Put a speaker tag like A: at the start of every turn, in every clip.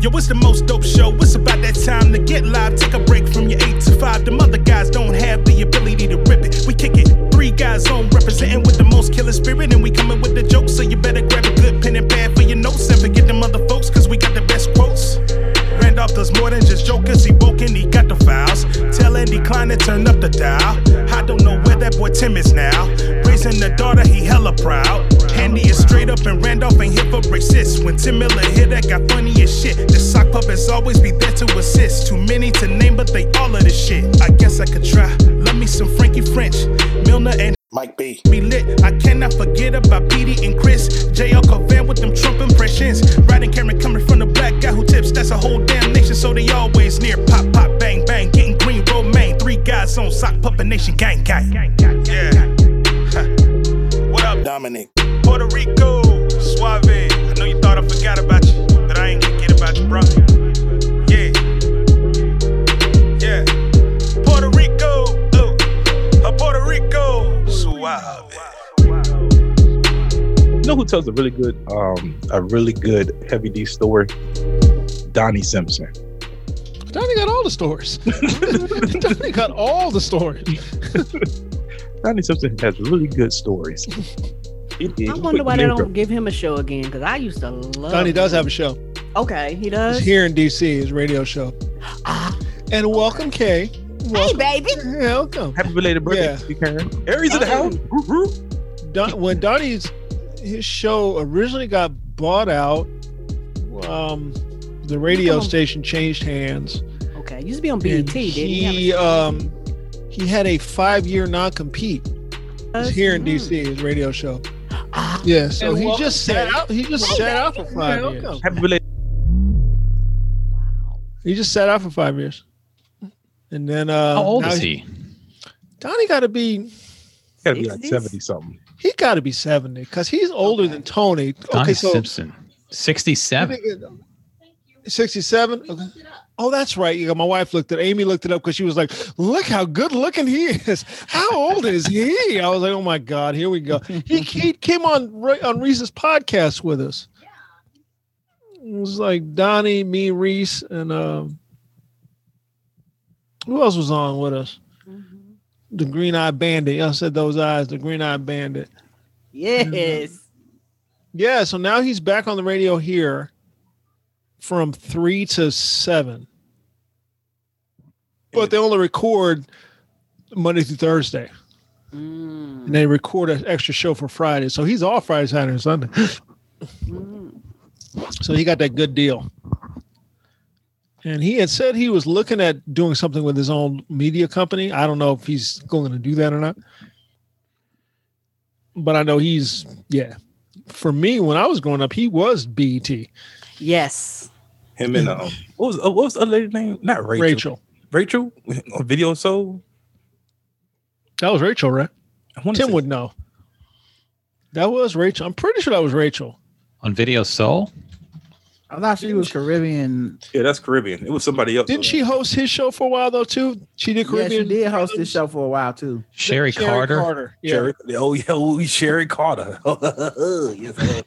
A: Yo, it's the most dope show. It's about that time to get live. Take a break from your 8 to 5. Them other guys don't have the ability to rip it. We kick it. Three guys on representing with the most killer spirit. And we coming with the jokes. So you better grab a good pen and pad for your notes. And forget them other folks, cause we got the best quotes. Randolph does more than just joke, cause he woke and he got the files. Tell Andy Klein to turn up the dial. I don't know where that boy Tim is now. Raising the daughter, he hella proud. Handy is straight up and Randolph ain't here for racist. When Tim Miller hit that got funny as shit. The sock puppets always be there to assist. Too many to name, but they all of this shit. I guess I could try. Love me some Frankie French, Milner and Mike B. Be lit. I cannot forget about Petey and Chris. JL Covan with them Trump impressions. Riding Karen coming from the black guy who tips. That's a whole damn nation, so they always near. Pop, pop, bang, bang. Getting green, romaine. Three guys on sock puppet nation, gang, gang. Yeah. Huh. What up, Dominic? Puerto Rico, Suave. I know you thought I forgot about you, but I ain't gonna get about you, bro. Yeah. Yeah. Puerto Rico, oh. A Puerto Rico, Suave.
B: You know who tells a really good, um, a really good heavy D story? Donnie Simpson.
C: Donnie got all the stories. Donnie got all the stories.
B: Donnie Simpson has really good stories. He did.
D: I wonder why they
B: Name
D: don't
B: drop.
D: give him a show again because I used to love.
C: Donnie
D: him.
C: does have a show.
D: Okay, he
C: It's
D: does.
C: here in DC, his radio show.
D: Ah,
C: And welcome, Kay.
D: hey,
C: Welcome.
D: baby.
C: welcome.
B: Happy belated birthday,
C: Yeah.
B: Steve Karen. Aries in the
D: Oh.
B: house. Woo, woo.
C: Don, when Donnie's his show originally got bought out, um, the radio
D: Come on.
C: station changed hands.
D: Okay, used to be on
C: and
D: BET, didn't he?
C: he um, he had a five year non compete. It's uh, here in DC, his radio show.
D: Ah,
C: Yeah, so
B: And
C: he
B: welcome
C: just sat
B: back.
C: out. He just
D: Hey,
C: sat
D: baby.
C: out for five
D: Welcome.
C: years.
B: Happy belated.
D: wow.
C: He just sat out for five years, and then uh,
E: How old
C: now
E: is he?
C: Donnie got to be
B: Gotta be like
D: Sixties?
B: seventy something.
C: he got to be seventy because he's older than Tony.
E: Donnie
C: Okay, so
E: Simpson, sixty-seven.
C: 67 okay. oh that's right yeah my wife looked at amy looked it up because she was like look how good looking he is how old is he i was like oh my god here we go he, he came on Re- on reese's podcast with us it was like donnie me reese and um who else was on with us
D: Mhm.
C: the green eyed bandit i said those eyes the green eyed bandit
D: Mm-hmm. Yes.
C: yeah so now he's back on the radio here from three to seven But they only record Monday through Thursday,
D: Mm.
C: and they record an extra show for Friday. So he's off Friday, Saturday, and Sunday.
D: Mm.
C: So he got that good deal. And he had said he was looking at doing something with his own media company. I don't know if he's going to do that or not. But I know he's yeah. For me, when I was growing up, he was E BET.
D: Yes.
A: Him and um,
B: What was uh, what was the other lady's name? Not Rachel.
C: Rachel.
B: Rachel on Video Soul.
C: That was Rachel, right?
B: I wanna
C: Tim
B: say-
C: would know. That was Rachel. I'm pretty sure that was Rachel.
E: on Video Soul.
F: I thought she was Caribbean.
B: Yeah, that's Caribbean. It was somebody else.
C: Didn't she host his show for a while though too? She did
F: Yeah,
C: Caribbean.
F: she did host this show for a while too.
E: Sherry, Carter.
C: Yeah.
B: Sherry, oh yeah, oh, Sherry Carter. yes, I love-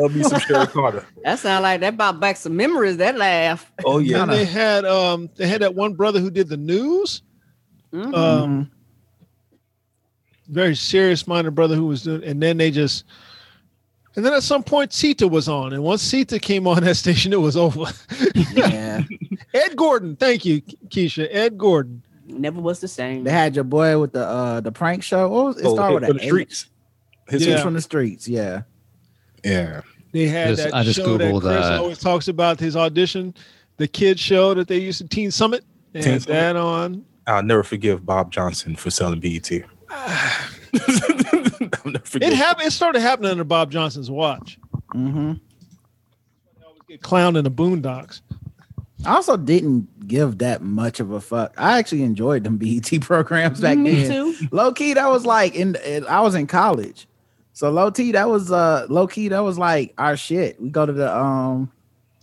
B: love me some Sherry Carter.
D: That sounds like that brought back some memories. That laugh.
B: Oh yeah,
C: And they had um they had that one brother who did the news,
F: Mm.
D: Mhm.
C: um very serious minded brother who was doing and then they just and then at some point Sita was on and once Sita came on that station it was over.
F: Mm-hmm. yeah,
C: Ed Gordon, thank you Keisha. Ed Gordon.
D: Never was the same.
F: they had your boy with the uh the prank show. What was it?
B: Oh, Hit
F: Started with
B: from
F: an
B: the
F: H.
B: streets. His-
F: Hits
C: Yeah.
F: from the streets. Yeah,
B: yeah.
C: They had
E: I just-
C: that
E: I just
C: show
E: Googled,
C: that Chris
E: uh,
C: always talks about his audition, the kid show that they used to Teen Summit. They
B: Teen
C: had
B: Summit.
C: that on.
B: I'll never forgive Bob Johnson for selling BET. I'll never forgive.
C: It happened. It started happening under Bob Johnson's watch.
F: hmm
C: Clown in the Boondocks.
F: I also didn't give that much of a fuck. I actually enjoyed them BET programs back
D: Mm-hmm. Me
F: then.
D: too.
F: Low key, that was like in, in- I was in college, so low key that was uh low key that was like our shit. We go to the um,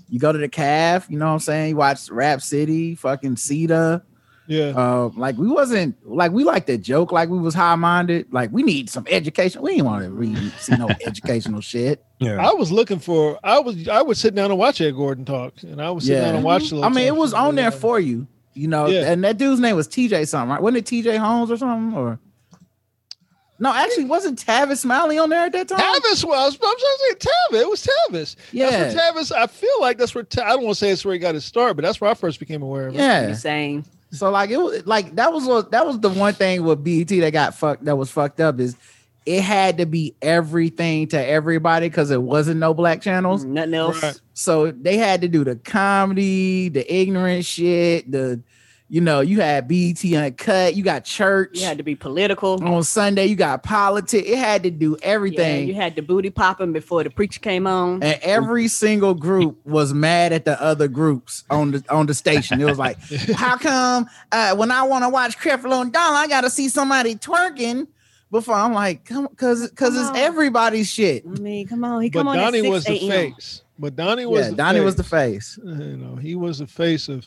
F: you go to the calf. You know what I'm saying? You watch Rap City, fucking Cedar.
C: Yeah.
F: Um, like we wasn't like we like to joke, like we was high minded. Like we need some education. We didn't want to read see no educational shit.
B: Yeah.
C: I was looking for. I was. I would sit down and watch Ed Gordon talk, and I was sit
F: Yeah.
C: down and watch. the
F: I mean, it
C: little
F: was
C: talk.
F: on there for you, you know.
C: Yeah.
F: And that dude's name was TJ something, right? Wasn't it TJ Holmes or something? Or no, actually, wasn't Tavis Smiley on there at that time?
C: Tavis was. I'm trying to say Tavis. It was Tavis.
F: yeah,
C: That's where Tavis. I feel like that's where. Ta- I don't want to say it's where he got his start, but that's where I first became aware of it.
F: yeah.
D: Same.
F: So like it was like that was what that was the one thing with BET that got fucked that was fucked up is it had to be everything to everybody because it wasn't no black channels.
D: Mm, Nothing else.
C: Right.
F: So they had to do the comedy, the ignorant shit, the you know, you had BET uncut, you got church
D: You had to be political.
F: on Sunday, you got politics. It had to do everything.
D: Yeah, you had the booty popping before the preacher came on.
F: and every single group was mad at the other groups on the on the station. It was like, how come uh, when I want to watch Creflo and Dollar, I gotta see somebody twerking before I'm like, come, cause cause
D: Come
F: it's
D: on.
F: everybody's shit.
D: I mean, come on, he
C: But
D: come on
C: Donnie
D: at 6
C: was the
D: a.m..
C: face. But Donnie was.
F: Yeah,
C: the
F: Donnie
C: face.
F: was the face.
C: You know, he was the face of.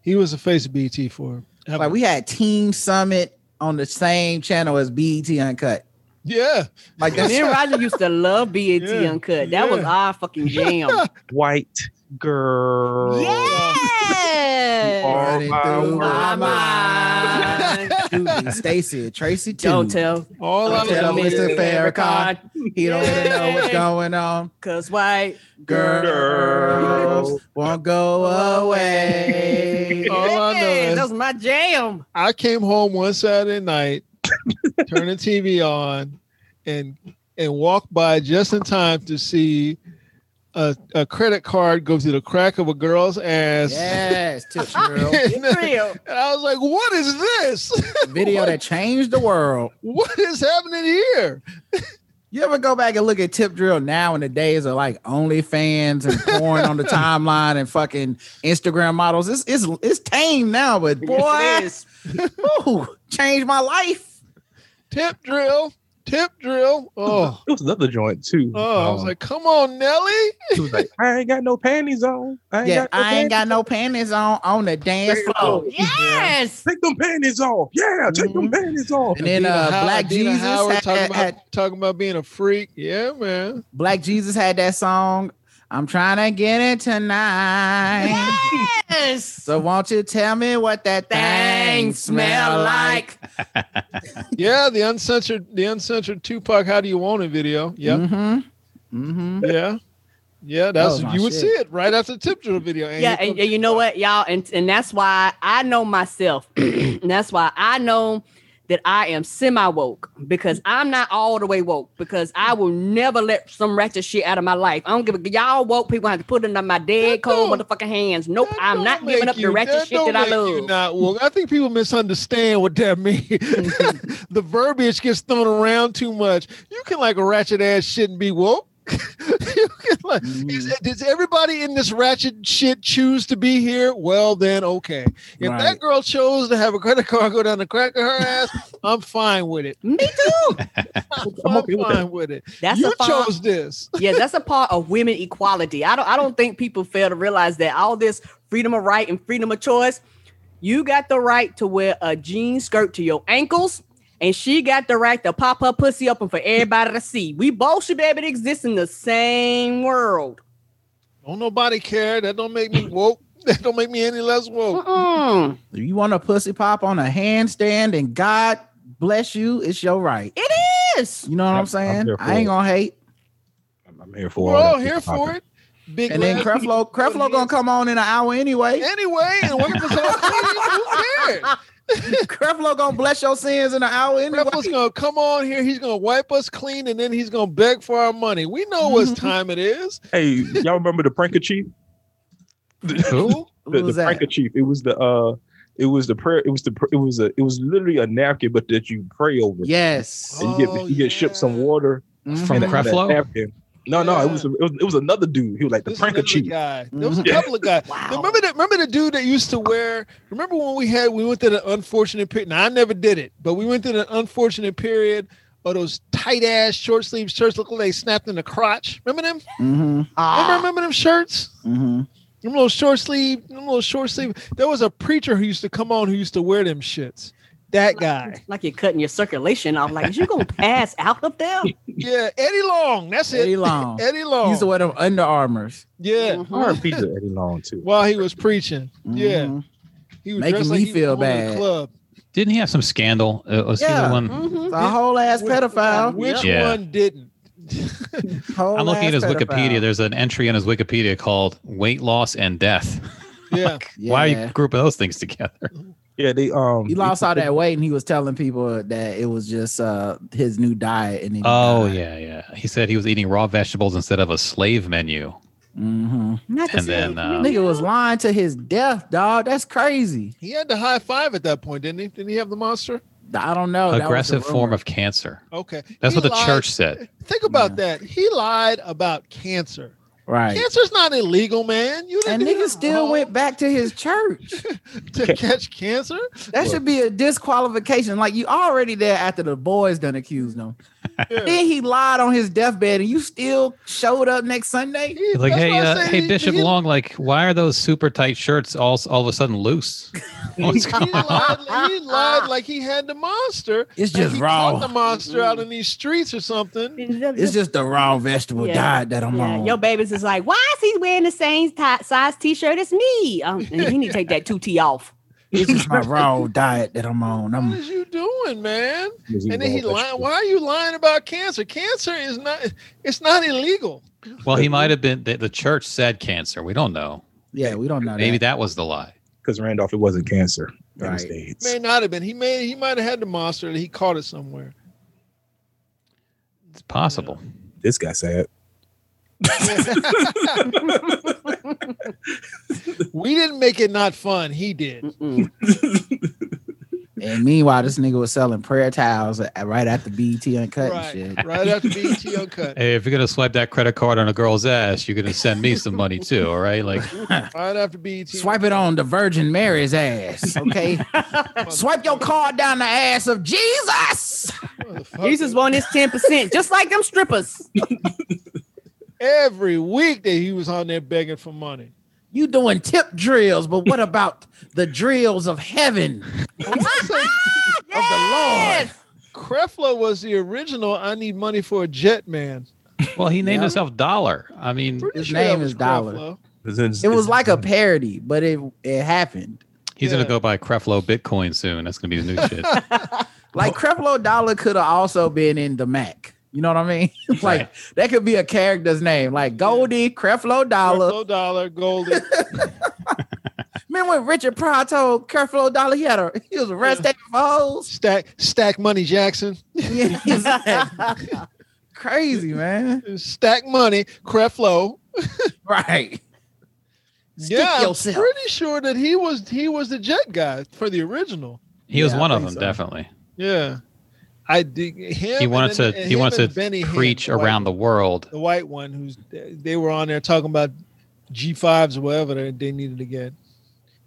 C: He was the face of BT for. him.
F: Like we had Team Summit on the same channel as BET Uncut.
C: yeah.
F: Like
D: Me and
F: that's
D: Roger used to love BET
C: Yeah,
D: Uncut. That was
C: yeah.
D: our fucking jam.
B: White girl.
D: yeah.
B: All
F: Running
B: my
F: through
B: world.
D: My
F: my mind.
D: mind.
F: Dude, Stacy and Tracy too.
D: Don't tell.
C: All
D: Don't
C: I
F: Don't tell
D: tell
C: know
F: me.
C: is
F: Mr.
D: Mr.
F: Farrakhan.
D: Farrakhan.
F: He don't even know what's
D: Yay.
F: going on.
D: Cause why?
F: girls
B: Girls
F: won't go away.
C: All I know
D: Yeah,
C: is-
D: that was my jam.
C: I came home one Saturday night, turned the TV on, and and walked by just in time to see a, a credit card go through the crack of a girl's ass.
F: Yes, Tips Girl.
C: and
D: Real.
C: I was like, "What is this?
F: Video that changed the world.
C: what is happening here?"
F: You ever go back and look at Tip Drill now in the days of like OnlyFans and porn on the timeline and fucking Instagram models? It's it's it's tame now, but
D: Yes, it
F: boy,
D: is.
F: ooh, changed my life.
C: Tip drill, tip drill. Oh,
B: It was another joint too.
C: oh! I was
B: Um,
C: like, "Come on, Nelly."
B: She was like, I ain't got no panties on. I ain't
F: Yeah,
B: got no
F: I ain't
B: panties
F: got no panties on on the dance floor.
D: Yes.
B: Take them panties off. Yeah, take
F: Mm-hmm.
B: them panties off.
F: And then
C: Adina
F: uh,
C: How-
F: Black
C: Adina
F: Jesus
C: Howard
F: had-
C: talking about
F: had
C: talking about being a freak. Yeah, man.
F: Black Jesus had that song. I'm trying to get it tonight.
D: Yes.
F: So won't you tell me what that thing
D: Thing
F: smell
D: smell
F: like?
D: like.
C: Yeah, the uncensored, the uncensored Tupac. How do you want it video? Yeah,
F: Mm-hmm. Mm-hmm.
C: yeah, yeah. That's
F: was my
C: you would
F: shit.
C: see it right after the tip drill video. And
D: yeah,
C: here
D: and,
C: comes-
D: and you know what, y'all, and, and that's why I know myself. and that's why I know that I am semi woke because I'm not all the way woke because I will never let some ratchet shit out of my life. I don't give a y'all woke people have to put it under my dead
C: That
D: cold
C: don't-
D: motherfucking hands. Nope,
C: That
D: I'm
C: don't
D: not giving
C: make
D: up the
C: you-
D: ratchet shit
C: don't
D: that I
C: make you
D: love.
C: Not woke. I think people misunderstand what that means. the verbiage gets thrown around too much. You can like a ratchet ass shit and be woke. you can like,
D: Mm-hmm.
C: is, does everybody in this ratchet shit choose to be here? Well, then okay. If
F: Right.
C: that girl chose to have a credit card go down the crack of her ass, I'm fine with it.
D: Me too.
C: I'm,
B: I'm okay with that.
C: fine with it.
D: That's
C: you
D: a fine-
C: chose this.
D: yeah, that's a part of women equality. I don't I don't think people fail to realize that all this freedom of right and freedom of choice, you got the right to wear a jean skirt to your ankles, and she got the right to pop her pussy open for everybody to see. We both should be able to exist in the same world.
C: Don't nobody care. That don't make me woke. That don't make me any less woke.
D: Mm-mm.
F: If you want a pussy pop on a handstand and God bless you, it's your right.
D: It is.
F: You know what I'm,
B: I'm- I'm
F: saying?
B: here for
F: I ain't
B: it.
F: gonna hate.
B: I'm- I'm here for
C: We're
B: all
C: all
B: that
C: here
B: shit
C: for
B: popping.
C: it. Big
F: And then
C: Red-
F: Creflo, Creflo gonna come on in an hour anyway.
C: anyway, and what was all who cares?
F: Creflo gonna bless your sins in an hour anyway.
C: Rebel's gonna come on here, he's gonna wipe us clean, and then he's gonna beg for our money. We know
F: Mm-hmm.
C: what time it is.
B: Hey, y'all remember the pranker chief?
E: Who?
B: the,
F: Who
B: the
F: was that?
B: pranker chief. It was the uh, it was the prayer. It was the pr- it was a it was literally a napkin, but that you pray over.
F: Yes.
B: and you get
C: Oh,
B: you get shipped some
C: yeah.
B: water
F: Mhm.
E: From
B: and a- and a
E: Creflo?
B: napkin. No, no, it
C: Yeah.
B: was, it was it was another dude. He was like the
C: This is
B: pranker
C: another
B: chief. Mm-hmm.
C: guy. There was a
F: Mhm.
C: couple of guys.
D: Wow.
C: Remember that? Remember the dude that used to wear? Remember when we had we went through the unfortunate period? Now I never did it, but we went through the unfortunate period of those tight ass short sleeve shirts looking like they snapped in the crotch. Remember them?
F: Mhm.
C: Remember,
D: Ah,
C: remember them shirts?
F: Mhm.
C: Them little short sleeve, them little short sleeve. There was a preacher who used to come on who used to wear them shits. That guy.
D: Like you're cutting your circulation off. Like, is you gonna pass out up there?
C: Yeah, Eddie Long. That's it.
F: Eddie Long.
C: Eddie Long.
F: He used to wear them Under Armours.
C: yeah.
D: Mhm.
B: R.I.P. to Eddie Long too.
C: While he was preaching. Yeah.
F: Mhm.
C: He was
F: Making
C: dressed
F: me
C: like he was
F: feel
C: going to the
F: bad.
C: club.
E: Didn't he have some scandal? Uh, was he
F: Yeah.
C: Mm-hmm.
E: the one?
D: Mhm.
F: It's a whole ass
C: Which-
F: pedophile.
C: Which
E: Yeah.
C: one didn't?
E: I'm looking at his Wikipedia.
F: There.
E: There's an entry in his Wikipedia called "Weight Loss and Death."
C: Yeah.
E: Why are you grouping those things together?
B: Yeah, they um
F: He lost all that weight and he was telling people that it was just uh his new diet. And he
E: Oh yeah, yeah. He said he was eating raw vegetables instead of a slave menu.
C: Oh,
F: hmm
D: Not to
E: And
D: say-
E: then, um,
F: nigga was lying to his death, dog. That's crazy.
C: He had the high five at that point, didn't he? Didn't he have the monster?
F: I don't know. That was a
E: Aggressive form
F: rumor.
E: of cancer.
C: Okay.
E: That's
C: He
E: what the
C: lied-
E: church said.
C: Think about that. He lied about cancer.
F: right.
C: Cancer's not illegal, man. You
F: And
C: didn't do
F: nigga still
C: wrong
F: went back to his church.
C: to catch cancer.
F: That should be a disqualification. Like you already there after the boys done accused him. Then he lied on his deathbed, and you still showed up next Sunday.
C: He-
E: Like,
C: that's
E: hey,
C: why I
E: uh,
C: said
E: hey,
C: he-
E: Bishop
C: he-
E: Long, like, why are those super tight shirts all all of a sudden loose? What's
C: He
E: going on?
C: lied, he lied like he had the monster.
F: It's
C: like
F: just
C: he
F: raw.
C: caught the monster out in these streets or something.
F: It's just the raw vegetable
D: Yeah.
F: diet that I'm
D: Yeah,
F: on.
D: your babies is like, why is he wearing the same ti- size T-shirt as me? Um, and you need to take that two T off.
F: This is my raw diet that I'm on.
C: What
F: I'm
C: is you doing, man?
B: was eating
C: And then he
B: raw
C: lied.
B: vegetables.
C: Why are you lying about cancer? Cancer is not. It's not illegal.
E: Well, he might have been. The, the church said cancer. We don't know.
F: yeah, we don't know.
E: Maybe
F: that.
E: that was the lie.
B: because Randolph, it wasn't cancer. It was
F: Right.
B: AIDS.
C: May not have been. He may. He might have had the monster. He caught it somewhere.
E: It's possible.
B: This guy sad.
C: We didn't make it not fun. He did.
D: Mm-mm.
F: And meanwhile, this nigga was selling prayer towels at- right after BT Uncut
C: Right.
F: and shit.
C: Right after E BET Uncut.
E: Hey, if you're gonna swipe that credit card on a girl's ass, you're gonna send me some money too. All right, like
C: Right after E BET.
F: Swipe it on the Virgin Mary's ass, okay? Swipe your card down the ass of Jesus.
C: Motherfucker.
D: Jesus won his ten percent, just like them strippers.
C: Every week that he was on there begging for money.
F: You doing tip drills, but what about the drills of heaven?
D: Yes!
C: Creflo was the original. I need money for a jet man.
E: Well, he named
F: Yeah.
E: himself Dollar. I mean,
C: Pretty
F: His
C: sure that
F: name
C: was
F: is Dollar.
C: Creflo.
F: It was like a parody, but it it happened.
E: he's gonna
C: Yeah.
E: go by Creflo Bitcoin soon. That's gonna be his new shit.
F: Like Creflo Dollar could have also been in the Mac. You know what I mean? like
E: Right.
F: that could be a character's name, like Goldie Creflo Dollar.
C: Creflo Dollar, Goldie.
F: Remember when Richard Pryor told Creflo Dollar he had a he was arrested for hoes?
C: Stack Stack Money Jackson.
F: Yeah, exactly. Crazy man,
C: Stack Money, Creflo.
F: right? Stick
C: yeah,
F: yourself.
C: I'm pretty sure that he was he was the jet guy for the original.
E: He was
F: Yeah, I
E: one of
F: think
E: them,
F: so.
E: definitely.
C: Yeah. I dig him.
E: He
C: and
E: wanted
C: then-
E: to.
C: and
E: He
C: him
E: wants
C: and
E: to
C: Benny Hinn,
E: preach
C: the white-
E: around the world.
C: the white one who's they were on there talking about G5s or whatever they, they needed to get.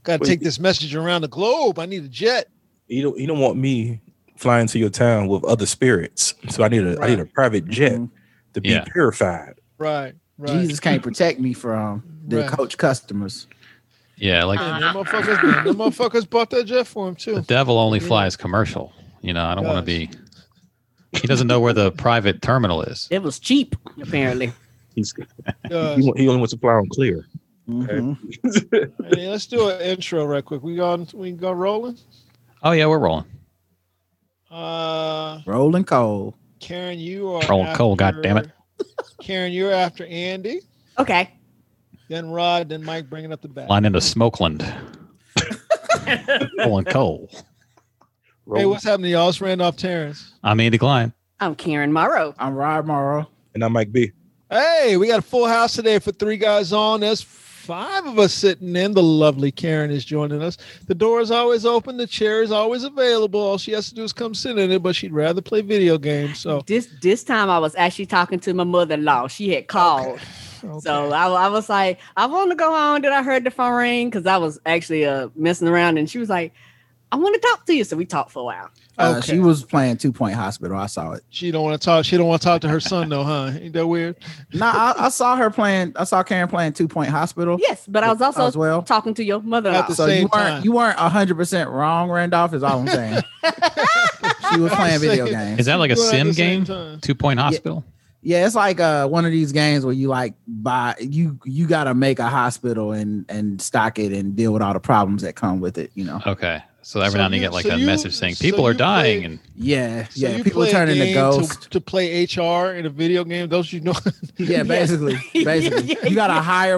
C: Got to
B: Wait.
C: take this message around the globe. I need a jet.
B: You don't you don't want me flying to your town with other spirits. So I need a I need a private jet
F: Mhm.
B: to be
E: Yeah.
B: purified.
C: Right, right.
F: Jesus can't protect me from the
C: Right.
F: coach customers.
E: Yeah, like
C: And them motherfuckers, them motherfuckers bought that jet for him too.
E: the devil only flies commercial. You know, I don't want to be. He doesn't know where the private terminal is.
D: It was cheap, apparently.
B: He's
C: Uh,
B: he, wa- he only wants to fly on clear.
F: Mhm.
C: hey, let's do an intro right quick. We gone, we gone rolling.
E: Oh yeah, we're rolling.
C: Uh,
F: Rolling coal.
C: Karen, you are
E: Rolling coal,
C: after-
E: goddammit.
C: Karen, you're after Andy,
D: Okay.
C: then Rod, then Mike bringing up the back.
E: Flying into Smokeland. Rolling coal.
C: Hey, what's happening, y'all? It's Randolph Terrence.
E: I'm Andy Klein.
D: I'm Karen Morrow.
F: I'm Rod Morrow.
B: and I might be.
C: Hey, we got a full house today for three guys on. There's five of us sitting in. The lovely Karen is joining us. The door is always open. The chair is always available. All she has to do is come sit in it, but she'd rather play video games.
F: Oh.
C: So,
D: This this time I was actually talking to my mother-in-law. She had called. So
C: okay.
D: I, I was like, I want to go home. Did I heard the phone ring? Because I was actually uh, messing around, and she was like, I want to talk to you. So we talked for a while.
F: Uh,
C: Okay.
F: She was playing Two Point Hospital. I saw it.
C: She don't want to talk. She don't want to talk to her son though, huh? Ain't that weird?
F: No, I, I saw her playing. I saw Karen playing Two Point Hospital.
D: Yes, but I was also
F: as Oh. well.
D: talking to your mother.
C: At the
F: So you
C: same
F: weren't
C: time.
F: you weren't hundred percent wrong, Randolph. Is all I'm saying. she was playing video games.
E: Is that like a
C: Well, at
E: sim
C: the same
E: game?
C: time.
E: Two Point Hospital.
F: Yeah, it's like uh one of these games where you like buy you you gotta make a hospital and and stock it and deal with all the problems that come with it. You know.
E: Okay, so every
C: So
E: now and
C: you-
E: you get like
C: so
E: a
C: you-
E: message saying
C: so
E: people are
C: you play-
E: dying, and
F: Yeah,
C: So
F: yeah.
C: you
F: People
C: play a
F: turn into
C: game to-
F: ghosts.
C: to, play HR in a video game. Those you know,
F: Yeah, basically,
D: Yeah,
F: basically.
D: yeah,
F: you gotta
D: yeah.
F: hire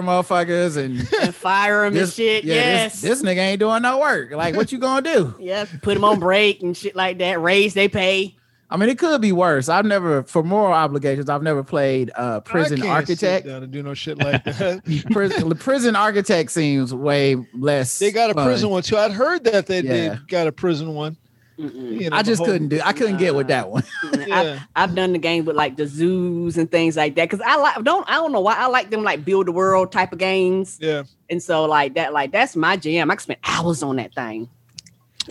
F: motherfuckers and
D: and fire him and shit.
F: yeah,
D: yes.
F: this- This, nigga ain't doing no work. Like, what you gonna do?
D: yeah, put them on break and shit like that. Raise they pay.
F: I mean, it could be worse. I've never, for moral obligations, I've never played uh,
C: I
F: prison
C: can't
F: architect.
C: sit down and do no shit like that.
F: prison, the prison architect seems way less.
C: they got a
F: fun.
C: prison one too. I'd heard that they
F: Yeah.
C: did got a prison one.
D: Mm-mm.
C: You know,
F: I just
C: the whole-
F: couldn't do. I couldn't get with that one.
C: Yeah.
D: I, I've done the game with like the zoos and things like that because I like don't I don't know why I like them like build the world type of games
C: Yeah,
D: and so like that like that's my jam. I could spend hours on that thing.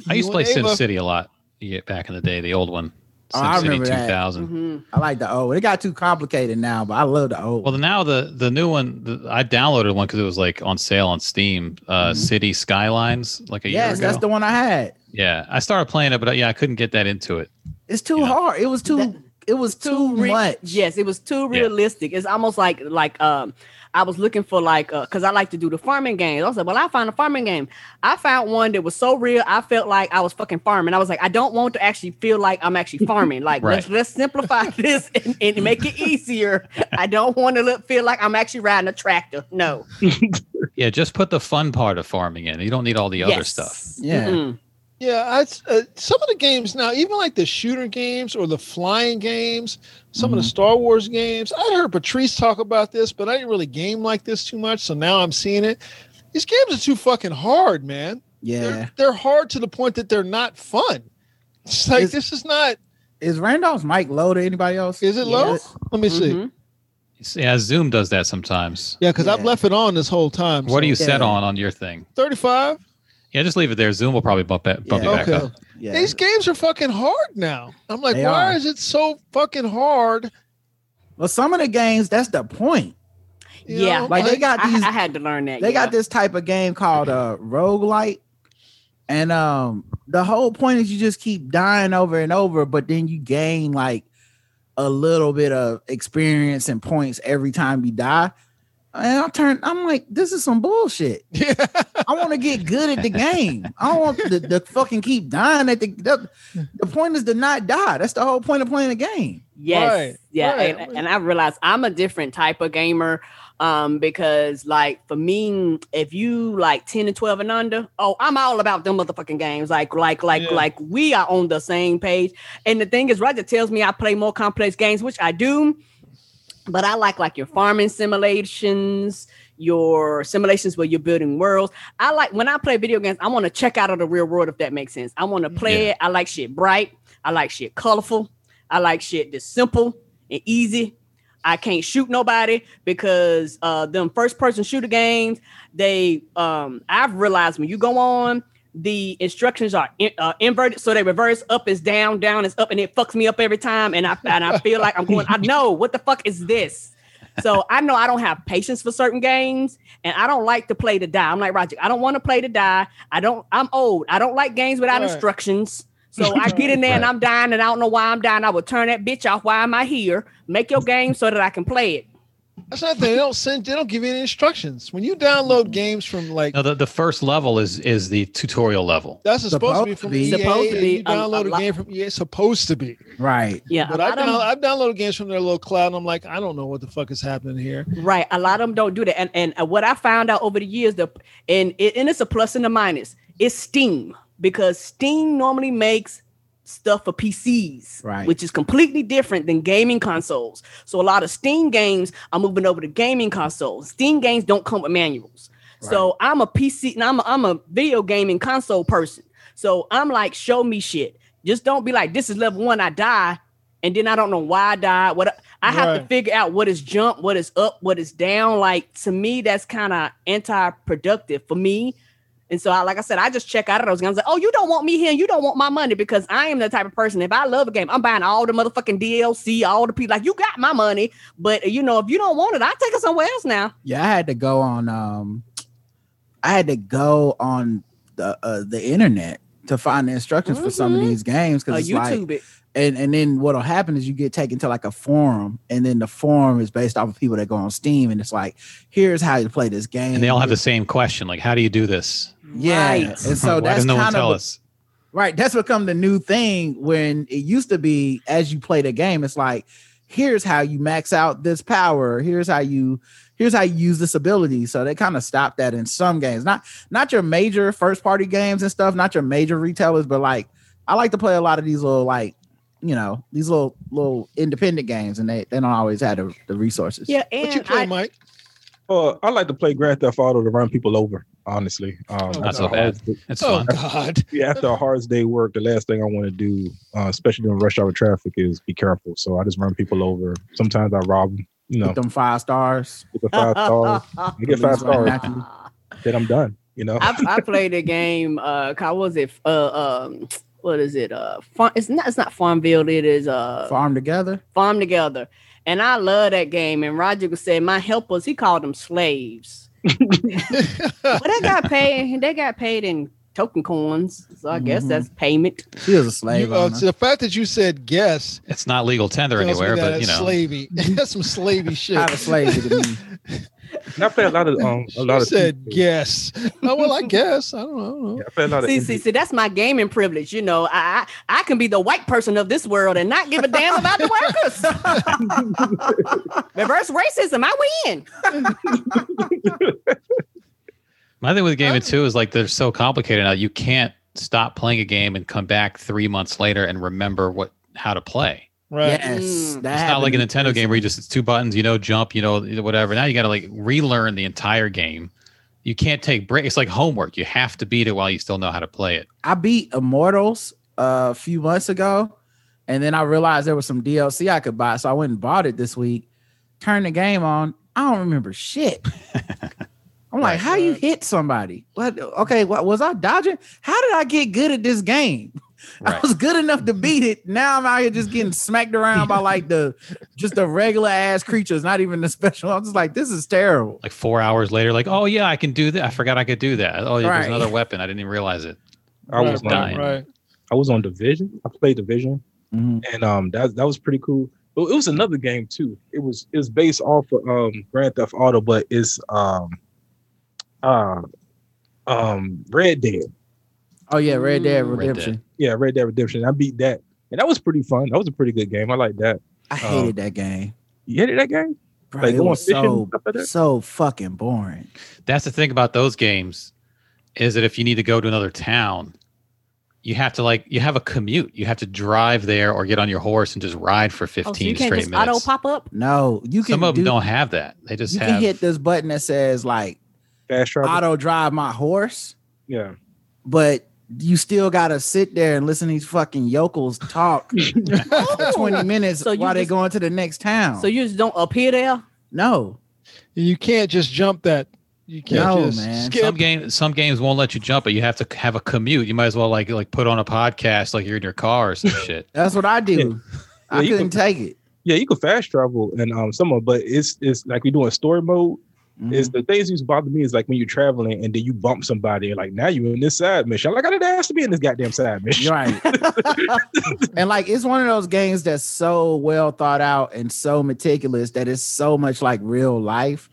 E: I used to play
C: You and
E: Sim
C: Ava-
E: City a lot yeah, back in the day, the old one.
F: Oh,
E: Sim
F: I
E: City
F: remember that. Mm-hmm.
E: 2000.
D: Mhm.
F: I like the old. It got too complicated now, but I love the old.
E: Well, the- now the the new one, the, I downloaded one because it was like on sale on Steam. Uh,
F: Mhm.
E: City Skylines, like a
F: yes,
E: year ago.
F: that's the one I had.
E: yeah, I started playing it, but uh, yeah, I couldn't get that into it.
F: It's too
E: Yeah.
F: hard. It was too.
D: That-
F: it was too
D: re-
F: much.
D: Yes, it was too
E: Yeah.
D: realistic. It's almost like like um I was looking for like uh because I like to do the farming games. I was like, well, I found a farming game. I found one that was so real, I felt like I was fucking farming. I was like, I don't want to actually feel like I'm actually farming. Like let's
E: Right.
D: let's simplify this and, and make it easier. I don't want to look feel like I'm actually riding a tractor. No.
E: Yeah, just put the fun part of farming in. You don't need all the other stuff.
F: Yeah.
D: Mm-mm.
C: yeah. I, uh, some of the games now, even like the shooter games or the flying games, some
F: Mm-hmm.
C: of the Star Wars games. I heard Patrice talk about this, but I didn't really game like this too much. So now I'm seeing it. These games are too fucking hard, man.
F: Yeah.
C: They're, they're hard to the point that they're not fun. It's like
F: Is-
C: this is not.
F: Is Randolph's mic low to anybody else?
C: Is it low? Let me see.
E: Mm-hmm.
D: Mhm.
E: It's- Yeah, Zoom does that sometimes.
C: Yeah, because I've
F: Yeah.
C: left it on this whole time.
E: What
C: so-
E: are you set
F: Yeah.
E: on on your thing?
C: 35?
E: Yeah, just leave it there. Zoom will probably bump, that, bump
F: Yeah.
E: you back
C: Okay.
E: up.
F: Yeah.
C: These games are fucking hard now. I'm like,
F: They
C: why
F: are.
C: is it so fucking hard?
F: Well, some of the games, that's the point.
C: You
D: Yeah.
C: know,
F: Like, they got
D: I,
F: these-
D: I had to learn that.
F: They
D: yeah.
F: got this type of game called uh roguelite. And um the whole point is you just keep dying over and over, but then you gain like a little bit of experience and points every time you die. And I turn, I'm like, this is some bullshit.
C: Yeah.
F: I want to get good at the game. I don't want to, to fucking keep dying at the, the the point is to not die. That's the whole point of playing the game.
D: Yes.
C: Right,
D: Yeah.
C: right.
D: And, and I realize I'm a different type of gamer. Um, because like for me, if you like 10 and 12 and under, oh, I'm all about them motherfucking games. Like, like, like,
C: Yeah.
D: like we are on the same page. And the thing is, Roger tells me I play more complex games, which I do, but I like like your farming simulations, your simulations where you're building worlds. I like when I play video games, I want to check out of the real world if that makes sense. I want to play
E: Yeah.
D: it. I like shit bright. I like shit colorful. I like shit that's simple and easy. I can't shoot nobody because uh them first person shooter games, they um I've realized when you go on the instructions are in, uh, inverted, so they reverse up is down, down is up, and it fucks me up every time. And I and I feel like I'm going. I know what the fuck is this. So I know I don't have patience for certain games, and I don't like to play to die. I'm like Roger. I don't want to play to die. I don't. I'm old. I don't like games without
C: Right.
D: instructions. So I get in there and
E: Right.
D: I'm dying, and I don't know why I'm dying. I will turn that bitch off. Why am I here? Make your game so that I can play it.
C: That's not the thing. They don't send they don't give you any instructions. When you download games from like
E: No, the, the first level is is the tutorial level.
C: that's supposed, to be
F: Supposed
C: from
F: to be.
C: EA.
D: Supposed to be.
C: You
D: Um,
C: download
D: a
C: a
D: lot-
C: game from EA. It's supposed to be.
F: Right.
D: Yeah,
C: But
D: a
C: I
D: lot of
C: down, I've downloaded games from their little cloud, and I'm like, I don't know what the fuck is happening here.
D: Right. A lot of them don't do that. And and uh, what I found out over the years, the and it, and it's a plus and a minus. It's Steam because Steam normally makes stuff for PCs,
F: Right.
D: which is completely different than gaming consoles. So a lot of Steam games are moving over to gaming consoles. Steam games don't come with manuals. So I'm a PC and I'm a, I'm a video gaming console person. So I'm like, show me shit. Just don't be like, this is level one. I die, and then I don't know why I died. What I have to
C: Right.
D: figure out what is jump, what is up, what is down. Like to me, that's kind of anti-productive for me. And so, I, like I said, I just check out of those games. Like, oh, you don't want me here, and you don't want my money because I am the type of person. If I love a game, I'm buying all the motherfucking DLC, all the people. Like, you got my money, but you know, if you don't want it, I take it somewhere else now.
F: Yeah, I had to go on. Um, I had to go on the uh, the internet to find the instructions for some of
D: Mhm.
F: these games
D: Uh,
F: because it's like
D: YouTube it.
F: and and then what'll happen is you get taken to like a forum, and then the forum is based off of people that go on Steam, and it's like, here's how you play this game.
E: And they all have the same question, like, how do you do this?
F: yeah,
D: Right.
F: and so
E: Why
F: that's
E: does no one
F: kind
E: tell
F: of
E: us?
F: right. That's become the new thing when it used to be as you play the game, it's like, here's how you max out this power. Here's how you here's how you use this ability. So they kind of stopped that in some games, not not your major first party games and stuff, not your major retailers, but like I like to play a lot of these little like you know these little little independent games, and they they don't always have the, the resources.
D: Yeah,
C: What you
D: and
C: play,
D: I,
C: Mike?
B: Uh, I like to play Grand Theft Auto to run people over. Honestly, um,
F: Oh,
E: Not so
B: after a hard-
E: It's
C: Oh
E: fun.
C: God!
B: Yeah, after a hard day work, the last thing I want to do, uh, especially during rush hour traffic, is be careful. So I just run people over. Sometimes I rob them. You know,
F: With them five stars.
B: with the five stars. You get five
F: Police right
B: stars,
F: now.
B: then I'm done. You know,
D: I, I played a game. Uh, how was it? Uh, um, what is it? Uh, farm, it's not. It's not Farmville. It is uh,
F: Farm together.
D: Farm Together. And I love that game. And Roger was saying my helpers. He called them slaves. but they got paid. They got paid in token coins. So I guess
F: Mhm.
D: that's payment.
F: She was a slave.
C: You, uh,
F: owner.
C: so the fact that you said yes
E: It's not legal tender
C: tells me
E: anywhere,
C: that
E: but you
C: it's
E: know,
C: slavey. That's some slavey shit.
F: How the slaves did it mean?
B: and I play a lot of um, a lot
C: You
B: of
C: said
B: TV.
C: yes. Oh, well, I guess I don't know. I don't know.
B: Yeah, I play a lot of
D: See, see, see, that's my gaming privilege. You know, I, I I can be the white person of this world and not give a damn about the workers. Reverse racism, I win.
E: my thing with
C: Oh.
E: gaming too is like they're so complicated now. You can't stop playing a game and come back three months later and remember what how to play.
C: Right.
F: Yes,
D: Mm.
F: that
E: It's not like a
F: happened.
E: Nintendo game where you just it's two buttons, you know, jump, you know, whatever. Now you got to like relearn the entire game. You can't take breaks. It's like homework. You have to beat it while you still know how to play it.
F: I beat Immortals uh, a few months ago, and then I realized there was some DLC I could buy, so I went and bought it this week. Turned the game on. I don't remember shit. I'm like, how you hit somebody? What? Okay, what was I dodging? How did I get good at this game? I
E: Right.
F: was good enough to beat it. Now I'm out here just getting smacked around by like the just the regular ass creatures, not even the special. I'm just like, this is terrible.
E: Like four hours later, like, oh yeah, I can do that. I forgot I could do that. Oh, yeah,
F: Right.
E: there's another weapon. I didn't even realize it.
B: I was um,
C: right,
E: dying.
C: Right.
B: I was on Division. I played Division,
E: Mm-hmm.
B: and um, that that was pretty cool. It, it was another game too. It was it's based off of um Grand Theft Auto, but it's um uh um Red Dead.
F: Oh yeah, Red Dead
D: Mm. Red
E: Dead.
F: Redemption.
B: Yeah, Red Dead Redemption. I beat that, and that was pretty fun. That was a pretty good game. I like that.
F: I hated
E: Oh.
F: that game.
B: You hated that game?
F: Bro,
B: Like,
F: it
B: going
F: was
B: fishing and
F: so
B: stuff like that?
F: so fucking boring.
E: That's the thing about those games, is that if you need to go to another town, you have to like you have a commute. You have to drive there or get on your horse and just ride for
D: Oh,
E: 15
D: so you can't
E: straight
D: just auto
E: minutes.
D: pop up.
F: No, you can
E: Some of them
F: do,
E: do, not have that. They just
F: You
E: have
F: can hit this button that says like
B: Fast travel.
F: auto drive my horse,
B: yeah.
F: but you still gotta sit there and listen to these fucking yokels talk for twenty minutes
D: Oh. So you
F: while they
D: just-
F: going to the next town.
D: So you just don't appear there.
F: no,
C: You can't just jump that. You can't
F: No,
C: just
F: man.
C: skip.
E: Some games some games won't let you jump, but you have to c- have a commute. You might as well like like put on a podcast like you're in your car or some shit.
F: that's what I do. I
B: you
F: couldn't take it.
B: Yeah, you can fast travel and um some of, but it's it's like we doing story mode. Is
F: Mm-hmm.
B: the things that used to bother me is like when you're traveling and then you bump somebody, and like now you're in this side mission. I'm like I didn't ask to be in this goddamn side mission.
F: You're right. and like it's one of those games that's so well thought out and so meticulous that it's so much like real life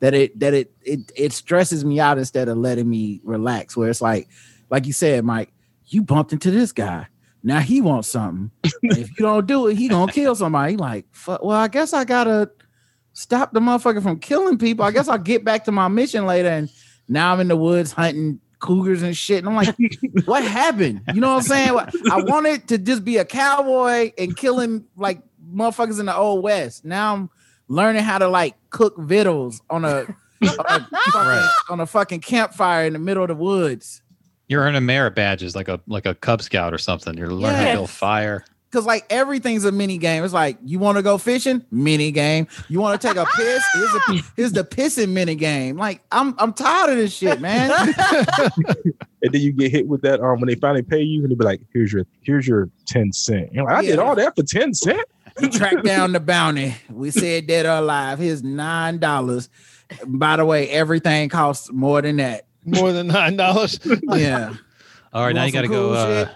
F: that it that it it it stresses me out instead of letting me relax. Where it's like, like you said, Mike, you bumped into this guy. Now he wants something. And if you don't do it, he gonna kill somebody. He like, fuck. Well, I guess I gotta stop the motherfucker from killing people. I guess I'll get back to my mission later. And now I'm in the woods hunting cougars and shit. And I'm like, what happened? You know what I'm saying? What- I wanted to just be a cowboy and killing like motherfuckers in the old west. Now I'm learning how to like cook vittles on a on a, fucking,
E: Right.
F: on a fucking campfire in the middle of the woods.
E: You're earning merit badges like a like a Cub Scout or something. You're learning to build
D: Yes.
E: fire.
F: Cause like everything's a mini game. It's like you want to go fishing, mini game. You want to take a piss, here's, a, here's the pissing mini game. Like I'm, I'm tired of this shit, man.
B: and then you get hit with that. Um, when they finally pay you, and they be like, "Here's your, here's your ten cent." You're like, I did
F: Yeah.
B: all that for ten cent.
F: You track down the bounty. We said dead or alive. Here's nine dollars. By the way, everything costs more than that.
C: More than nine dollars.
F: Yeah.
E: All right,
F: You
E: now
F: want
E: you gotta
F: some
E: go.
F: cool
E: Uh,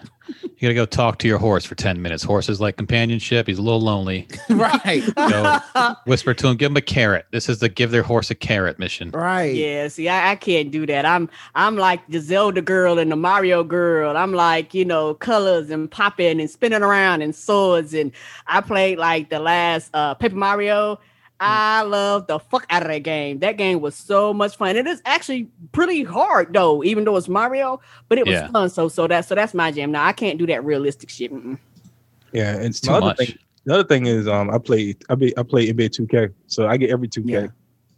E: you gotta go talk to your horse for ten minutes. Horses like companionship. He's a little lonely.
F: right.
E: Go whisper to him. Give him a carrot. This is the give their horse a carrot mission.
F: Right.
D: Yeah, see, I, I can't do that. I'm I'm like the Zelda girl and the Mario girl. I'm like, you know, colors and popping and spinning around and swords. And I played like the last uh Paper
F: Hmm.
D: Mario. I love the fuck out of that game. That game was so much fun. It is actually pretty hard though, even though it's Mario, but it was
E: Yeah.
D: fun. So so that's so that's my jam. Now I can't do that realistic shit. Mm-mm.
B: Yeah, and
E: It's too
B: the other
E: much.
B: thing, the other thing is, um, I play, I be, I play NBA Two K, so I get every two K,
F: Yeah.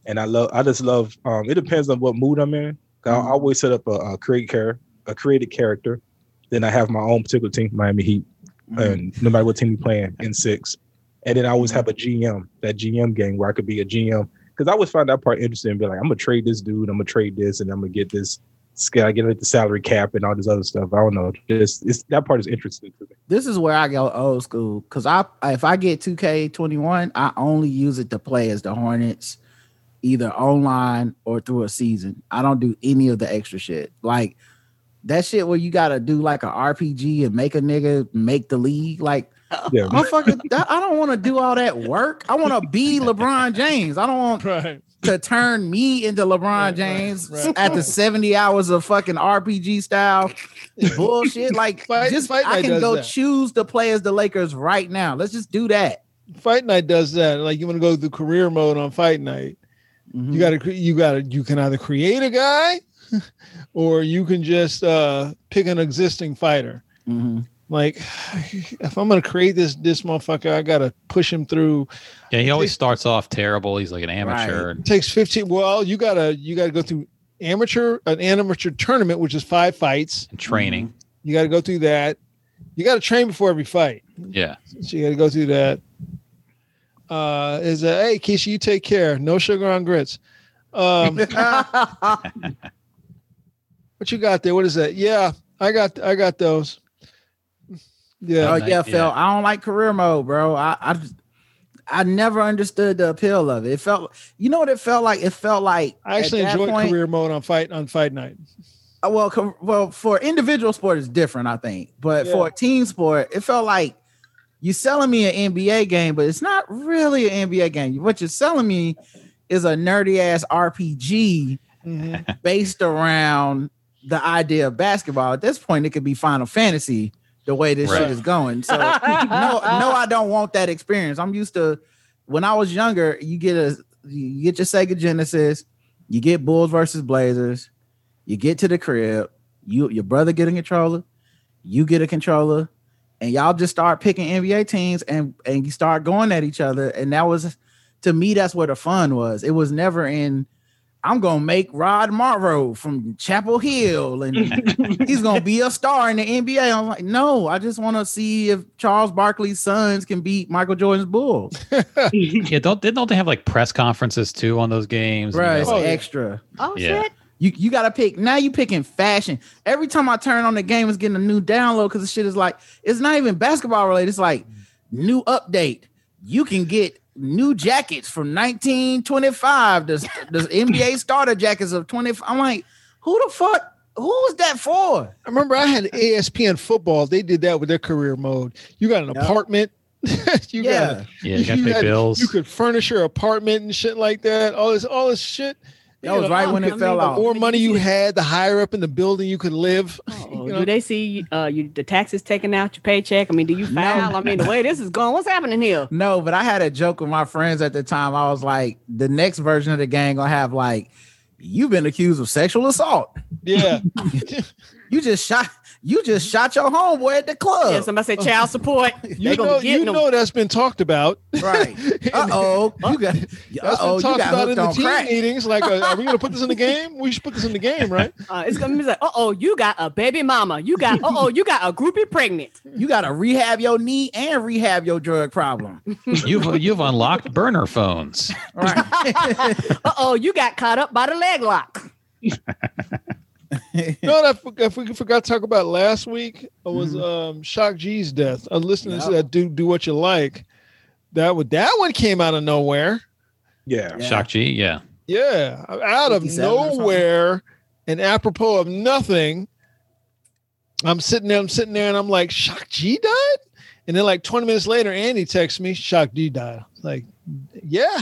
B: and I love, I just love. Um, it depends on what mood I'm in. I
F: Mhm.
B: always set up a, a create character, a created character. Then I have my own particular team, Miami Heat,
C: Mm-hmm.
B: and no matter what team we playing in six. And then I always have a GM, that GM game where I could be a GM because I always find that part interesting and be like, I'm gonna trade this dude, I'm gonna trade this, and I'm gonna get this. I get like the salary cap and all this other stuff. I don't know. Just it's that part is interesting to me.
F: This is where I go old school. Cause I if I get 2K21, I only use it to play as the Hornets, either online or through a season. I don't do any of the extra shit. Like that shit where you gotta do like a RPG and make a nigga make the league. Like
B: Yeah,
F: motherfucker, that- I don't want to do all that work. I want to be LeBron James. I don't want
C: Right.
F: to turn me into LeBron
C: Right,
F: James
C: right, right.
F: at the 70 hours of fucking RPG style bullshit. Like
C: Fight-
F: just
C: Fight
F: I
C: Night
F: can
C: does
F: go
C: that.
F: choose to play as the Lakers right now. Let's just do that.
C: Fight night does that. Like you want to go through career mode on fight night. You gotta cre- you gotta you can either create a guy or you can just uh pick an existing fighter.
F: Mhm.
C: Like if I'm gonna create this this motherfucker, I gotta push him through.
E: Yeah, he always starts off terrible. He's like an amateur.
C: It takes 15. Well, you gotta you gotta go through amateur an amateur tournament, which is five fights.
E: and training.
C: You gotta go through that. You gotta train before every fight.
E: Yeah.
C: So you got to go through that. Uh, is that hey Keisha, you take care. No sugar on grits.
F: Oh,
C: Um, what you got there? What is that? Yeah, I got I got those.
F: Oh
C: Yeah,
E: Night,
F: yeah, Phil.
E: yeah.
F: I don't like career mode, bro. I I, just- I never understood the appeal of it. It felt you know what it felt like. It felt like
C: I actually
F: at that
C: enjoyed
F: point-
C: career mode on fight on fight night.
F: Uh, well, com- well, for individual sport is different, I think, but for a team sport, it felt like you're selling me an NBA game, but it's not really an NBA game. What you're selling me is a nerdy ass RPG
C: Mhm.
F: based around the idea of basketball. At this point, it could be Final Fantasy the way this
E: Right.
F: shit is going. So no, no, I don't want that experience. I'm used to when I was younger, you get a you get your Sega Genesis, you get Bulls versus Blazers, you get to the crib, you your brother get a controller, you get a controller, and y'all just start picking NBA teams and and you start going at each other. And that was to me, that's where the fun was. It was never in I'm gonna make Rod Morrow from Chapel Hill, and he's gonna be a star in the NBA. I'm like, no, I just want to see if Charles Barkley's sons can beat Michael Jordan's Bulls.
E: Yeah. Don't they- don't they have like press conferences too on those games? And, you
F: Right,
E: know,
F: it's
E: like,
C: yeah.
F: extra.
D: oh
E: Yeah.
D: shit.
F: You you gotta pick now. You picking fashion. Every time I turn on the game, it's getting a new download because the shit is like it's not even basketball related. It's like new update. You can get new jackets from 1925. The the NBA starter jackets of 20. I'm like, who the fuck? Who's that for?
C: I remember I had E ASPN football. They did that with their career mode. You got an
F: Yeah.
C: apartment. you
F: yeah.
C: got
E: yeah, you got to
C: you
E: pay
C: had-
E: bills.
C: you could furnish your apartment and shit like that. All this all this shit.
F: That
C: You
F: was
C: know,
F: right when
D: I
F: it
D: mean,
F: fell
D: the
F: out.
C: more money you had, the higher up in the building you could live.
D: Oh,
C: You know?
D: do they see uh, you the taxes taken out your paycheck? I mean, do you file? I mean, the way this is going, what's happening here?
F: No, but I had a joke with my friends at the time. I was like, the next version of the gang gonna have like, you've been accused of sexual assault.
C: Yeah.
F: You just shot. You just shot your homeboy at the
D: Yeah,
F: club.
D: somebody said child support.
C: You
D: they gonna
C: know,
D: be
C: you
D: getting them.
C: know that's been talked about.
F: right. Uh oh. You got. Uh
C: That's
F: oh.
C: been
F: You
C: talked
F: got
C: about in
F: hooked
C: the
F: on
C: team
F: crack.
C: meetings. Like, uh, are we going to put this in the game? We should put this in the game, right?
D: Uh, it's gonna be like, uh oh, you got a baby mama. You got, uh oh, you got a groupie pregnant.
F: You got to rehab your knee and rehab your drug problem.
E: You've you've unlocked burner phones.
F: Right.
D: uh oh, you got caught up by the leg lock.
C: You know what I, forg- I forg- forgot to talk about last week It was um, Shock G's death. I listened to
F: Mm-hmm. Yeah.
C: that do do what you like. That would that one came out of nowhere.
B: Yeah.
F: Yeah.
E: Shock G, yeah.
C: Yeah, out of
F: 57 or something.
C: nowhere and apropos of nothing. I'm sitting there, I'm sitting there, and I'm like, Shock G died? And then, like 20 minutes later, Andy texts me, Shock G died. Like, yeah,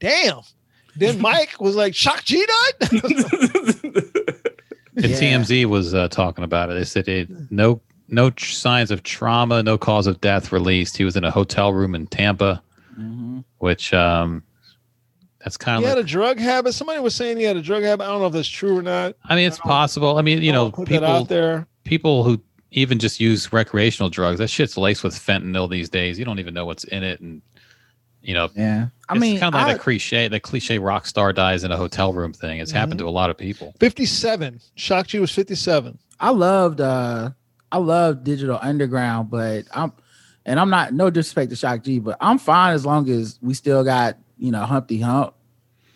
C: damn. Then Mike was like, Shock G died?
E: And
F: Yeah.
E: TMZ was uh, talking about it. They said it, no no tr- signs of trauma, no cause of death released. He was in a hotel room in Tampa,
F: Mhm.
E: which um, that's kind
C: He
E: of
C: had
E: like,
C: a drug habit. Somebody was saying he had a drug habit. I don't know if that's true or not.
E: I mean, it's possible. I mean, you
C: I
E: know,
C: wanna put that out
E: people
C: there.
E: people who even just use recreational drugs, that shit's laced with fentanyl these days. You don't even know what's in it, and you know,
F: Yeah. I
E: it's
F: mean,
E: kind of like
F: I-
E: the cliche, the cliche rock star dies in a hotel room thing. It's happened
C: Mm-hmm.
E: to a lot of people.
C: 57. Shock G was 57.
F: I loved uh I loved Digital Underground, but I'm and I'm not no disrespect to Shock G, but I'm fine as long as we still got, you know, Humpty Hump.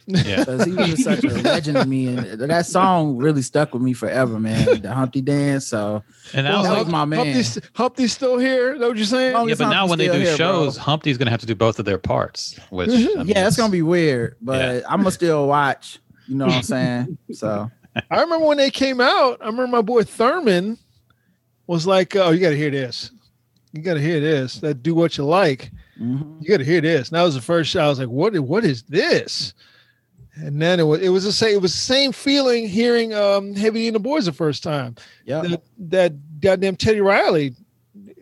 E: Yeah.
F: Because he was just such a legend to me. And that song really stuck with me forever, man. The Humpty Dance. So
E: And now,
F: Well,
E: like,
F: was my man.
C: Humpty's, Humpty's still here. Know what you're saying?
F: Oh,
E: yeah, but now when they do
F: Humpty's still here, bro. Mm-hmm.
E: shows, Humpty's gonna have to do both of their parts. Which I mean,
F: yeah, it's
E: it's-
F: gonna be weird, but I'm gonna still watch. You know what I'm saying? So
C: I remember when they came out. I remember my boy Thurman was like, "Oh, you got to hear this. You got to hear this. That do what you like.
F: mhm.
C: You got to hear this." And that was the first shot. I was like, "What? What is this?" And then it was it was the same it was the same feeling hearing um Heavy D and the Boys the first time.
E: Uh-huh.
F: yeah.
C: That, that goddamn Teddy Riley.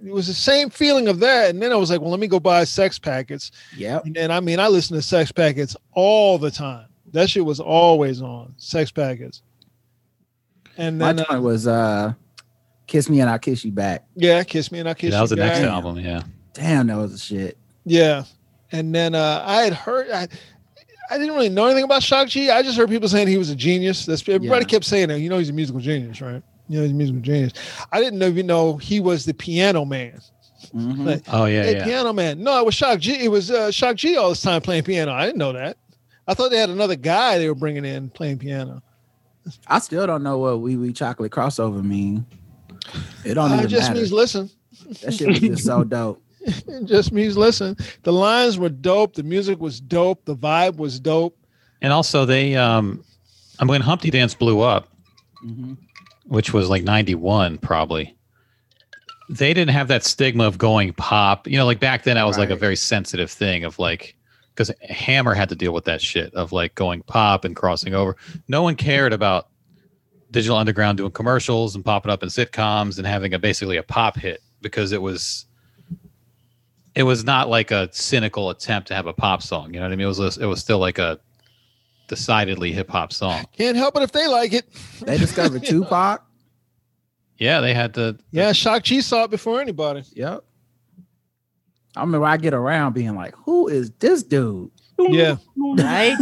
C: It was the same feeling of that. And then I was like, "Well, let me go buy Sex Packets."
F: Yep.
C: And then I mean, I listen to Sex Packets all the time. That shit was always on Sex Packets. And
F: My
C: then uh,
F: joint was uh Kiss Me and I'll Kiss You Back.
C: Yeah, Kiss Me and I
E: Yeah,
C: Kiss
E: that was the
C: You Back.
E: next album. Yeah,
F: Damn, that was a shit.
C: Yeah. And then uh, I had heard I, I didn't really know anything about Shock G. I just heard people saying he was a genius. That's everybody
F: Yeah.
C: kept saying that. You know he's a musical genius, right? You know he's a musical genius. I didn't even know he was the piano man.
F: Mhm.
C: Like,
E: oh yeah,
C: hey,
E: yeah.
C: piano man. No, it was Shock G. It was uh, Shock G all this time playing piano. I didn't know that. I thought they had another guy they were bringing in playing piano.
F: I still don't know what wee wee chocolate crossover mean. It don't
C: Uh, it
F: even
C: just
F: matter.
C: means listen.
F: that shit was just so dope.
C: It just means listen. The lines were dope. The music was dope. The vibe was dope.
E: And also they, um, I mean, when Humpty Dance blew up,
D: Mm-hmm.
F: Mhm.
E: which was like '91 probably. They didn't have that stigma of going pop. You know, like back then, that was like a
F: Right.
E: very sensitive thing of like, because Hammer had to deal with that shit of like going pop and crossing over. No one cared about Digital Underground doing commercials and popping up in sitcoms and having a basically a pop hit because it was it was not like a cynical attempt to have a pop song. You know what I mean? It was it was still like a decidedly hip hop song.
C: Can't help it if they like it.
F: They discovered Tupac.
E: Yeah, they had the
C: Yeah, Shock G saw it before anybody.
F: Yep. I remember I get around being like, "Who is this dude?
C: Yeah.
D: Right?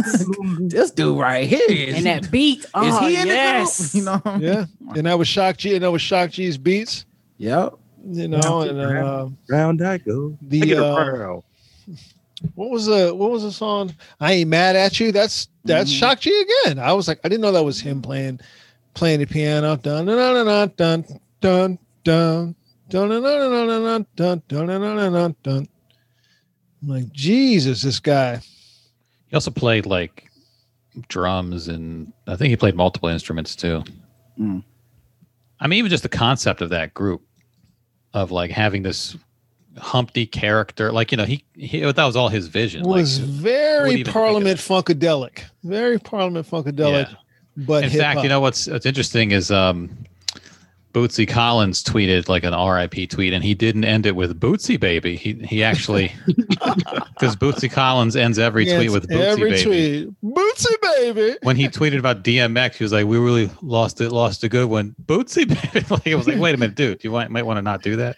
F: This dude right here is,
D: and that beat. Oh,
F: is he in
D: yes.
F: the group? You know? what I mean?
C: Yeah. And that was Shock G, and that was Shock G's beats,
F: Yep.
C: you know, and uh,
B: Round I go. I
C: the
B: get
C: uh,
B: around.
C: what was the what was the song? I ain't mad at you. That's
E: Mm-hmm.
C: that's
F: Mhm.
C: Shock G again. I was like, I didn't know that was him playing playing the piano. Dun dun dun dun dun dun dun dun dun dun dun dun dun dun dun dun dun dun dun. I'm like, Jesus, this guy.
E: He also played like drums and I think he played multiple instruments too.
C: Hmm.
F: Mm.
E: I mean, even just the concept of that group of like having this Humpty character, like you know, he, he that was all his vision.
C: Was
E: like,
C: very
E: even think of
C: Parliament Funkadelic. Very Parliament Funkadelic.
E: yeah.
C: But
E: in fact,
C: hip-hop.
E: you know what's what's interesting is um, Bootsy Collins tweeted like an RIP tweet, and he didn't end it with Bootsy baby. He he actually because Bootsy Collins ends every
C: Yes,
E: tweet with Bootsy
C: every
E: baby.
C: tweet. Bootsy baby.
E: When he tweeted about DMX, he was like, "We really lost it, lost a good one." Bootsy baby, like it was like, "Wait a minute, dude, you might might want to not do that."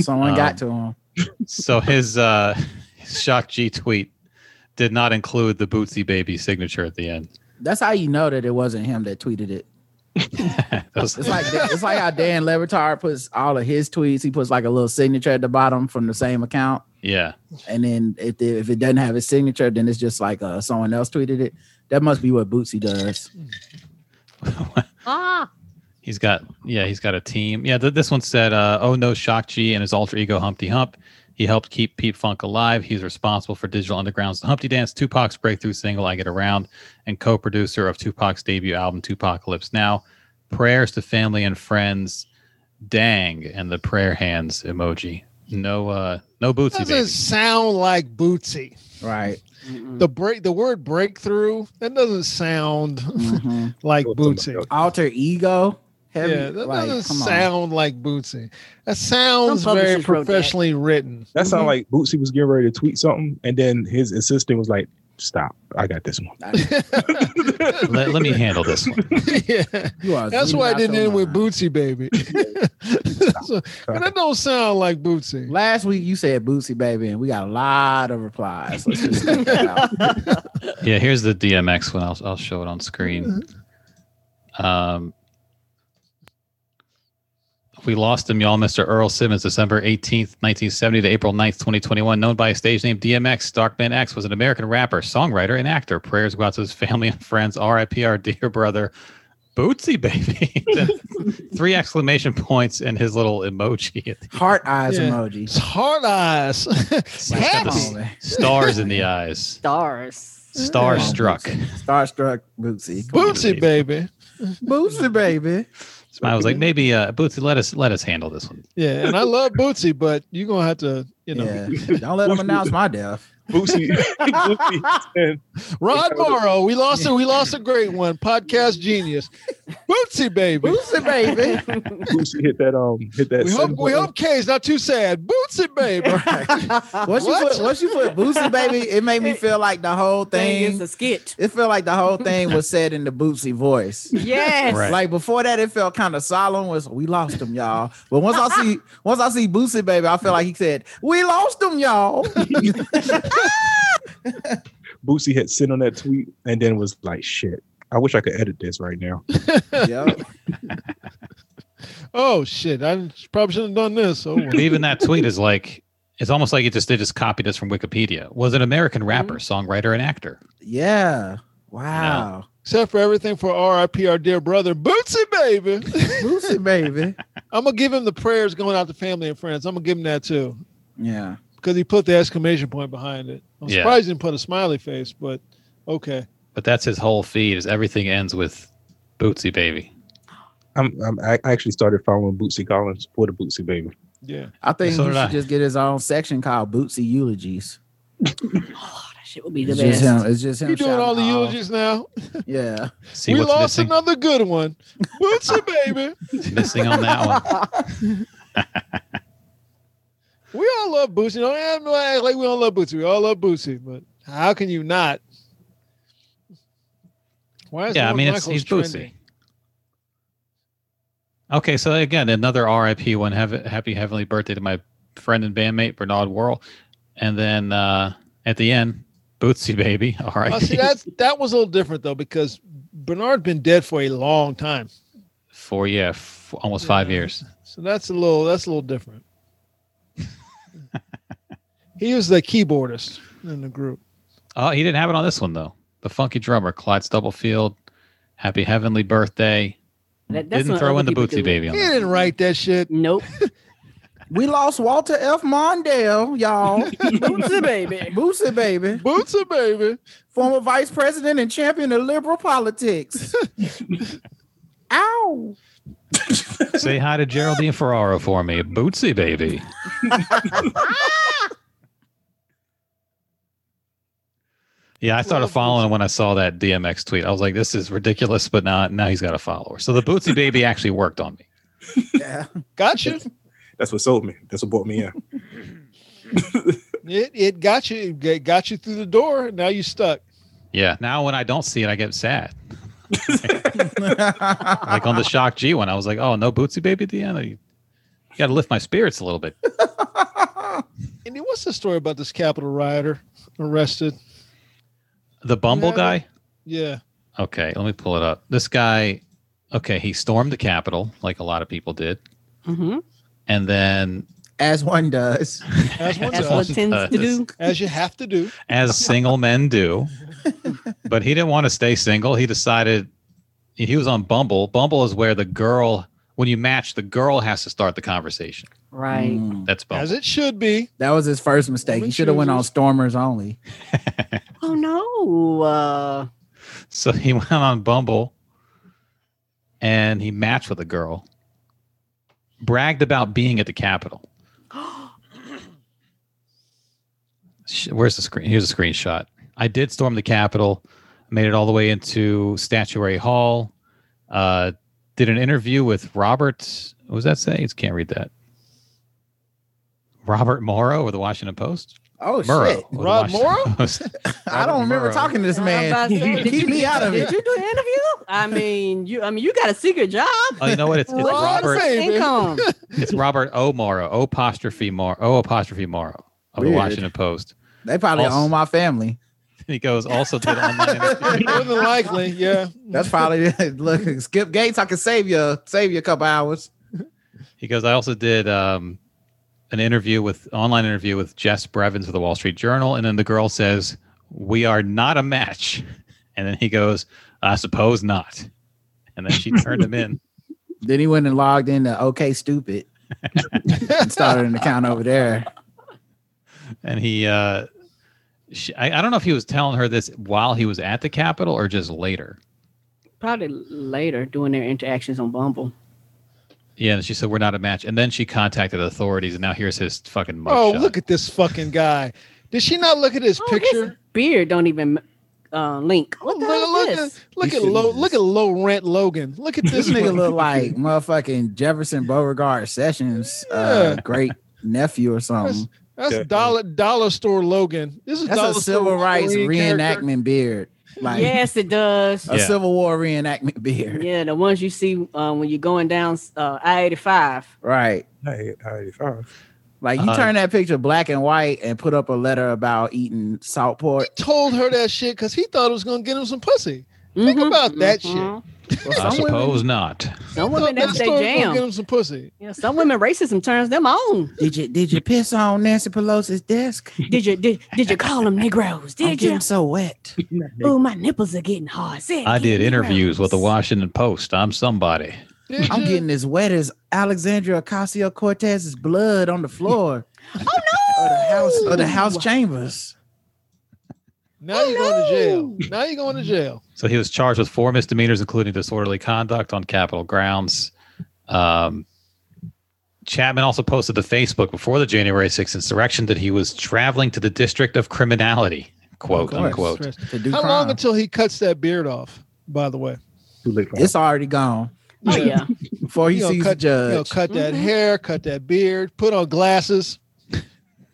F: Someone
E: Um,
F: got to him.
E: So his uh his shock G tweet did not include the Bootsy baby signature at the end.
F: That's how you know that it wasn't him that tweeted it.
E: That was-
F: It's like it's like how Dan Levitard puts all of his tweets. He puts like a little signature at the bottom from the same account,
E: yeah,
F: and then if the, if it doesn't have his signature, then it's just like uh, someone else tweeted it. That must be what Bootsy does.
D: Ah,
E: He's got yeah, he's got a team. Yeah, th- this one said, uh, "Oh no, Shock G and his alter ego Humpty Hump. He helped keep Pete Funk alive. He's responsible for Digital Underground's The Humpty Dance, Tupac's breakthrough single I Get Around, and co-producer of Tupac's debut album Tupacalypse Now. Prayers to family and friends. Dang, and the prayer hands emoji. No, uh, no Bootsy
C: Doesn't
E: baby.
C: sound like Bootsy.
F: Right.
C: The break, the word breakthrough, that doesn't sound
F: Mhm.
C: like
B: Go with
C: Bootsy.
B: somebody
F: Alter ego. Heavy,
C: Yeah, that
F: like,
C: doesn't
F: come on.
C: sound like Bootsy. That sounds
D: publisher
C: very
D: wrote that.
C: professionally written.
B: That sounded like Bootsy was getting ready to tweet something, and then his assistant was like, "Stop! I got this one."
E: let, let me handle this one.
C: yeah.
F: You are
C: That's
F: zooted
C: why I
F: out
C: didn't
F: your
C: end with
F: mind.
C: Bootsy Baby. So- and that don't sound like Bootsy.
F: Last week you said Bootsy baby, and we got a lot of replies. Let's just get that out.
E: Yeah, here's the DMX one. I'll, I'll show it on screen. Um, we lost him, y'all. Mr. Earl Simmons, December 18th, 1970 to April 9th, 2021. Known by his stage name DMX, Darkman X was an American rapper, songwriter, and actor. Prayers go out to his family and friends. RIP, our dear brother, Bootsy Baby. Three exclamation points and his little emoji.
F: Heart eyes
C: Yeah.
F: emoji.
C: It's hard eyes.
E: He's got the
F: Come
E: s-
F: on, man.
E: stars in the eyes.
D: stars.
E: Star struck.
F: Starstruck Bootsy. Come on.
C: Bootsy Baby.
F: Bootsy baby.
E: I was like, maybe uh, Bootsy, let us let us handle this one.
C: Yeah, and I love Bootsy, but you're gonna have to, you know,
F: Yeah. Don't let them announce my death.
B: Bootsy, Bootsy said,
C: Rod Morrow. We lost it. We lost a great one. Podcast genius. Bootsy Baby.
F: Bootsy baby.
B: Bootsy hit that um hit that.
C: We hope
B: send
C: we
B: button.
C: hope Kay's not too sad. Bootsy Baby.
F: Once you
C: What?
F: put once you put Bootsy baby, it made me feel like the whole
D: Thing is
F: thing.
D: a skit.
F: It felt like the whole thing was said in the Bootsy voice.
D: Yes.
E: Right.
F: Like before that, it felt kind of solemn. Was we lost him, y'all? But once I see once I see Bootsy baby, I feel like he said, "We lost him, y'all."
B: Bootsy hit send on that tweet, and then was like, "Shit, I wish I could edit this right now."
F: Yep.
C: Oh shit! I probably shouldn't have done this. Oh, well.
E: But even that tweet is like, it's almost like it just they just copied us from Wikipedia. Was an American rapper, songwriter, and actor.
F: Yeah. Wow.
C: except for everything for R.I.P. our dear brother Bootsy baby.
F: Bootsy baby.
C: I'm gonna give him the prayers going out to family and friends. I'm gonna give him that too
F: Yeah.
C: because he put the exclamation point behind it. I'm
E: Yeah.
C: surprised he didn't put a smiley face, but okay.
E: But that's his whole feed. Is everything ends with Bootsy Baby?
B: I'm, I'm I actually started following Bootsy Collins for the Bootsy baby.
C: Yeah,
F: I think
E: So
F: he
E: did I.
F: should just get his own section called Bootsy Eulogies.
D: Oh, that shit would be the
F: It's just
D: best.
F: him. It's just him.
C: you doing all the
F: shouting off.
C: eulogies now.
F: Yeah.
E: See
C: we
E: what's
C: lost
E: missing?
C: another good one, Bootsy baby.
E: missing on that one.
C: We all love Bootsy. Don't act like- like we don't love Bootsy. We all love Bootsy, but how can you not? Why
E: yeah, I
C: Lorne
E: mean, it's,
C: Michaels
E: he's
C: trending?
E: Bootsy. Okay, so again, another RIP one. Have, happy heavenly birthday to my friend and bandmate Bernard Worrell, and then uh, at the end, Bootsy Baby. RIP.
C: Oh, see, that's that was a little different though because Bernard's been dead for a long time,
E: For yeah, f- almost five
C: Yeah.
E: years.
C: so that's a little that's a little different. he was the keyboardist in the group.
E: Oh, he didn't have it on this one though. The funky drummer, Clyde Stubblefield. Happy heavenly birthday.
D: That- that's
E: didn't
D: what
E: throw
D: other
E: in the
D: people
E: Bootsy
D: do.
E: baby on
C: He
E: that.
C: didn't write that shit.
D: Nope.
F: We lost Walter F. Mondale, y'all.
D: Bootsy baby.
F: Bootsy baby,
C: Bootsy baby.
F: former vice president and champion of liberal politics. Ow.
E: Say hi to Geraldine Ferraro for me. Bootsy baby. yeah, I started
C: Love
E: following him when I saw that DMX tweet. I was like, this is ridiculous, but now now he's got a follower. So the Bootsy baby actually worked on me.
F: Yeah.
C: Got you.
B: That's what sold me. That's what brought me in.
C: It it got you. It ga- got you through the door. Now you stuck.
E: Yeah. Now when I don't see it, I get sad. Like on the Shock G one, I was like, oh, no Bootsy Baby at the end. You got to lift my spirits a little bit.
C: Andy, what's the story about this Capitol rioter arrested?
E: The Bumble
C: Yeah.
E: guy.
C: Yeah.
E: Okay, let me pull it up. This guy, okay, he stormed the Capitol like a lot of people did,
D: Mm-hmm.
E: and then
F: As one does.
C: As one
D: That's
E: That's
D: what
C: does,
E: awesome.
D: it tends to do.
C: as you have to do.
E: as single men do, but he didn't want to stay single. He decided he was on Bumble. Bumble is where the girl, when you match, the girl has to start the conversation.
D: Right.
F: Mm.
E: That's
C: As
E: Bumble.
C: it should be.
F: That was his first mistake. He should have went on Stormers only.
D: Oh no. Uh,
E: So he went on Bumble, and he matched with a girl. Bragged about being at the Capitol. Sh- Where's the screen? Here's a screenshot. I did storm the Capitol, made it all the way into Statuary Hall. Uh, did an interview with Robert. What does that say? It's can't read that. Robert Morrow or the Washington Post.
F: Oh
E: Murrow.
F: shit.
E: of the
C: Rob
E: Washington
C: Morrow?
E: Post.
F: I don't remember
E: Murrow.
F: talking to this man. Keep me out of
D: Did
F: it.
D: you do the interview? I mean, you. I mean, you got a secret job.
E: Oh, you know what? It's, it's
D: What's your
C: Rob
E: Robert.
C: Morrow. Baby.
D: Income.
E: It's Robert O. Morrow. O apostrophe Morrow. O apostrophe Morrow of
F: Weird.
E: the Washington Post.
F: They probably
E: Also-
F: own my family.
E: He goes also did online. interview.
C: More than likely. Yeah.
F: That's probably look. Skip Gates, I can save you, save you a couple hours.
E: He goes. I also did um, an interview with online interview with Jess Brevins of the Wall Street Journal, and then the girl says, "We are not a match," and then he goes, "I suppose not," and then she turned him in.
F: Then he went and logged into OK Stupid and started an account over there.
E: and he uh she, I, I don't know if he was telling her this while he was at the capitol or just later
D: Probably later doing their interactions on Bumble.
E: yeah and she said we're not a match and then she contacted authorities and now here's his fucking
C: Oh,
E: mugshot.
C: look at this fucking guy. Did she not look at his
D: Oh, his
C: picture?
D: Beard don't even uh, link. What the hell
C: look,
D: is
C: look
D: this?
C: at look
F: He
C: at
F: should
C: low
F: use
C: look
F: this.
C: at low rent Logan. Look at
F: This
C: this
F: nigga
C: one.
F: look like motherfucking Jefferson Beauregard Sessions, uh,
C: Yeah.
F: great nephew or something.
C: That's
B: Definitely.
C: dollar dollar store Logan. This is
F: That's
C: dollar
F: a
C: store
F: civil rights
C: Wolverine character.
F: reenactment beard, like
D: yes, it does.
F: a
E: Yeah.
F: Civil War reenactment beard.
D: Yeah, the ones you see uh, when you're going down uh, I eighty five.
F: Right,
B: Hey, alrighty, fine.
F: like you
E: Uh,
F: turn that picture black and white and put up a letter about eating salt pork.
C: He told her that shit because he thought it was gonna get him some pussy. Think
D: Mm-hmm.
C: about that
E: i
F: Some women-
E: suppose not
D: Some
C: He thought
D: women that's
C: that
D: their
C: story was gonna Get
D: jam.
C: him some pussy.
D: Yeah, some women racism turns them on.
F: Did you did you piss on Nancy Pelosi's desk?
D: Did you did, did you call them Negroes?
F: I'm
D: Did you?
F: getting so wet.
D: Oh, my nipples are getting hard. Say,
E: i did
D: "Get
E: interviews with the
D: Negroes."
E: washington post i'm somebody
C: Did
F: I'm
C: you?
F: getting as wet as Alexandria Ocasio Cortez's blood on the floor. oh no! Of the house of the house chambers.
C: now you're going to
E: Oh,
C: jail. Now you're going to jail.
E: so he was charged with four misdemeanors including disorderly conduct on capitol grounds um Chapman also posted to Facebook before the January 6th insurrection that he was traveling to the District of Criminality, quote
F: course.
E: unquote.
F: To do
C: How
F: crime.
C: long until he cuts that beard off? By the way,
B: Too late for
F: it's already gone
D: Oh yeah, Mm-hmm.
F: before he
C: He gonna
F: sees the
C: cut, he gonna
F: judge.
C: cut that hair, cut that beard, put on glasses,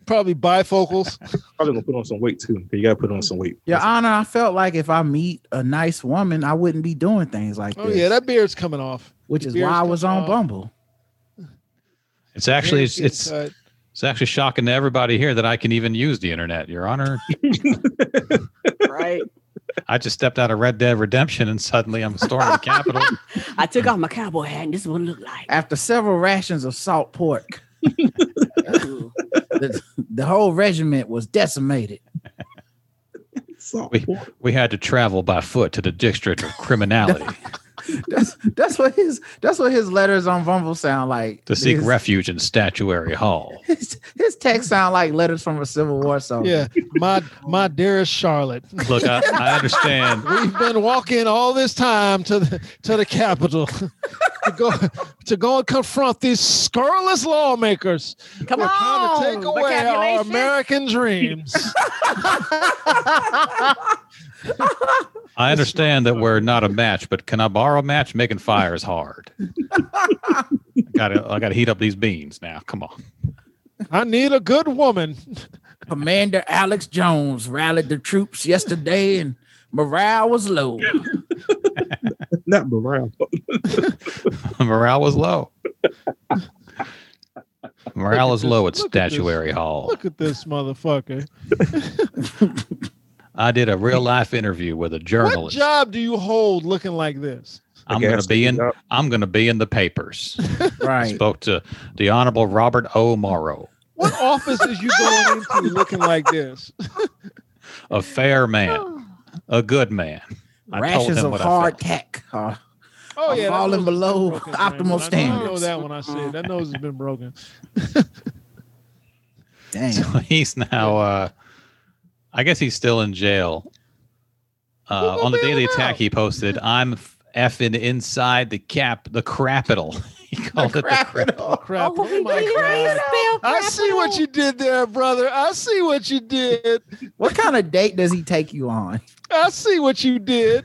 C: probably bifocals.
B: Probably gonna put on some weight too. You gotta put on some weight.
F: Your Honor, I felt like if I meet a nice woman, I wouldn't be doing things like
C: Oh
F: this.
C: yeah, that beard's coming off.
F: which
C: the
F: is
C: beard's
F: why I was
C: coming
F: on
C: off.
F: Bumble.
E: It's actually
C: Beard's
E: it's, it's
C: getting cut.
E: It's actually shocking to everybody here that I can even use the internet, Your Honor.
D: right.
E: I just stepped out of Red Dead Redemption and suddenly I'm storming the Capitol.
D: I took off my cowboy hat and this is what it looked like.
F: After several rations of salt pork,
D: Ooh.
F: the, the whole regiment was decimated.
B: Salt
E: We-
B: pork.
E: We had to travel by foot to the District of Criminality
F: That's that's what his that's what his letters on Bumble sound like.
E: to seek
F: his,
E: refuge in Statuary Hall.
F: His, his text sound like letters from a Civil War
E: Oh.
F: soldier.
C: Yeah, my my dearest Charlotte,
E: Look, I, I understand.
C: we've been walking all this time to the to the Capitol to go to go and confront these scurrilous lawmakers.
D: Come
C: who are
D: on,
C: trying to take away our
D: vocabulation.
C: American dreams.
E: I understand that we're not a match, but can I borrow a match? Making fire is hard. gotta I gotta heat up these beans now. Come on.
C: I need a good woman.
F: Commander Alex Jones rallied the troops yesterday and morale was low.
B: Not morale.
E: Morale was low. Morale is low at
C: Look at this.
E: Statuary Hall.
C: Look at this motherfucker.
E: I did a real life interview with a
C: What
E: journalist.
C: job do you hold looking like this?
E: I'm gonna
B: Gas
E: be in
B: up.
E: I'm gonna be in the papers.
F: Right.
E: Spoke to the Honorable Robert O. Morrow,
C: What office is you going into looking like this?
E: a fair man,
C: Oh.
E: a good man. I told
F: Rashes
E: him
F: of
E: what I
F: hard
E: felt.
F: tack. Uh,
C: Oh
F: I'm
C: yeah, that nose
F: falling
C: has been
F: below
C: broken,
F: optimal
C: Randall. I know- I know
F: standards.
C: that when I see it. That nose has been broken.
E: So
F: damn.
E: he's now, uh, I guess he's still in jail. Uh,
C: Well,
E: on the day of the
C: bail him
E: attack,
C: out.
E: he posted, "I'm effing inside the cap, the capital." He called it the capital.
C: Crap!
D: Oh,
C: Oh my
D: he
C: God.
D: raised Bill
C: I see what you did there, brother. I see what you did.
F: What kind of date does he take you on?
C: I see what you did.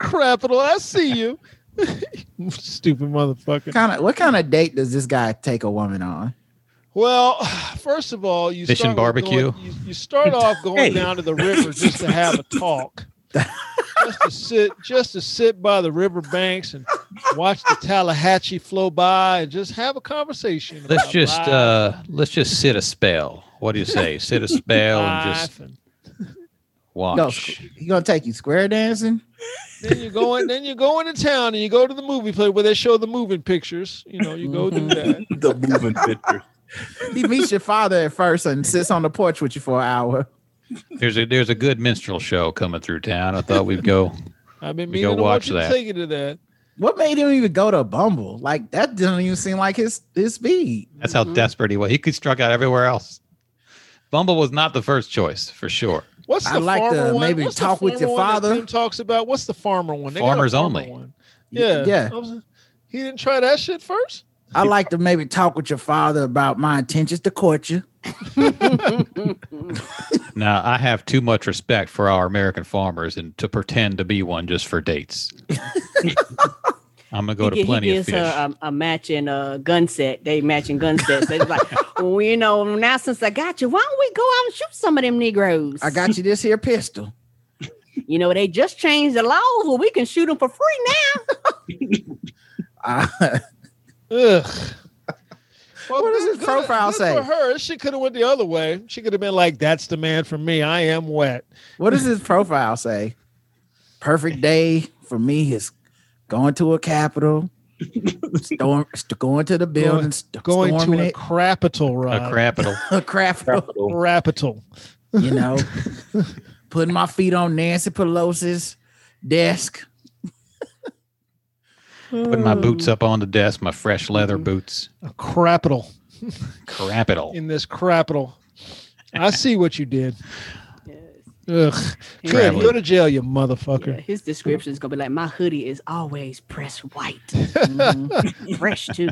C: Capital, I see you. Stupid motherfucker.
F: Kind of what kind of date does this guy take a woman on?
C: Well, first of all, you
E: Fish and
C: start with going-
E: barbecue.
C: you, you start off going
B: Hey.
C: down to the river just to have a talk, just to sit, just to sit by the river banks and watch the Tallahatchie flow by, and just have a conversation.
E: Let's
C: about
E: just
C: life,
E: uh, let's just sit a spell. What do you say? Sit a spell and
C: life,
E: just
C: and
E: Oh,
F: No,
E: watch.
F: he gonna take you square dancing?
C: then you go in, then you go into town and you go to the movie place where they show the moving pictures. You know, you go do that.
B: the moving picture.
F: He meets your father at first and sits on the porch with you for an hour.
E: There's a there's a good minstrel show coming through town. I thought we'd go.
C: I've been
E: We go
C: meaning to
E: watch
C: watch you to
E: that.
C: take you to that.
F: What made him even go to Bumble? Like that doesn't even seem like his his speed.
E: That's how
C: Mm-hmm.
D: Mhm.
E: desperate he was. He could struck out everywhere else. Bumble was not the first choice for sure.
C: What's the
F: I'd like to
C: farmer one?
F: maybe
C: What's
F: talk
C: the
F: with your
C: farmer one that
F: father.
C: Tim talks about what's the farmer one? They got a
E: Farmers
C: farmer
E: only.
C: One. Yeah.
F: Yeah.
C: I was- he didn't try that shit first?
F: I like to maybe talk with your father about my intentions to court you.
E: Now I have too much respect for our American farmers and to pretend to be one just for dates. I'm gonna go
D: he,
E: to
D: get-
E: plenty
D: he
E: of
D: gets
E: fish.
D: A, um, a, a matching uh, gun set. They matching gun sets. They like, well, you know, now since I got you, why don't we go out and shoot some of them Negroes?
F: I got you this here pistol.
D: You know, they just changed the laws where we can shoot them for free now.
F: Uh,
C: Ugh. Well,
F: What does
C: good-
F: his
C: good-
F: profile
C: good
F: say?
C: For her, she could have went the other way. She could have been like, "That's the man for me. I am wet."
F: what does his profile say? Perfect day for me is going to a capital, storm, st- going to the building, st-
C: Going
F: storming
C: to a
F: it,
C: capital,
E: a
C: Rod.
E: capital.
F: a capital,
B: Capital.
C: Capital.
F: you know, putting my feet on Nancy Pelosi's desk.
E: Put
C: Hmm.
E: my boots up on the desk, my fresh
D: Mm-hmm.
E: leather boots.
C: A capital
E: Capital.
C: in this capital. I see what you did. Ugh. Good.
E: Traveling.
C: Go to jail, you
D: Yeah,
C: motherfucker.
D: his description is gonna be like, my hoodie is always pressed white, Mm-hmm. fresh too.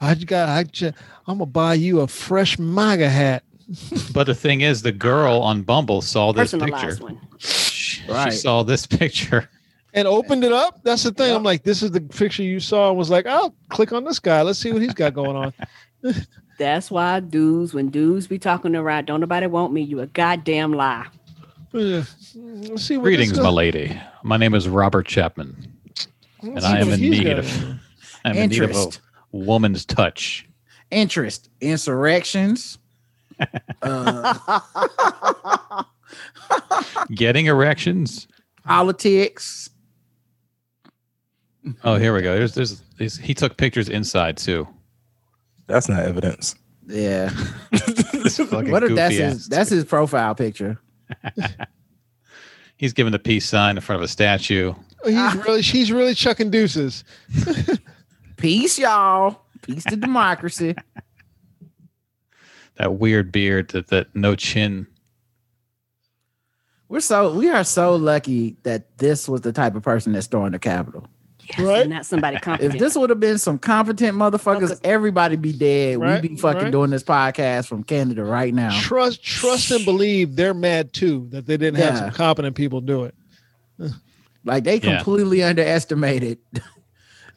C: I got. I ju- I'm gonna buy you a fresh MAGA hat.
E: But the thing is, the girl on Bumble saw this picture.
D: Personalized one.
E: She
F: Right.
E: saw this picture.
C: and opened it up. That's the thing. I'm like, this is the picture you saw. I was like, I'll click on this guy. Let's see what he's got going on.
D: That's why dudes, when dudes be talking around, don't nobody want me. You a goddamn lie.
C: Yeah. Let's see what this
E: Greetings,
C: guy-
E: my lady. My name is Robert Chapman.
C: let's
E: and
C: see
E: I am
C: what
E: in
C: he's
E: need
C: got
E: of-
C: going on.
E: I'm in need of
F: Interest.
E: a woman's touch.
F: Interest, insurrections. Uh,
E: Getting erections.
F: politics.
E: Oh, here we go. There's, there's, there's he took pictures inside too.
B: That's not evidence.
F: Yeah.
E: This fucking
F: What if that's
E: goofy
F: his
E: ass.
F: that's his profile picture?
E: He's giving the peace sign in front of a statue.
F: Ah.
C: He's really, she's really chucking deuces.
F: Peace, y'all. Peace to democracy.
E: That weird beard. That that no chin.
F: We're so we are so lucky that this was the type of person that's stormed the Capitol.
D: Yes,
C: Right.
D: and Not somebody
F: If
D: competent.
F: this would have been some competent motherfuckers, everybody be dead.
C: Right,
F: we be fucking
C: right.
F: doing this podcast from Canada right now.
C: Trust, trust, and believe they're mad too that they didn't have some
F: Yeah.
C: competent people do it.
F: Like they
E: Yeah.
F: completely underestimated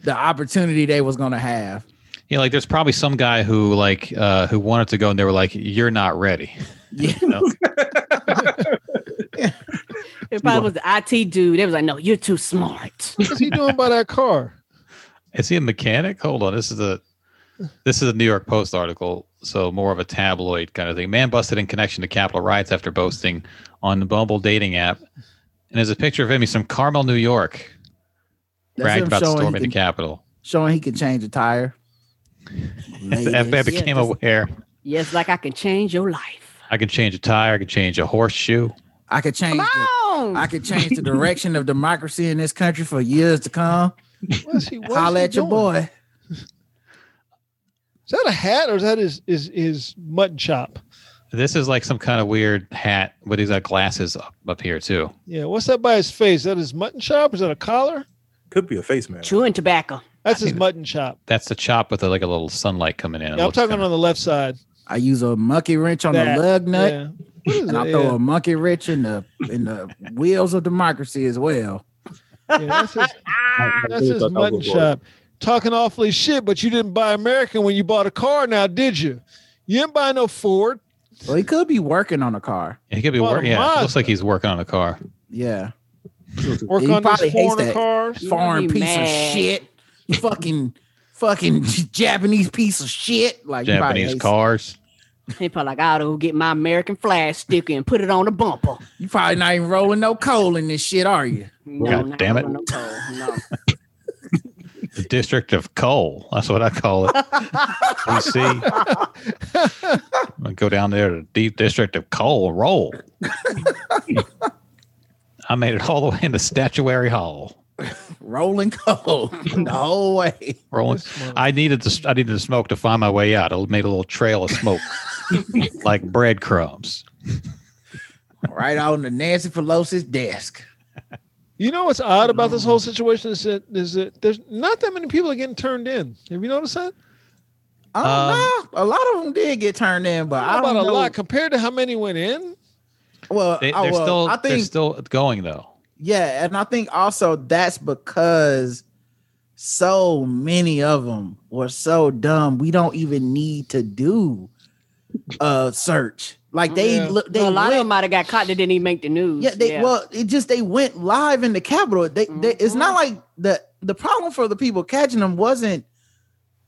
F: the opportunity they was gonna have.
E: you know, like there's probably some guy who like uh, who wanted to go and they were like, "You're not ready."
F: Yeah.
E: You know?
D: It probably was the IT dude. They was like, no, you're too smart.
C: What's he doing by that car?
E: Is he a mechanic? Hold on, this is a this is a New York Post article, so more of a tabloid kind of thing. Man busted in connection to Capitol riots after boasting on the Bumble dating app, and there's a picture of him. He's from Carmel, New York.
F: That's
E: bragged
F: him
E: about
F: showing he
E: storming the
F: can-
E: Capitol.
F: Showing he can change a tire.
E: The FBI became
D: just-
E: aware.
D: yes, like I can change your life.
E: I can change a tire. I can change a horseshoe.
F: I could change
D: Come
F: the,
D: on.
F: I could change the direction of democracy in this country for years to come.
C: What's he, what's
F: Holla
C: he
F: at your
C: doing?
F: boy.
C: Is that a hat or is that his his, his mutton chop?
E: This is like some kind of weird hat with these uh, glasses up, up here too.
C: Yeah, what's that by his face? Is that his mutton chop? Is that a collar?
B: Could be a face man.
D: Chewing tobacco.
C: That's his mutton chop.
E: That's the chop with a, like a little sunlight coming in.
C: Yeah,
E: It
C: I'm
E: looks
C: talking
E: kinda-
C: on the left side.
F: I use a monkey wrench on
C: That,
F: the lug nut,
C: Yeah. What is
F: and I
C: it?
F: throw
C: Yeah.
F: a monkey wrench in the in the wheels of democracy as well.
C: Yeah, that's his,
B: I- I
C: that's
B: really
C: his
B: thought that
C: mutton
B: was a word.
C: chop. Talking awfully shit, but you didn't buy American when you bought a car now, did you? You didn't buy no Ford.
F: Well, he could be working on a car.
E: He could be
C: Well,
E: working. Yeah, it looks
C: Mazda.
E: like he's working on the car.
F: Yeah,
C: Work
F: He
C: on
F: probably
C: these
F: hates
C: foreigner
F: that.
C: cars.
D: You
F: foreign
D: be
F: piece
D: mad.
F: of shit. fucking fucking Japanese piece of shit. Like he probably
E: Japanese
F: hates-
E: cars.
D: He probably like, I will get my American flag sticker and put it on the bumper.
F: You probably not even rolling no coal in this shit, are you?
D: No,
E: God
D: not
E: damn it.
D: on the pole, no.
E: The District of Coal. That's what I call it. DC. I'm gonna go down there to the deep District of Coal. Roll. I made it all the way into Statuary Hall.
F: Rolling coal the whole way.
E: Rolling. I needed to. I needed to smoke to find my way out. I made a little trail of smoke, like breadcrumbs.
F: Right on to Nancy Pelosi's desk.
C: You know what's odd about this whole situation is that is that there's not that many people are getting turned in. Have you noticed that?
F: I
E: Um,
F: don't know. A lot of them did get turned in, but I
C: How
F: don't
C: about a
F: know.
C: lot compared to how many went in?
F: Well,
E: They,
C: Oh,
F: I,
E: they're
F: well,
E: still.
F: I
E: they're
F: think
E: still going though.
F: yeah, and I think also that's because so many of them were so dumb. We don't even need to do a search. Like they
C: Yeah.
F: look, they
D: a lot of
F: went-
D: them might have got caught that didn't even make the news.
F: Yeah, they well, it just they went live in the Capitol. They, they it's not
D: Mm-hmm.
F: like the the problem for the people catching them wasn't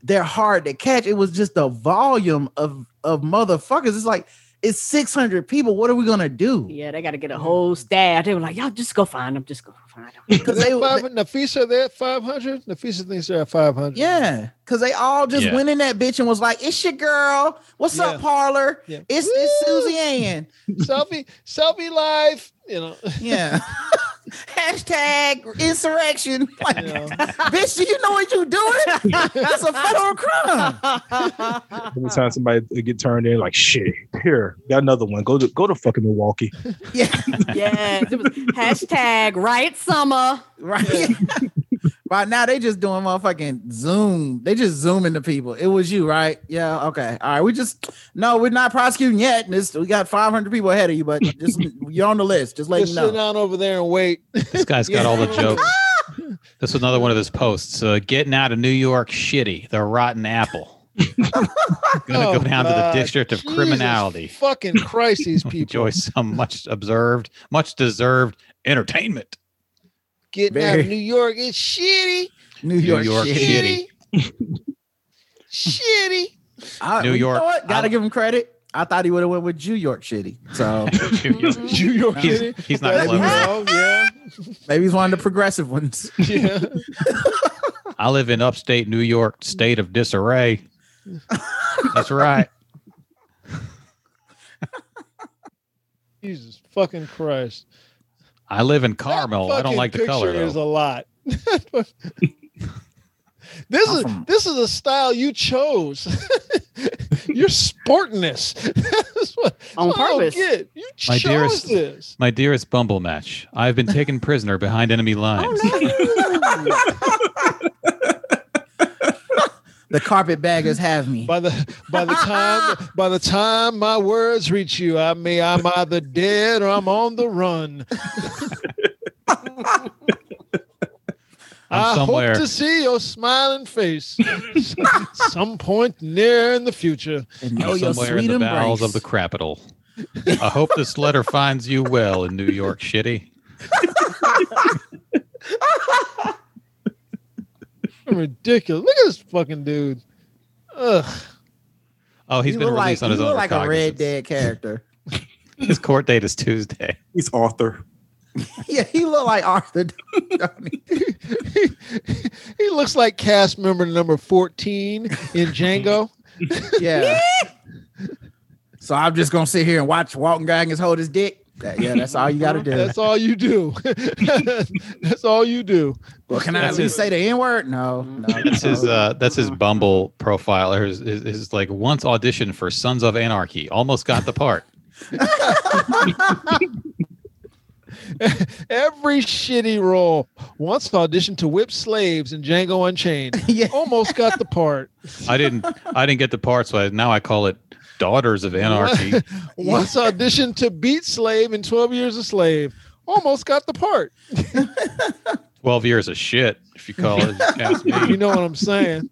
F: they're hard to catch. It was just the volume of of motherfuckers. It's like it's six hundred people. What are we gonna do?
D: yeah, they got to get a whole staff. They were like, y'all just go find them. Just go find them.
F: Because they,
C: Five, Nafisa, they're at 500. Nafisa thinks they're at 500.
F: yeah, because they all just
E: Yeah.
F: went in that bitch and was like, "It's your girl. What's
C: Yeah.
F: up, parlor?
C: Yeah.
F: It's it's Susie Ann.
C: selfie, selfie life. You know,
F: Yeah." Hashtag insurrection. Like,
C: you know.
F: bitch, do you know what you doing? That's a federal crime.
B: Every time somebody get turned in, like shit, here, got another one. Go to go to fucking Milwaukee.
F: Yeah.
D: yes, it was hashtag riot summer.
F: Right. right now they just doing motherfucking Zoom. They just zooming to people. It was you, right? Yeah. Okay. All right. We just no, we're not prosecuting yet. And This we got 500 people ahead of you, but just you're on the list. Just let
C: Just
F: you
C: sit
F: know.
C: down over there and wait.
E: This guy's got
F: Yeah.
E: all the jokes. this was another one of his posts. Uh, getting out of New York, shitty, the rotten apple. Gonna
C: Oh,
E: go down
C: God.
E: to the district of
C: Jesus
E: criminality.
C: Fucking Christ, these people
E: Enjoy some much observed, much deserved entertainment.
C: getting out
F: Very-
C: of New York. It's shitty,
F: New York.
E: York
F: shit.
E: shit.
C: shitty,
E: Shitty.
C: shitty.
F: I-
E: New
F: you
E: York.
F: know what? Gotta
E: I-
F: give him credit. I thought he would have went with New York shitty. So
E: New York.
C: New York
E: He's,
C: City.
E: he's not
C: That's
E: clever.
C: wrong, yeah,
F: maybe he's one of the progressive ones.
C: yeah.
E: I live in upstate New York, state of disarray. That's right.
C: Jesus fucking Christ.
E: I live in Carmel.
C: That
E: I don't
C: fucking
E: like the color
C: picture Is a
E: though.
C: lot. this
F: I'm
C: is
F: from-
C: this is a style you chose. You're sporting this. That's what-
D: On
C: that's what I don't
D: purpose.
C: get. You
E: My
C: chose
E: dearest-
C: this.
E: My dearest Bumble match, I've been taken prisoner behind enemy lines.
F: The carpetbaggers have me.
C: By the by the time by the time my words reach you, I may I'm either dead or I'm on the run.
E: I'm
C: I
E: somewhere.
C: hope to see your smiling face some point near in the future.
F: And
E: I'm
F: know your
E: somewhere in
F: Oh, sweet
E: the bowels of
F: embrace.
E: the capital. I hope this letter finds you well in New York, shitty.
C: Ridiculous. Look at this fucking dude. Ugh.
E: Oh, he's
F: You
E: been
F: look
E: released
F: like,
E: on his
F: you
E: own
F: look like a red
E: recognizance.
F: dead character.
E: His court date is Tuesday.
G: He's Arthur.
F: yeah, he look like Arthur. don't he?
C: he looks like cast member number 14 in Django.
F: yeah. so I'm just gonna sit here and watch Walton Goggins hold his dick. That- yeah, that's all you gotta do.
C: That's all you do. That's all you do.
F: Well, can I at
E: That's
F: least
E: his-
F: say the N word? No, no.
E: That's
F: no.
E: his. Uh, that's his Bumble profile. Or his, his, his like once auditioned for Sons of Anarchy, almost got the part.
C: Every shitty role. Once auditioned to whip slaves in Django Unchained.
F: yeah.
C: Almost got the part.
E: I didn't. I didn't get the part, so I, now I call it Daughters of Anarchy.
C: Once auditioned to beat slave in 12 years a slave. Almost got the part.
E: Twelve years of shit, if you call it. ask me.
C: You know what I'm saying?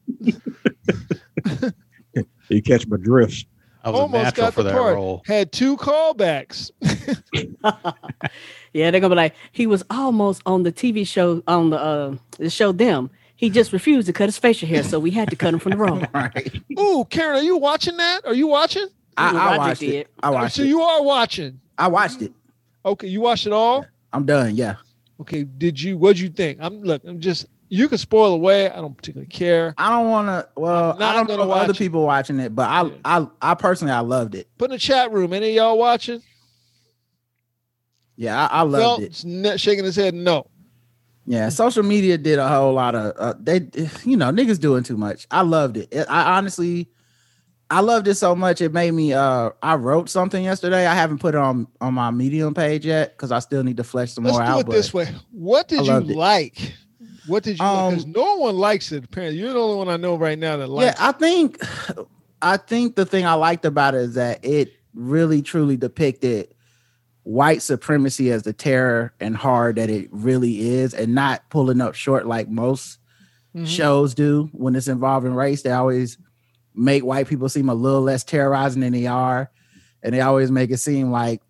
G: You catch my drift.
E: I was a natural for that role.
C: Had two callbacks.
D: Yeah, they're gonna be like, he was almost on the TV show on the uh the show them. He just refused to cut his facial hair, so we had to cut him from the role.
F: Right.
C: Ooh, Karen, are you watching that? Are you watching?
F: I, I
D: Roger
F: watched
D: did.
F: it. I watched
C: So
F: it.
C: you are watching.
F: I watched it.
C: Okay, you watched it all.
F: I'm done. Yeah.
C: Okay, did you? What'd you think? I'm look. I'm just. You can spoil away. I don't particularly care.
F: I don't want to. Well,
C: I'm not
F: I don't
C: gonna
F: know other
C: watch it.
F: people watching it, but I,
C: Yeah.
F: I, I personally, I loved it.
C: Put in the chat room. Any of y'all watching?
F: Yeah, I, I loved
C: Well,
F: it.
C: shaking his head. No.
F: Yeah, social media did a whole lot of uh, they, you know, niggas doing too much. I loved it. It- I honestly, I loved it so much it made me. Uh, I wrote something yesterday. I haven't put it on on my Medium page yet because I still need to flesh some
C: Let's
F: more
C: do
F: out.
C: it
F: but
C: this way. What
F: I
C: did you
F: loved it.
C: like? What did you? like? 'Cause
F: Um,
C: no one likes it. Apparently, you're the only one I know right now that
F: yeah,
C: likes.
F: I think, I think the thing I liked about it is that it really truly depicted white supremacy as the terror and horror that it really is, and not pulling up short like most
C: it. Mhm.
F: shows do when it's involving race. They always make white people seem a little less terrorizing than they are. And they always make it seem like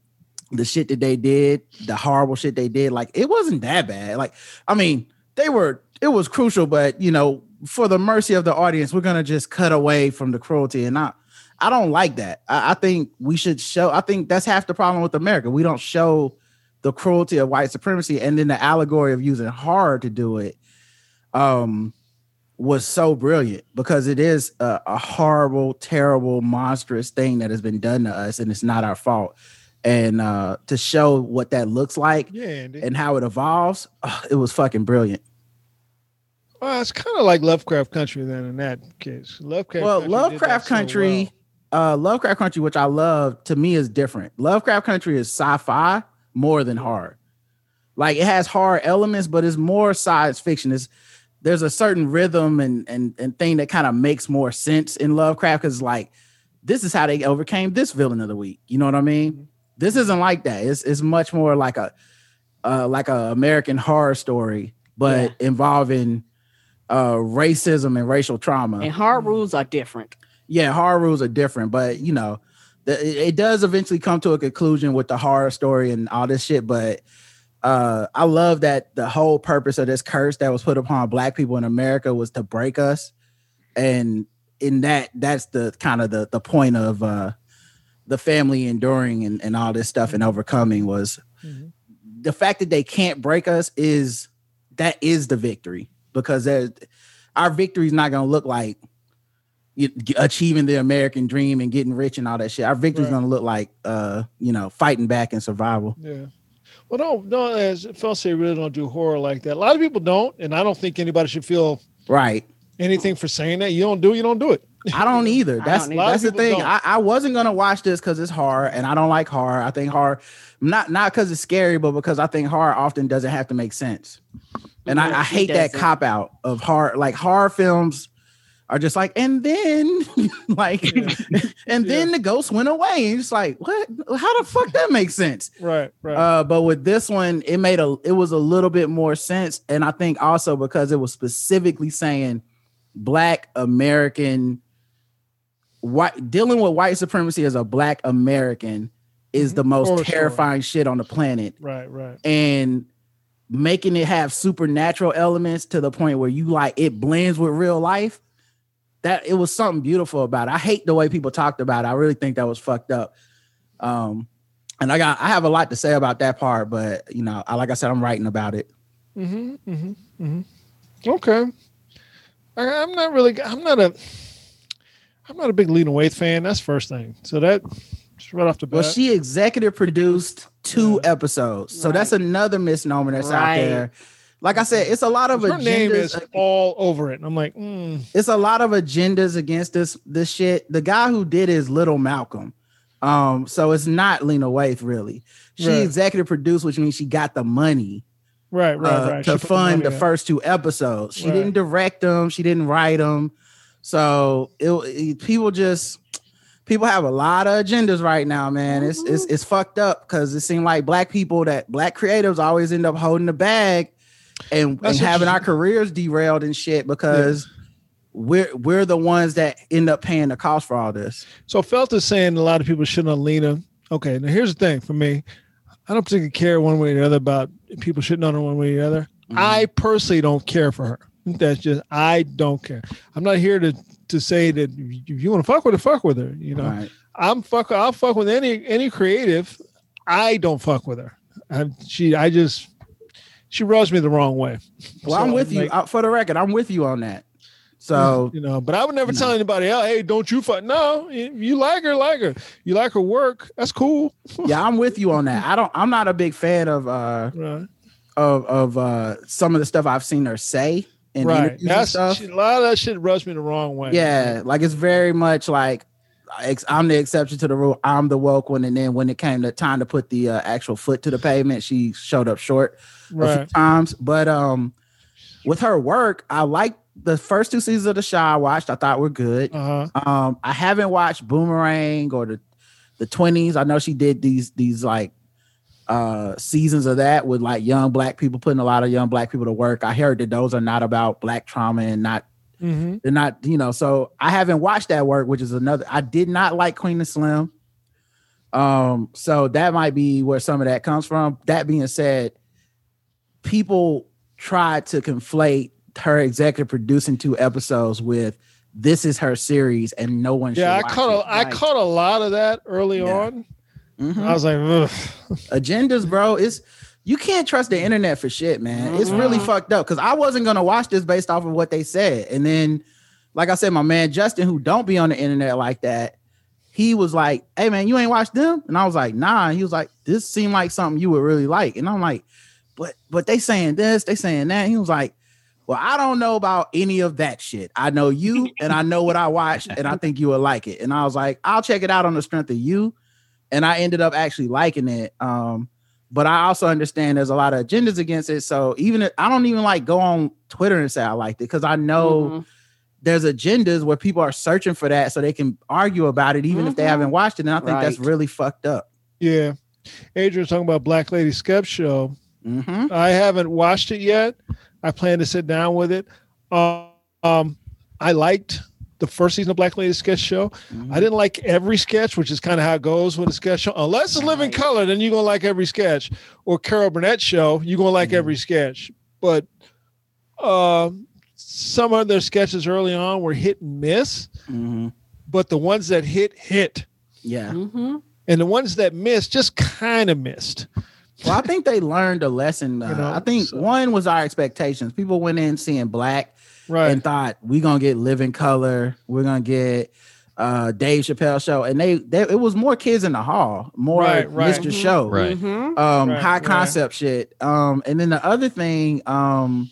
F: the shit that they did, the horrible shit they did, like it wasn't that bad. Like, I mean, they were, it was crucial, but you know, for the mercy of the audience, we're gonna just cut away from the cruelty. And I, I don't like that. I, I think we should show, I think that's half the problem with America. We don't show the cruelty of white supremacy and then the allegory of using horror to do it. Um, was so brilliant because it is a, a horrible, terrible, monstrous thing that has been done to us, and it's not our fault. And uh, to show what that looks like
C: Yeah, Andy.
F: and how it evolves, ugh, it was fucking brilliant.
C: Well, it's kind of like Lovecraft Country then in that case. Lovecraft
F: well,
C: Country did that
F: Lovecraft
C: so
F: Country, uh, Lovecraft Country, which I love, to me is different. Lovecraft Country is sci-fi more than horror. Like it has horror elements, but it's more science fiction. It's there's a certain rhythm and and and thing that kind of makes more sense in Lovecraft because like this is how they overcame this villain of the week. You know what I mean? This isn't like that. It's it's much more like a uh, like a American horror story, but involving uh, racism and racial trauma
D: And hard rules are different.
F: yeah, horror rules are different, but you know, the, it, it does eventually come to a conclusion with the horror story and all this shit. But uh, I love that the whole purpose of this curse that was put upon Black people in America was to break us, and in that, that's the kind of the the point of uh, the family enduring and, and all this stuff and overcoming was
C: well. Mhm.
F: the fact that they can't break us is that is the victory because there's- our victory is not going to look like you- g- achieving the American dream and getting rich and all that shit. Our victory is
C: Right.
F: going to look like uh, you know fighting back and survival.
C: Yeah. Well, no, no. As Felsey really don't do horror like that. A lot of people don't, and I don't think anybody should feel
F: Right.
C: anything for saying that. You don't do, you don't do it.
F: I don't either.
D: I
F: That's
D: don't
C: either. A
F: that's the
C: lot of people
F: thing.
C: don't.
F: I, I wasn't gonna watch this because it's horror, and I don't like horror. I think horror, not not because it's scary, but because I think horror often doesn't have to make sense. And I,
D: Yeah,
F: I
D: it
F: hate that
D: doesn't.
F: cop out of horror. Like horror films are just like, and then like, and then the ghost went away. And it's like, what? How the fuck that makes sense?
C: Right, right.
F: Uh, but with this one, it made a it was a little bit more sense, and I think also because it was specifically saying Black American, white dealing with white supremacy as a Black American is the most
C: Mm-hmm. For sure.
F: terrifying shit on the planet,
C: right, right.
F: and making it have supernatural elements to the point where you like it blends with real life. That it was something beautiful about it. I hate the way people talked about it. I really think that was fucked up. Um, and I got I have a lot to say about that part, but you know, I, like I said, I'm writing about it.
C: Mm-hmm, mm-hmm, mm-hmm. Okay. I, I'm not really. I'm not a. I'm not a big Lena Waithe fan. That's first thing. So that just right off the bat.
F: Well, she executive produced two episodes, so
D: Right.
F: that's another misnomer that's
D: Right.
F: out there. Like I said, it's a lot of
C: her name is
F: agendas.
C: all over it, and I'm like, mm,
F: It's a lot of agendas against this this shit. The guy who did it is Little Malcolm, um, so it's not Lena Waithe really. She
C: Right.
F: executive produced, which means she got the money
C: right, right,
F: uh,
C: right. She
F: to
C: put
F: fund
C: money
F: the
C: out.
F: first two episodes. She
C: Right.
F: didn't direct them. She didn't write them. So it, it- people just people have a lot of agendas right now, man. It's it's
C: Mm-hmm.
F: it's fucked up because it seemed like black people that black creatives always end up holding the bag and, and
C: That's what
F: having
C: she-
F: our careers derailed and shit because. We're we're the ones that end up paying the cost for all this.
C: So Felt is saying a lot of people shitting on Lena. Okay, now here's the thing for me. I don't particularly care one way or the other about people shitting on her one way or the other. I
F: Mm-hmm.
C: personally don't care for her. That's just I don't care. I'm not here to to say that if you want to fuck with her, fuck with her. You know,
F: Mm-hmm. Right.
C: I'm fuck. I'll fuck with any any creative. I don't fuck with her. I, she I just she rubs me the wrong way.
F: Well, I'm
C: So,
F: with you
C: like-
F: Uh, for the record. I'm with you on that. So
C: you know but i would never tell anybody else hey don't you fuck no you you like her like her you like her work that's cool
F: yeah, I'm with you on that. I don't. I'm not a big fan of uh
C: right,
F: of of uh some of the stuff I've seen her say in
C: right.
F: interviews and
C: that's
F: stuff.
C: she, a lot of that shit rubs me the wrong way
F: yeah, like it's very much like ex- I'm the exception to the rule. I'm the woke one, and then when it came to time to put the uh, actual foot to the pavement, she showed up short a few
C: right
F: times. But um, with her work, I like the first two seasons of the show I watched. I thought were good.
C: uh-huh
F: Um, I haven't watched Boomerang or the the twenties. I know she did these these like uh seasons of that with like young black people putting a lot of young black people to work. I heard that those are not about black trauma and not
C: mm-hmm.
F: they're not you know. So I haven't watched that work, which is another. I did not like Queen and Slim. Um, so that might be where some of that comes from. That being said, people try to conflate her executive producing two episodes with this is her series and no one
C: yeah i
F: should watch
C: caught a,
F: it.
C: I
F: Like,
C: caught a lot of that early
F: Yeah.
C: on
F: mhm.
C: i was like Ugh.
F: agendas, bro. It's you can't trust the internet for shit, man. It's really fucked up. Cause I wasn't gonna watch this based off of what they said. And then, like I said, my man Justin, who don't be on the internet like that, he was like, Hey man, you ain't watched them? And I was like, nah. And he was like, This seemed like something you would really like. And I'm like, But but they saying this, they saying that. he was like, Well, I don't know about any of that shit. I know you and I know what I watched, and I think you would like it. And I was like, I'll check it out on the strength of you and I ended up actually liking it. Um, but I also understand there's a lot of agendas against it. So even if, I don't even like go on Twitter and say I liked it because I know
D: Mhm.
F: there's agendas where people are searching for that so they can argue about it even if they
D: Mhm.
F: haven't watched it. And I think that's
D: Right.
F: really fucked up.
C: yeah adrian's talking about black lady skep show
F: Mm-hmm.
C: i haven't watched it yet i plan to sit down with it um, um i liked the first season of black lady sketch show
F: Mm-hmm.
C: I didn't like every sketch, which is kind of how it goes with a sketch show. Unless it's Living Color, then you're gonna like every sketch. Or Carol Burnett show, you're gonna like
F: Mm-hmm.
C: every sketch. But uh, some of their sketches early on were hit and miss, but the ones that hit hit,
F: Mm-hmm. Yeah.
D: Mhm.
C: and the ones that missed just kind of missed.
F: Well, I think they learned a lesson. Uh,
C: know,
F: I think
C: so-
F: one was our expectations. People went in seeing black
C: Right.
F: and thought we're gonna get Living Color, we're gonna get uh Dave Chappelle show, and they, they it was more kids in the hall, more
C: Right, right.
F: Mr. Show,
E: Right.
D: Mhm.
F: um
C: Right,
F: high
C: right.
F: concept shit. Um, and then the other thing um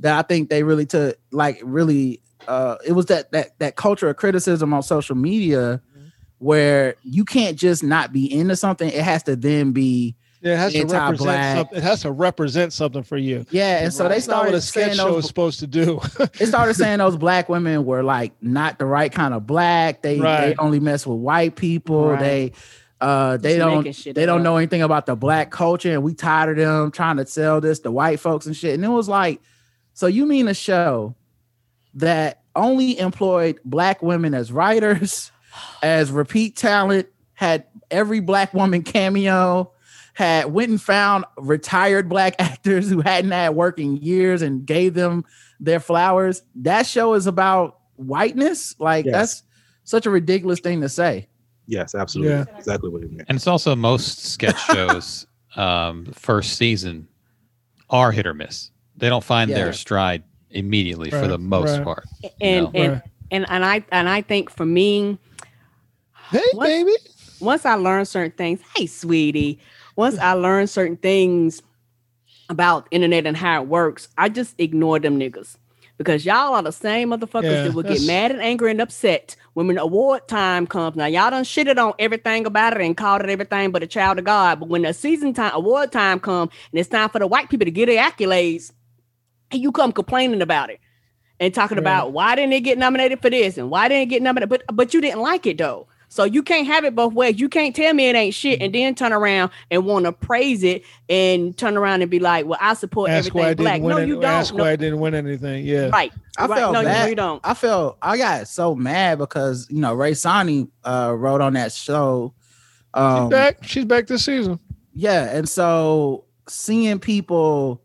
F: that I think they really took like really uh it was that that that culture of criticism on social
C: Mm-hmm.
F: media where you can't just not be into something, it has to then be
C: Yeah, it has to
F: Anti-black.
C: represent something. It has to represent something for you.
F: Yeah, and so they
C: That's not what
F: started
C: a sketch
F: saying
C: show
F: those
C: is supposed to do.
F: it started saying those black women were like not the right kind of black. They they
C: Right.
F: only mess with white people.
D: Right.
F: They uh they
D: Just making
F: don't
D: shit
F: they
D: up.
F: don't know anything about the black culture and we tired of them trying to sell this to white folks and shit. And it was like, so you mean a show that only employed black women as writers, as repeat talent, had every black woman cameo, had went and found retired black actors who hadn't had work in years and gave them their flowers. That show is about whiteness. Like
B: Yes.
F: that's such a ridiculous thing to say.
B: Yes, absolutely.
C: Yeah.
B: Exactly what it meant.
E: And it's also most sketch shows um, first season are hit or miss. They don't find
F: Yeah.
E: their stride immediately for
C: Right,
E: the most
C: right.
E: part.
D: and
E: No.
D: and,
C: Right.
D: and and I and I think for me,
C: hey,
D: What?
C: baby.
D: once I learn certain things, hey sweetie, once I learn certain things about internet and how it works, I just ignore them niggas. Because y'all are the same motherfuckers
C: Yeah,
D: that will get
C: that's-
D: mad and angry and upset when the award time comes. Now y'all done shitted on everything about it and called it everything but a child of God. But when the season time award time comes and it's time for the white people to get their accolades, and you come complaining about it and talking
C: Right.
D: about why didn't it get nominated for this and why didn't it get nominated, but but you didn't like it though. So you can't have it both ways. You can't tell me it ain't shit
C: Mm-hmm.
D: and then turn around and want to praise it and turn around and be like, "Well, I support
C: Ask why I
D: everything
C: didn't
D: black."
C: win.
D: No,
C: any-
D: you don't.
C: ask
D: No,
C: why I didn't win anything. Yeah.
D: Right.
F: I
D: right.
F: felt
D: no, you-
F: bad.
D: you don't.
F: I felt I got so mad because you know Ray Sani uh, wrote on that show.
C: She's
F: Um,
C: back. She's back this season.
F: yeah, and so seeing people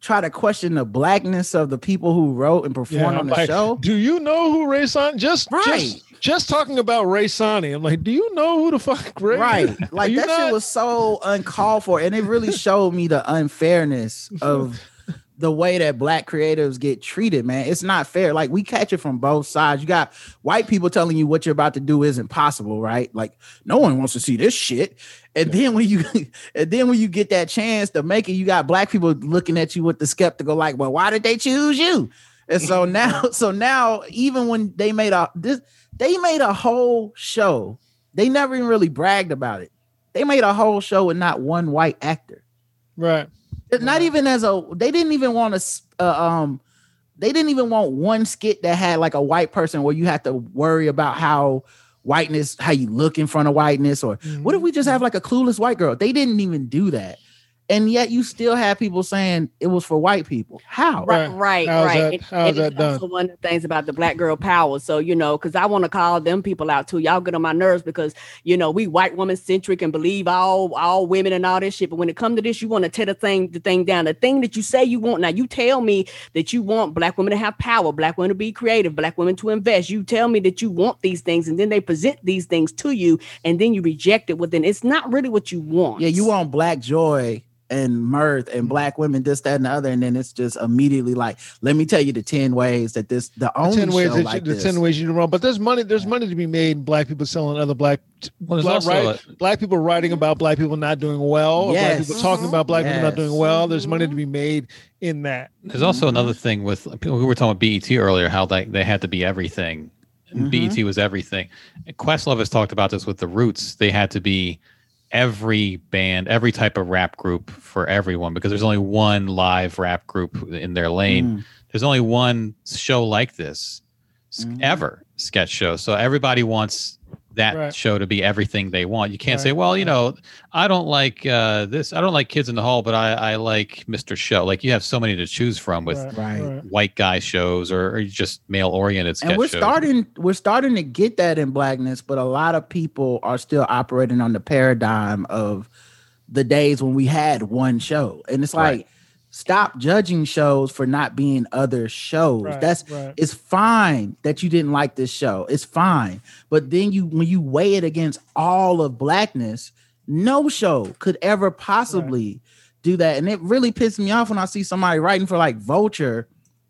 F: try to question the blackness of the people who wrote and performed
C: Yeah, I'm
F: on the
C: like,
F: show.
C: Do you know who Ray Sani? Just
F: Right.
C: just just talking about Ray Sani. I'm like, do you know who the fuck Ray?
F: Right.
C: is?
F: Like
C: you
F: that shit
C: not-
F: was so uncalled for. And it really showed me the unfairness of the way that black creatives get treated, man. It's not fair. Like we catch it from both sides. You got white people telling you what you're about to do is impossible, right? Like no one wants to see this shit. And then when you and then when you get that chance to make it, you got black people looking at you with the skeptical, like, well, why did they choose you? And so now, so now, even when they made a this, they made a whole show. They never even really bragged about it. They made a whole show with not one white actor.
C: Right. Mm-hmm.
F: Not even as a. They didn't even want to. Uh, um, they didn't even want one skit that had like a white person where you had to worry about how whiteness, how you look in front of whiteness, or what if we
C: Mm-hmm.
F: just have like a clueless white girl? They didn't even do that, and yet you still have people saying it was for white people. How?
D: Right,
C: Right.
D: right,
C: How's
D: right.
C: that-
D: And-
C: how's
D: and it's
C: that done?
D: Also one of the things about the black girl power. So you know, because I want to call them people out too. Y'all get on my nerves because you know we white woman centric and believe all all women and all this shit. But when it comes to this, you want to tear the thing the thing down. The thing that you say you want now, you tell me that you want black women to have power, black women to be creative, black women to invest. You tell me that you want these things, and then they present these things to you, and then you reject it. Well, then it's not really what you want.
F: Yeah, you want black joy and mirth
C: Mm-hmm.
F: and black women, this, that, and the other, and then it's just immediately like, let me tell you the ten ways that this the
C: The
F: only
C: ten ways
F: show
C: that
F: like
C: you, the
F: this.
C: ten ways you do wrong, but there's money. There's money to be made. in Black people selling other black,
E: Well, there's
C: black,
E: also
C: right, black people writing about black people not doing well, or black
F: Yes. Mm-hmm.
C: people talking about black people not doing
F: Yes.
C: well. There's money to be made in that.
E: There's also another thing with we were talking about BET earlier, how they, they had to be everything.
F: Mhm.
E: BET was everything. And Questlove has talked about this with the Roots. They had to be every band, every type of rap group for everyone because there's only one live rap group in their lane.
F: Mm.
E: There's only one show like this s-
C: Mm-hmm.
F: Mhm.
E: ever, sketch show. So everybody wants that
C: Right.
E: show to be everything they want. You can't
C: Right,
E: say, well, you
C: right.
E: know, I don't like uh, this. I don't like Kids in the Hall, but I, I like Mr. Show. Like you have so many to choose from with
F: Right.
E: white guy shows or, or just male oriented sketch
F: And we're
E: shows.
F: starting we're starting to get that in blackness, but a lot of people are still operating on the paradigm of the days when we had one show. And it's like,
E: Right.
F: stop judging shows for not being other shows.
C: Right,
F: That's
C: right.
F: it's fine that you didn't like this show. It's fine. But then you when you weigh it against all of blackness, no show could ever possibly do that. And it really pisses me off when I see somebody writing for like Vulture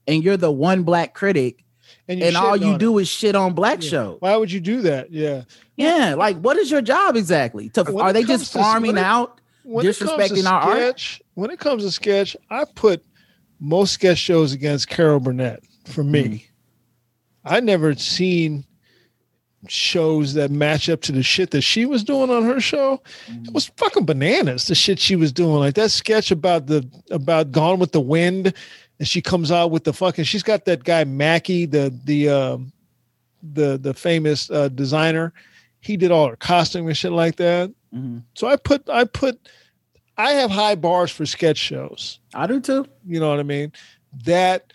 F: and you're the one black critic
C: And,
F: and all
C: shitting on
F: you
C: it.
F: do is shit on black
C: Yeah.
F: show.
C: Why would you do that? Yeah.
F: Yeah, like what is your job exactly? To
C: When
F: are
C: it
F: they
C: comes
F: just
C: to- when
F: farming
C: it-
F: out?
C: it comes to
F: Disrespecting our art?
C: sketch, When it comes to sketch, I put most sketch
F: Hmm.
C: shows against Carol Burnett for me. I never seen shows that match up to the shit that she was doing on her show.
F: Hmm.
C: It was fucking bananas. The shit she was doing, like that sketch about the about Gone with the Wind, and she comes out with the fucking. She's got that guy Mackey, the the um the the famous uh, designer. He did all her costume and shit like that.
F: Mhm.
C: So I put I put I have high bars for sketch shows.
F: I do too.
C: You know what I mean? That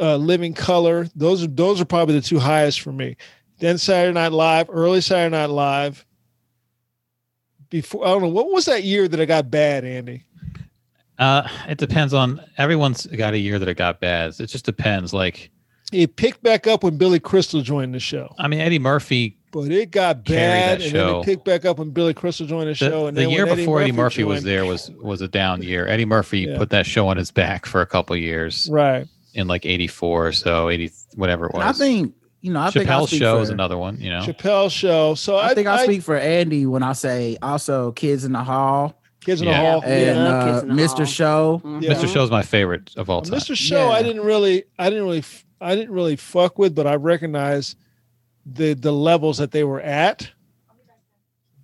C: uh, Living Color, those are those are probably the two highest for me. Then Saturday Night Live, early Saturday Night Live. Before I don't know what was that year that I got bad, Andy.
E: Uh, it depends on everyone's got a year that it got bad. It just depends. Like,
C: It picked back up when Billy Crystal joined the show,
E: I mean, Eddie Murphy
C: but it got
E: Carry
C: bad,
E: that
C: and then
E: show.
C: it picked back up when Billy Crystal joined the
E: the,
C: show. And
E: the
C: then when
E: year before Eddie Murphy, was
C: joined-
E: there was was a down year. Eddie Murphy
C: Yeah.
E: put that show on his back for a couple years
C: right?
E: in like '84, so '80 whatever it was.
F: And I think you know. I think I
E: Chappelle's
F: speak
E: show
F: for,
E: is another one. You know,
C: Chappelle's show. So
F: I,
C: I,
F: think I, speak for Andy when I say also kids in the hall
C: Kids in
E: Yeah.
C: the Hall.
D: Yeah.
F: and
C: Oh, yeah.
F: uh,
D: Kids in the
F: Mr.
D: Hall.
F: Show.
D: Mhm.
C: Yeah.
E: Mr. Show's my favorite of all time.
C: Mr. Show, I
F: Yeah.
C: didn't really, I didn't really, f- I didn't really fuck with, but I recognize the the levels that they were at.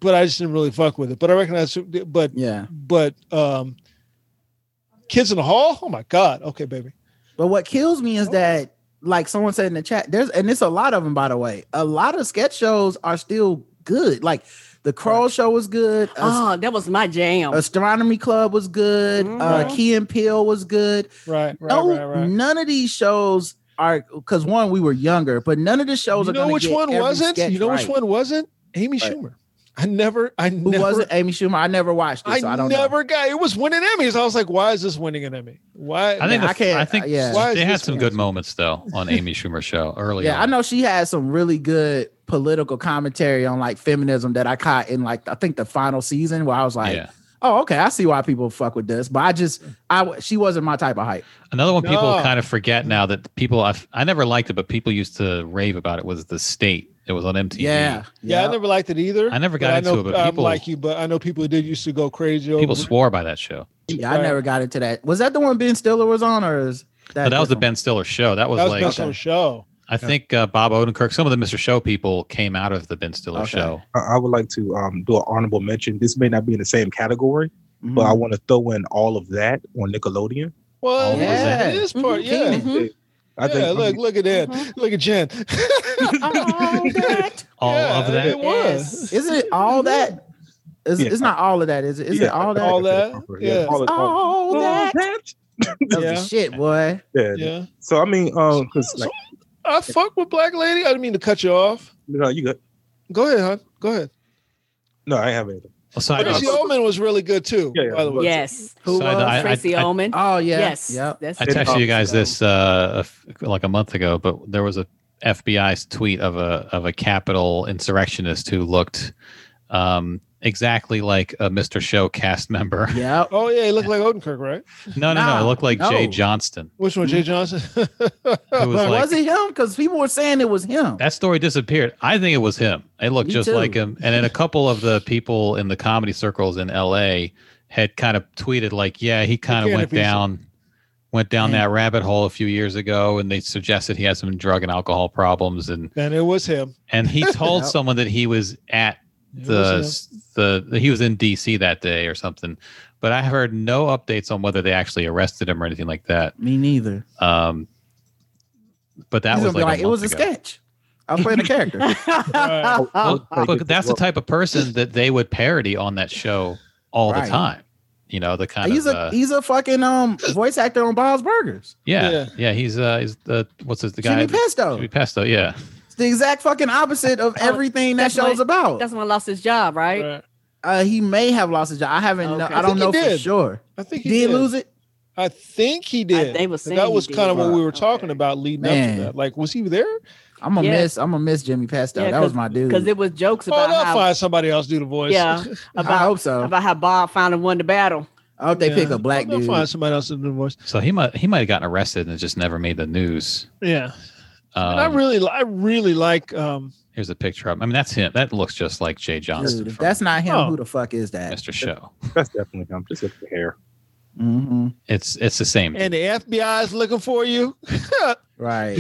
C: But I just didn't really fuck with it. But I recognize, but
F: Yeah,
C: but um, kids in the hall. Oh my god. Okay, baby.
F: but what kills me is
C: Oh.
F: that like someone said in the chat, there's and it's a lot of them by the way. A lot of sketch shows are still good. Like the Crow Show was good. Ast-
D: Oh, that was my jam.
F: Astronomy Club was good. Uh,
C: Mm-hmm.
D: Mhm.
F: Key and Peele was good.
C: Right. Right.
F: no,
C: right. Right.
F: none of these shows are because one we were younger, but none of the shows
C: You
F: are.
C: know
F: gonna
C: which
F: get
C: one
F: every
C: wasn't?
F: sketch
C: You know which
F: right.
C: one wasn't? Amy
F: Right.
C: Schumer. I never. I
F: Who
C: never.
F: wasn't Amy Schumer? I never watched it,
C: I,
F: so I don't
C: never
F: know.
C: got. It was winning Emmys. I was like, why is this winning an Emmy? Why?
E: I think
F: Yeah,
E: the-
F: I can't-
E: I think
F: uh, yeah.
C: Why is
E: they had
C: this
E: some
C: one-
E: good moments though on Amy Schumer's show early.
F: Yeah, I
E: on.
F: know she had some really good political commentary on like feminism that I caught in like I think the final season where I was like,
E: yeah,
F: oh okay, I see why people fuck with this, but I just I she wasn't my type of hype.
E: another one people
C: No.
E: kind of forget now that people I've, I never liked it, but people used to rave about it. Was the state? It was on MTV.
F: Yeah,
C: Yeah, I never liked it either.
E: I never got
C: I
E: into
C: know,
E: it, but
C: I'm
E: people-
C: like you, but I know people did used to go crazy. Over
E: people
C: it.
E: swore by that show.
F: yeah, I never got into that. Was that the one Ben Stiller was on, or is that?
E: But that was the
F: different?
E: Ben Stiller show. That was,
C: That was
E: like
C: best on show.
E: I think uh, Bob Odenkirk. Some of the Mr. Show people came out of the Ben Stiller
F: Okay.
E: show.
B: I, I would like to um, do an honorable mention. This may not be in the same category, but I
C: Mm-hmm.
F: Mhm.
B: want to throw in all of that on Nickelodeon.
C: Well,
E: Oh,
C: it is-
F: yeah.
C: it is part.
D: Mhm.
C: Yeah,
D: Mhm.
B: I
C: yeah.
B: think
C: Look, look at that.
D: Mhm.
C: Look at Jen.
D: Oh, that.
E: All
C: Yeah,
E: of that.
C: It
D: Yes.
C: was
F: Is it all that? Is
B: Yeah.
F: it's not all of that, is it? Is
B: Yeah,
F: it all that?
C: all that? Yeah.
B: all, all,
F: all
D: Oh,
F: that. That was the
C: Yeah.
F: shit, boy.
B: yeah.
C: Yeah,
B: So I mean, um, because
C: So-
B: like,
C: I fuck with Black Lady. I didn't mean to cut you off.
B: no, you good?
C: Go ahead, hon. Go ahead.
B: No, I ain't have anything.
E: Aside,
C: But
B: know.
C: Tracy Ullman was really good too.
B: Yeah, yeah.
C: By the way,
D: Yes.
F: Who
E: Side
F: was?
E: eye. I-
D: Tracy
E: I-
D: Ullman.
F: oh yeah.
D: yes.
F: Yep.
D: That's
E: I texted you guys
D: Ago.
E: this uh, a f- like a month ago, but there was a FBI's tweet of a of a capital insurrectionist who looked um, exactly like a Mr. Show cast member.
F: Yep.
C: Oh yeah, he looked like Odenkirk, right?
E: No, no, no,
F: No,
E: it looked like Jay
F: no.
E: Johnston.
C: Which one, Jay Johnson?
E: Who Mm-hmm. was like
F: was it him? Because people were saying it was him.
E: that story disappeared. I think it was him. It looked
F: Me
E: just
F: too.
E: like him. And then a couple of the people in the comedy circles in LA had kind of tweeted like, yeah, he kind of
C: can't
E: went
C: if he's-
E: down went down
F: Man.
E: that rabbit hole a few years ago and they suggested he had some drug and alcohol problems and
C: and it was him.
E: and he told
F: Yeah.
E: someone that he was at
C: It
E: the
C: was
E: the he was in DC that day or something. But I heard no updates on whether they actually arrested him or anything like that.
F: Me neither.
E: Um, but that
F: He's
E: was
F: gonna be
E: like,
F: like,
E: a
F: it was a
E: month ago.
F: sketch. I was playing a character.
E: Well,
B: Like,
E: but
B: it's-
E: that's the type of person that they would parody on that show all
F: Right.
E: the time. You know, the kind
F: he's
E: of
F: a
E: uh,
F: he's a fucking um voice actor on Bob's Burgers.
E: yeah,
C: yeah.
E: yeah, He's uh, he's the what's his the guy
F: Jimmy
E: that-
F: Pesto.
E: Jimmy Pesto, yeah.
F: It's the exact fucking opposite of
D: Oh,
F: everything that
D: that's what-
F: show's about.
D: That's when I lost his job, right?
C: Right.
F: Uh, he may have lost his job. I haven't.
D: Okay.
F: I
D: I
F: don't
C: think he
F: know for
C: did.
F: sure.
C: I think
F: Did
C: he
F: he
C: did.
F: lose it?
C: I think he did.
D: they were
C: But
D: saying
C: that
D: he
C: was
D: did,
C: kind of what
D: but-
C: we were talking
D: okay.
C: about leading up
F: Man.
C: to that. Like, was he there?
F: I'm gonna
D: Yeah.
F: miss. I'm gonna miss Jimmy Pesto.
D: Yeah,
F: that was my dude.
D: Because it was jokes
C: Oh,
D: about
C: they'll
D: how
C: find somebody else do the voice.
D: yeah
F: I
D: about
F: hope so.
D: about how Bob found and won the battle.
F: I hope they
C: Yeah.
F: pick a black
C: they'll
F: dude.
C: find somebody else to do the voice.
E: So he might he might have gotten arrested and it just never made the news.
C: Yeah,
E: Um,
C: and I really, li- I really like. um
E: here's a picture of. him. I mean, that's him. That looks just like Jay Johnson.
F: Dude, if
E: from
F: that's not him,
C: Oh.
F: who the fuck is that?
E: Mr. Show.
B: That's definitely him. Just look at the hair.
F: Mhm.
E: It's it's the same.
C: And the FBI is looking for you.
F: Right.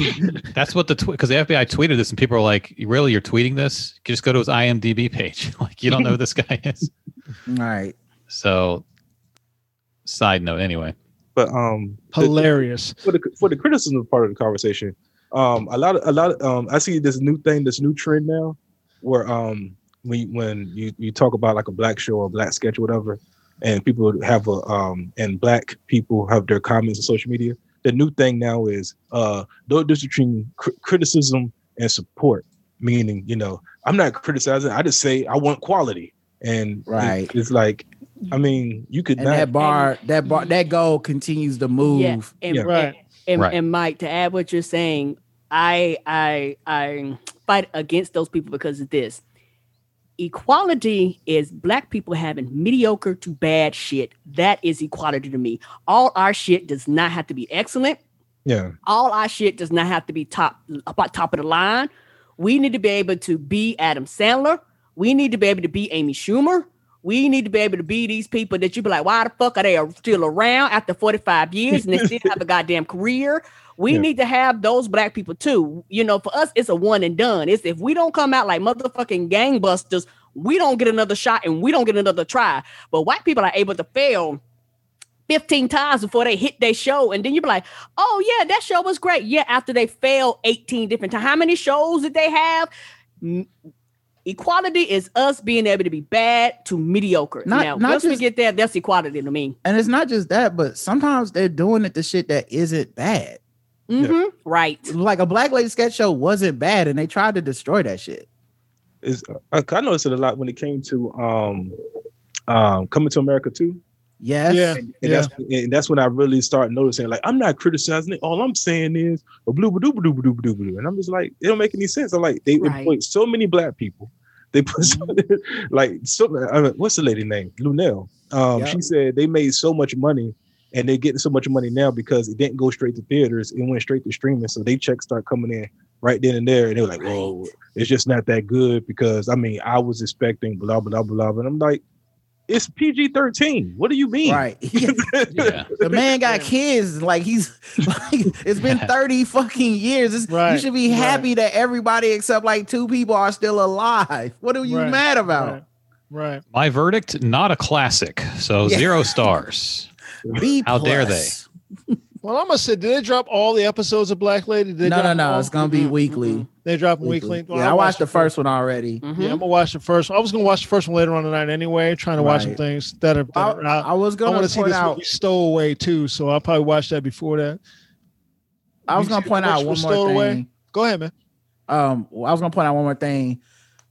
E: That's what the because the FBI tweeted this and people were like, "Really, you're tweeting this? You just go to his IMDb page. like you don't know who this guy is."
F: Right.
E: So, side note, anyway.
B: But um, the-
C: Hilarious.
B: for the for the criticism part of the conversation, um, a lot of a lot of, um, I see this new thing, this new trend now, where um, when you, when you you talk about like a black show or a black sketch or whatever, and people have a um, and black people have their comments on social media. The new thing now is uh, no difference between cr- criticism and support. Meaning, you know, I'm not criticizing. I just say I want quality, and it-
F: Right.
B: it's like, I mean, you could
F: And
B: not.
F: that bar, that
C: Mm-hmm.
F: bar, that goal continues to move.
D: Yeah, and,
B: Yeah.
C: Right.
D: and,
E: Right.
D: and Mike, to add what you're saying, I I I fight against those people because of this. Equality is black people having mediocre to bad shit. That is equality to me. All our shit does not have to be excellent.
B: Yeah,
D: All our shit does not have to be top about top of the line. We need to be able to be Adam Sandler. We need to be able to be Amy Schumer. We need to be able to be these people that you be like, why the fuck are they still around after 45 years and they still have a goddamn career? We
B: Yeah.
D: need to have those black people too. You know, for us, it's a one and done. It's if we don't come out like motherfucking gangbusters, we don't get another shot and we don't get another try. But white people are able to fail 15 times before they hit their show. And then you be like, oh, yeah, that show was great. Yeah, after they fail 18 different times. How many shows did they have? Mm, Equality is us being able to be bad to mediocre.
F: Not-
D: now,
F: not
D: once we
F: just-
D: get there, that's equality to me.
F: And it's not just that, but sometimes they're doing it the shit that isn't bad.
D: Mm-hmm. Right.
F: Like a black lady sketch show wasn't bad, and they tried to destroy that shit.
B: is I, I noticed it a lot when it came to um um coming to America too.
F: Yes.
C: Yeah.
B: And that's and that's when I really started noticing like I'm not criticizing it. All I'm saying is a blue doo doo doo doo doo. And I'm just like, it don't make any sense. I'm like, they
D: Right.
B: employed so many black people. They put so, like so I mean, what's the lady name? Lunell. Um
F: Yeah.
B: she said they made so much money and they're getting so much money now because it didn't go straight to theaters, it went straight to streaming. So they checks start coming in right then and there. And they were like, Whoa, it's just not that good because I mean I was expecting blah blah blah blah. And I'm like, it's PG thirteen. What do you mean?
F: Right.
E: Yeah.
F: the man got kids. Like he's like it's been 30 fucking years. It's, You
C: Right,
F: should be
C: right.
F: happy that everybody except like two people are still alive. What are you
C: Right,
F: mad
C: Right.
F: about?
C: Right.
E: My verdict: not a classic. So
F: Yeah.
E: zero stars.
F: B
E: How dare
F: plus.
C: Well, I'm gonna say, did they drop all the episodes of Black Lady? Did they
F: No,
C: drop
F: no,
C: them
F: no.
C: all?
F: It's gonna be
D: Mhm,
F: weekly.
D: mhm.
C: They drop them
F: Weekly.
C: weekly. Well,
F: yeah, I
C: I'll watch
F: watched the first one already.
D: Mhm.
C: Yeah, I'm gonna watch the first. I was gonna watch the first one later on tonight anyway. Trying to watch some
F: Right.
C: things that are. That
F: I,
C: are out.
F: I was
C: I,
F: gonna
C: want to see
F: point
C: this
F: out.
C: movie Stowaway too, so I'll probably watch that before that.
F: I was
C: You
F: gonna
C: see
F: point
C: how
F: out
C: much
F: one
C: was
F: more
C: stolen away?
F: thing.
C: Go ahead, man.
F: Um, well, I was gonna point out one more thing.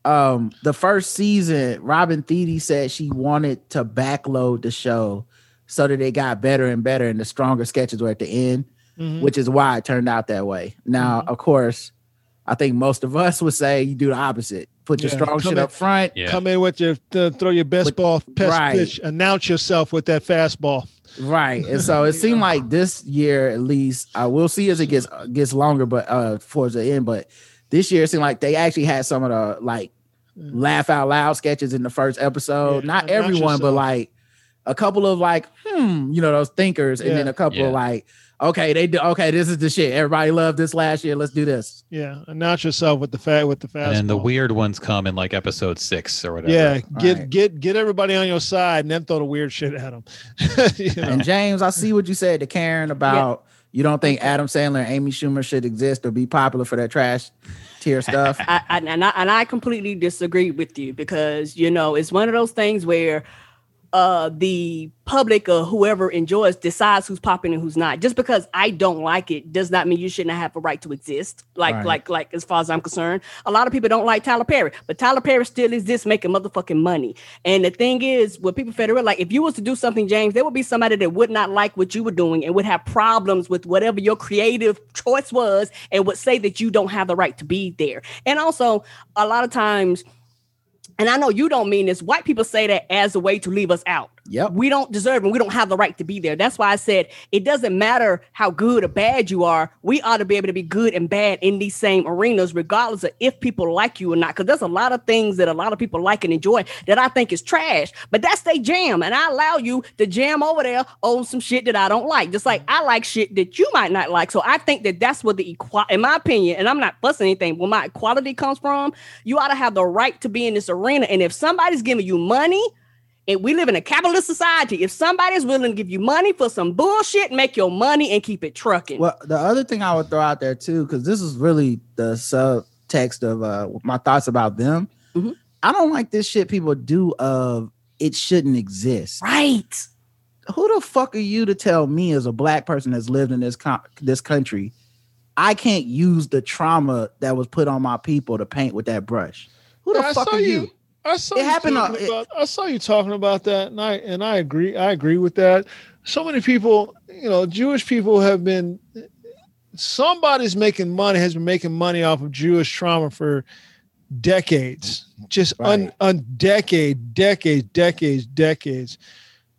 F: Um, the first season, Robin Thede said she wanted to backload the show so that it got better and better, and the stronger sketches were at the end,
C: Mhm.
F: which is why it turned out that way. Now,
C: Mm-hmm.
F: of course, I think most of us would say you do the opposite. Put your
C: Yeah,
F: strong
C: come
F: shit
C: in-
F: up front.
E: Yeah.
C: Come in with your th- throw your best
F: With-
C: ball, best
F: right.
C: pitch. Announce yourself with that fastball.
F: Right. And so it seemed like this year at least, I will see as it gets gets longer, but uh towards the end, but this year it seemed like they actually had some of the like
C: Yeah.
F: laugh out loud sketches in the first episode.
C: Mm. Yeah,
F: Not
C: not
F: everyone, but
C: yourself.
F: like a couple of like, hmm, you know, those thinkers, and then
C: Yeah.
F: a couple
E: Yeah.
F: of like, okay, they do okay, this is the shit. Everybody loved this last year. Let's do this.
C: Yeah, announce yourself with the fat with the fastball.
E: And then the weird ones come in like episode six or whatever.
C: Yeah, get
F: Right.
C: get get everybody on your side, and then throw the weird shit at them. you know?
F: And James, I see what you said to Karen about you don't think Adam Sandler and Amy Schumer should exist or be popular for their trash tier stuff.
D: I, I, and I and I completely disagree with you because you know it's one of those things where uh the public or whoever enjoys decides who's popping and who's not. Just because I don't like it does not mean you shouldn't have a right to exist. Like
F: Right.
D: like like as far as I'm concerned, a lot of people don't like Tyler Perry, but Tyler Perry still exists making motherfucking money. And the thing is, what people fail to realize, if you was to do something, James, there would be somebody that would not like what you were doing and would have problems with whatever your creative choice was, and would say that you don't have the right to be there. And also, a lot of times, and I know you don't mean this, white people say that as a way to leave us out.
F: Yep.
D: we don't deserve and we don't have the right to be there. That's why I said it doesn't matter how good or bad you are. We ought to be able to be good and bad in these same arenas, regardless of if people like you or not. Because there's a lot of things that a lot of people like and enjoy that I think is trash, but that's they jam, and I allow you to jam over there on some shit that I don't like. Just like I like shit that you might not like. So I think that that's where the equal, in my opinion, and I'm not fussing anything. Where my equality comes from, you ought to have the right to be in this arena. And if somebody's giving you money and we live in a capitalist society. If somebody's willing to give you money for some bullshit, make your money and keep it trucking.
F: Well, the other thing I would throw out there too, because this is really the subtext of uh, my thoughts about them.
C: Mm-hmm.
D: Mhm.
F: I don't like this shit people do of it shouldn't exist.
D: right.
F: Who the fuck are you to tell me as a black person that's lived in this co- this country, I can't use the trauma that was put on my people to paint with that brush? Who the
C: Yeah, I
F: fuck
C: saw
F: are you?
C: you. I saw
F: It
C: you
F: happened
C: talking
F: on- it-
C: about, I saw you talking about that, and I and I agree. I agree with that. So many people, you know, Jewish people have been. Somebody's making money has been making money off of Jewish trauma for decades, just
F: Right.
C: un, un decade, decades, decades, decades.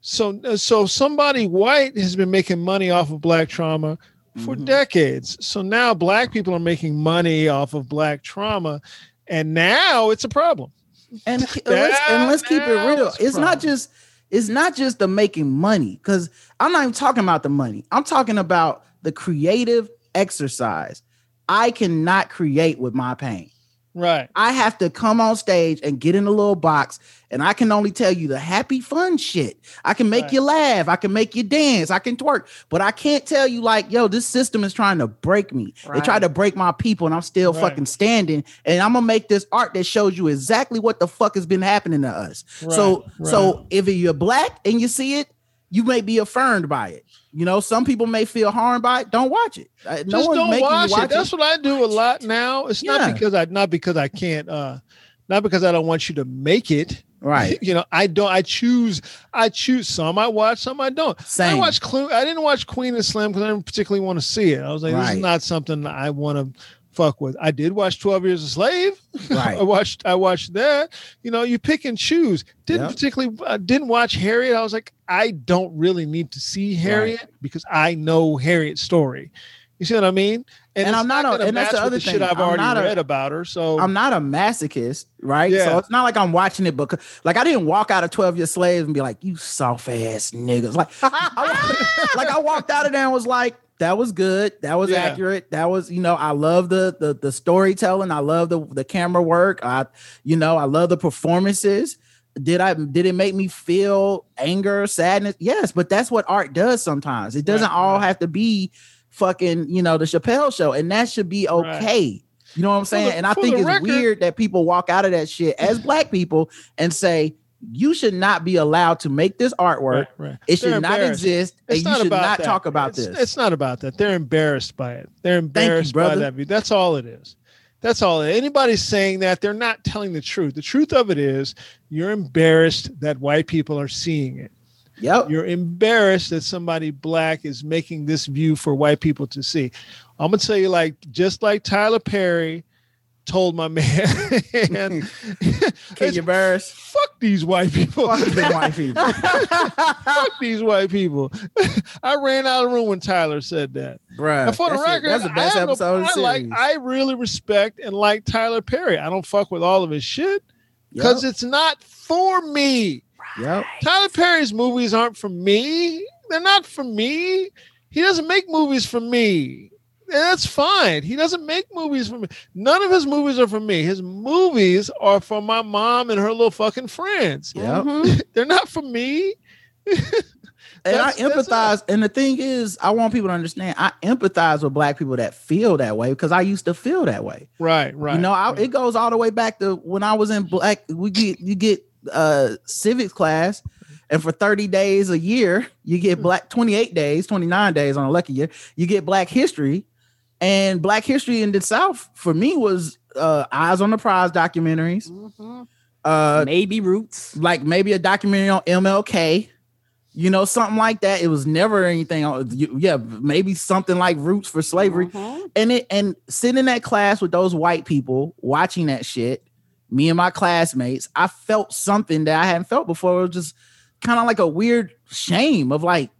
C: So so somebody white has been making money off of black trauma for
F: Mhm.
C: decades. So now black people are making money off of black trauma, and now it's a problem.
F: and, and let's, and let's keep it
C: That
F: real.
C: was
F: It's
C: problem.
F: not just it's not just the making money because I'm not even talking about the money. I'm talking about the creative exercise. I cannot create with my pain.
C: Right.
F: I have to come on stage and get in a little box, and I can only tell you the happy, fun shit. I can make
C: Right.
F: you laugh, I can make you dance, I can twerk, but I can't tell you like, yo, this system is trying to break me. They tried to break my people, and I'm still
C: Right.
F: fucking standing. And I'm gonna make this art that shows you exactly what the fuck has been happening to us. so,
C: Right,
F: so if you're black and you see it, you may be affirmed by it. You know, some people may feel harmed by it. Don't watch it. Uh, no
C: just
F: one's
C: don't
F: making you
C: watch, it.
F: watch it.
C: That's what I do a lot now. It's
F: Yeah.
C: not because I not because I can't uh not because I don't want you to make it.
F: right.
C: You know, I don't I choose I choose some I watch, some I don't. I
F: Same.
C: watch Clue. I didn't watch Queen and Slim because I didn't particularly want to see it. I was like, this
F: Right.
C: is not something I want to fuck with. I did watch 12 Years a Slave. I
F: right.
C: watched I watched that. You know, you pick and choose. Didn't
F: Yep.
C: particularly uh, didn't watch Harriet. I was like, I don't really need to see Harriet because I know Harriet's story. You see what I mean?
F: And
C: it's
F: I'm not a-
C: gonna
F: and that's
C: match with
F: the other
C: Shit
F: thing.
C: I've
F: I'm
C: already
F: not a-
C: read about her. So
F: I'm not a masochist, right? So
C: Yeah.
F: it's not like I'm watching it because, like, I didn't walk out of 12 Year Slaves and be like, you soft ass niggas. Like, I, like I walked out of there and was like, that was good. That was
C: Yeah.
F: accurate. That was, you know, I love the the the storytelling. I love the the camera work. I, you know, I love the performances. Did I did it make me feel anger, sadness? Yes, but that's what art does sometimes. It doesn't
C: Right,
F: all
C: right.
F: have to be fucking, you know, the Chappelle show. And that should be
C: Right.
F: okay. You know what I'm
C: For the-
F: saying? and I
C: for
F: think
C: the
F: it's
C: record-
F: weird that people walk out of that shit as black people and say, you should not be allowed to make this artwork.
C: right, right.
F: It should
C: They're
F: not
C: embarrassed.
F: exist.
C: It's
F: and you should
C: about
F: not
C: that.
F: talk about
C: It's-
F: this.
C: It's not about that. They're embarrassed by it. They're
F: you,
C: embarrassed by
F: brother.
C: that view. That's all it is. That's all. Anybody saying that they're not telling the truth. The truth of it is, you're embarrassed that white people are seeing it.
F: yep.
C: You're embarrassed that somebody black is making this view for white people to see. I'm gonna tell you, like just like Tyler Perry told my man,
F: Can you embarrass?
C: fuck these white people.
F: Fuck them white people.
C: Fuck these white people. I ran out of the room when Tyler said that.
F: Bruh.
C: And for the
F: that shit-
C: record,
F: that's the best
C: I, have no-
F: episode of the
C: I like
F: series.
C: I really respect and like Tyler Perry. I don't fuck with all of his shit because
F: yep.
C: it's not for me.
F: yep.
C: Tyler Perry's movies aren't for me. They're not for me. He doesn't make movies for me. And that's fine. He doesn't make movies for me. None of his movies are for me. His movies are for my mom and her little fucking friends.
F: Yep.
D: Mhm.
C: They're not for me.
F: and I
C: That's- that's
F: empathize. And the thing is, I want people to understand. I empathize with black people that feel that way because I used to feel that way.
C: Right, right.
F: You know, I,
C: right.
F: it goes all the way back to when I was in black. We get you get uh civics class, and for thirty days a year, you get black twenty eight days, twenty nine days on a lucky year. You get Black History, and Black History in the South for me was uh Eyes on the Prize documentaries,
D: Mhm.
F: uh
D: Maybe roots.
F: like maybe a documentary on MLK. You know, something like that. It was never anything. on- you- Yeah, maybe something like Roots for Slavery
D: Mhm.
F: and it and sitting in that class with those white people watching that shit, me and my classmates, I felt something that I hadn't felt before. It was just kind of like a weird shame of like,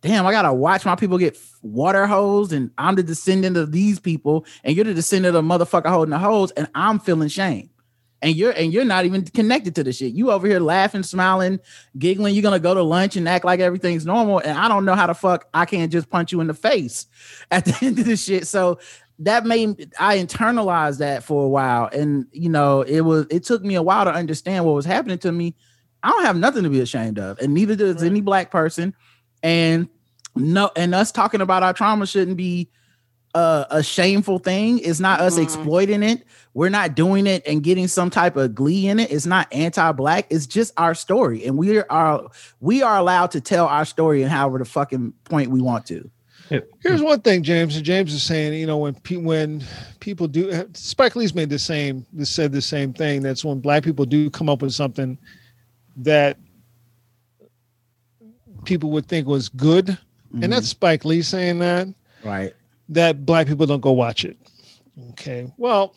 F: damn, I gotta watch my people get water hosed, and I'm the descendant of these people, and you're the descendant of a motherfucker holding the hose, and I'm feeling shame. And you're and you're not even connected to the shit. You over here laughing, smiling, giggling. You're gonna go to lunch and act like everything's normal. And I don't know how the fuck I can't just punch you in the face at the end of this shit. So that made I internalized that for a while. And you know, it was it took me a while to understand what was happening to me. I don't have nothing to be ashamed of, and neither does any black person. And no, and us talking about our trauma shouldn't be uh, a shameful thing. It's not us
C: Mm-hmm.
D: Mhm.
F: exploiting it. We're not doing it and getting some type of glee in it. It's not anti-black. It's just our story, and we are we are allowed to tell our story and however the fucking point we want to.
C: Here's one thing, James. And James is saying, you know, when pe- when people do, Spike Lee's made the same, said the same thing. That's when black people do come up with something that people would think was good,
F: Mm-hmm.
C: and that's Spike Lee saying that
F: right.
C: that black people don't go watch it. Okay. Well,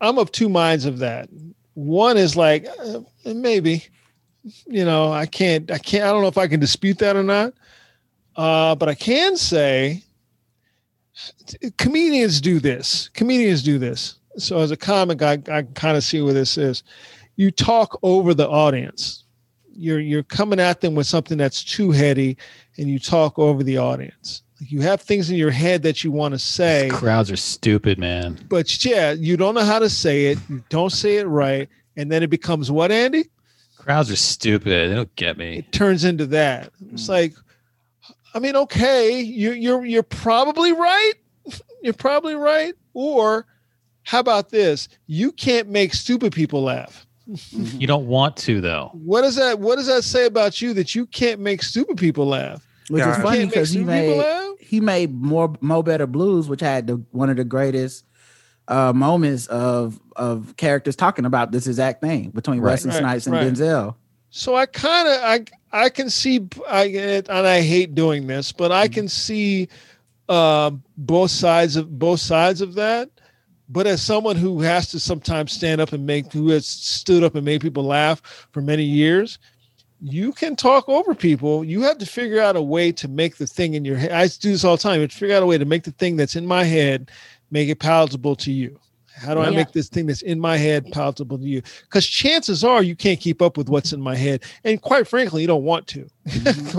C: I'm of two minds of that. One is like uh, maybe, you know, I can't, I can't, I don't know if I can dispute that or not. Uh, but I can say comedians do this. Comedians do this. So as a comic, I, I kind of see where this is. You talk over the audience. You're you're coming at them with something that's too heady, and you talk over the audience. Like you have things in your head that you want to say,
E: Crowds are stupid, man.
C: but yeah, you don't know how to say it. You don't say it right, and then it becomes what, Andy?
E: Crowds are stupid. They don't get me.
C: it turns into that. It's like, I mean, okay, you, you're you're probably right. You're probably right. Or how about this? You can't make stupid people laugh.
E: You don't want to though.
C: What does that What does that say about you that you can't make stupid people laugh?
F: Which
G: Yeah.
F: is
G: You
C: You
F: funny
C: can't make
F: because he
C: stupid people
F: made
C: laugh.
F: he made more Mo Better Blues, which had the, one of the greatest uh, moments of of characters talking about this exact thing between
E: Right.
F: Wesley
C: Right,
F: Snipes and
C: right.
F: Denzel.
C: So I kind of I I can see I and I hate doing this, but I can see uh, both sides of both sides of that. But as someone who has to sometimes stand up and make who has stood up and made people laugh for many years, you can talk over people. You have to figure out a way to make the thing in your head. I do this all the time. You have to figure out a way to make the thing that's in my head make it palatable to you. How do I
D: Yeah.
C: make this thing that's in my head palatable to you? Because chances are you can't keep up with what's in my head. And quite frankly, you don't want to.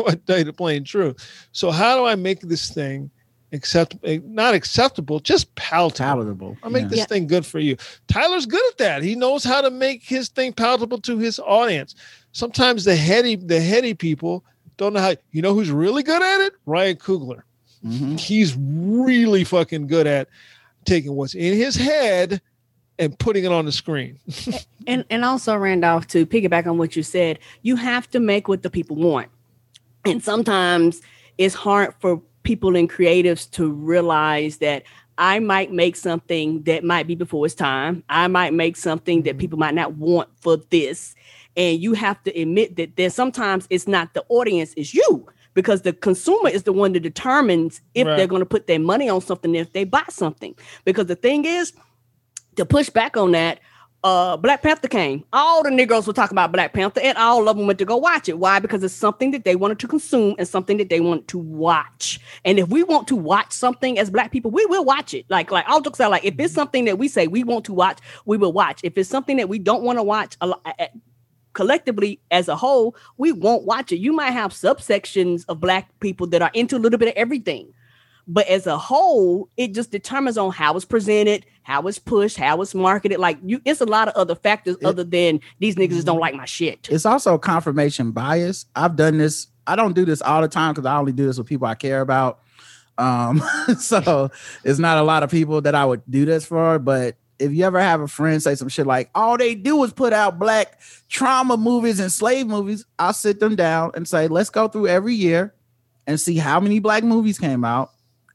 C: I tell you the plain truth. So how do I make this thing acceptable? Not acceptable, just palatable.
F: Palatable.
C: I'll make
F: Yeah.
C: this
D: Yeah.
C: thing good for you. Tyler's good at that. He knows how to make his thing palatable to his audience. Sometimes the heady, the heady people don't know how. You know who's really good at it? Ryan Coogler.
F: Mhm.
C: He's really fucking good at taking what's in his head and putting it on the screen.
D: And and also Randolph to piggyback on what you said, you have to make what the people want. And sometimes it's hard for people and creatives to realize that I might make something that might be before its time. I might make something that people might not want for this. And you have to admit that there sometimes it's not the audience, it's you. Because the consumer is the one that determines if
C: Right.
D: they're going to put their money on something, if they buy something. Because the thing is, to push back on that, uh, Black Panther came. All the Negroes were talking about Black Panther, and all of them went to go watch it. Why? Because it's something that they wanted to consume and something that they wanted to watch. And if we want to watch something as Black people, we will watch it. Like, like all jokes are like, if it's something that we say we want to watch, we will watch. If it's something that we don't want to watch, a lot, collectively as a whole, we won't watch it. You might have subsections of Black people that are into a little bit of everything but as a whole it just determines on how it's presented how it's pushed how it's marketed like you it's a lot of other factors other than these niggas just
F: Mm-hmm.
D: don't like my shit
F: It's also confirmation bias. I've done this. I don't do this all the time because I only do this with people I care about. Um, so it's not a lot of people that I would do this for. But if you ever have a friend say some shit like, all they do is put out black trauma movies and slave movies, I'll sit them down and say, let's go through every year and see how many black movies came out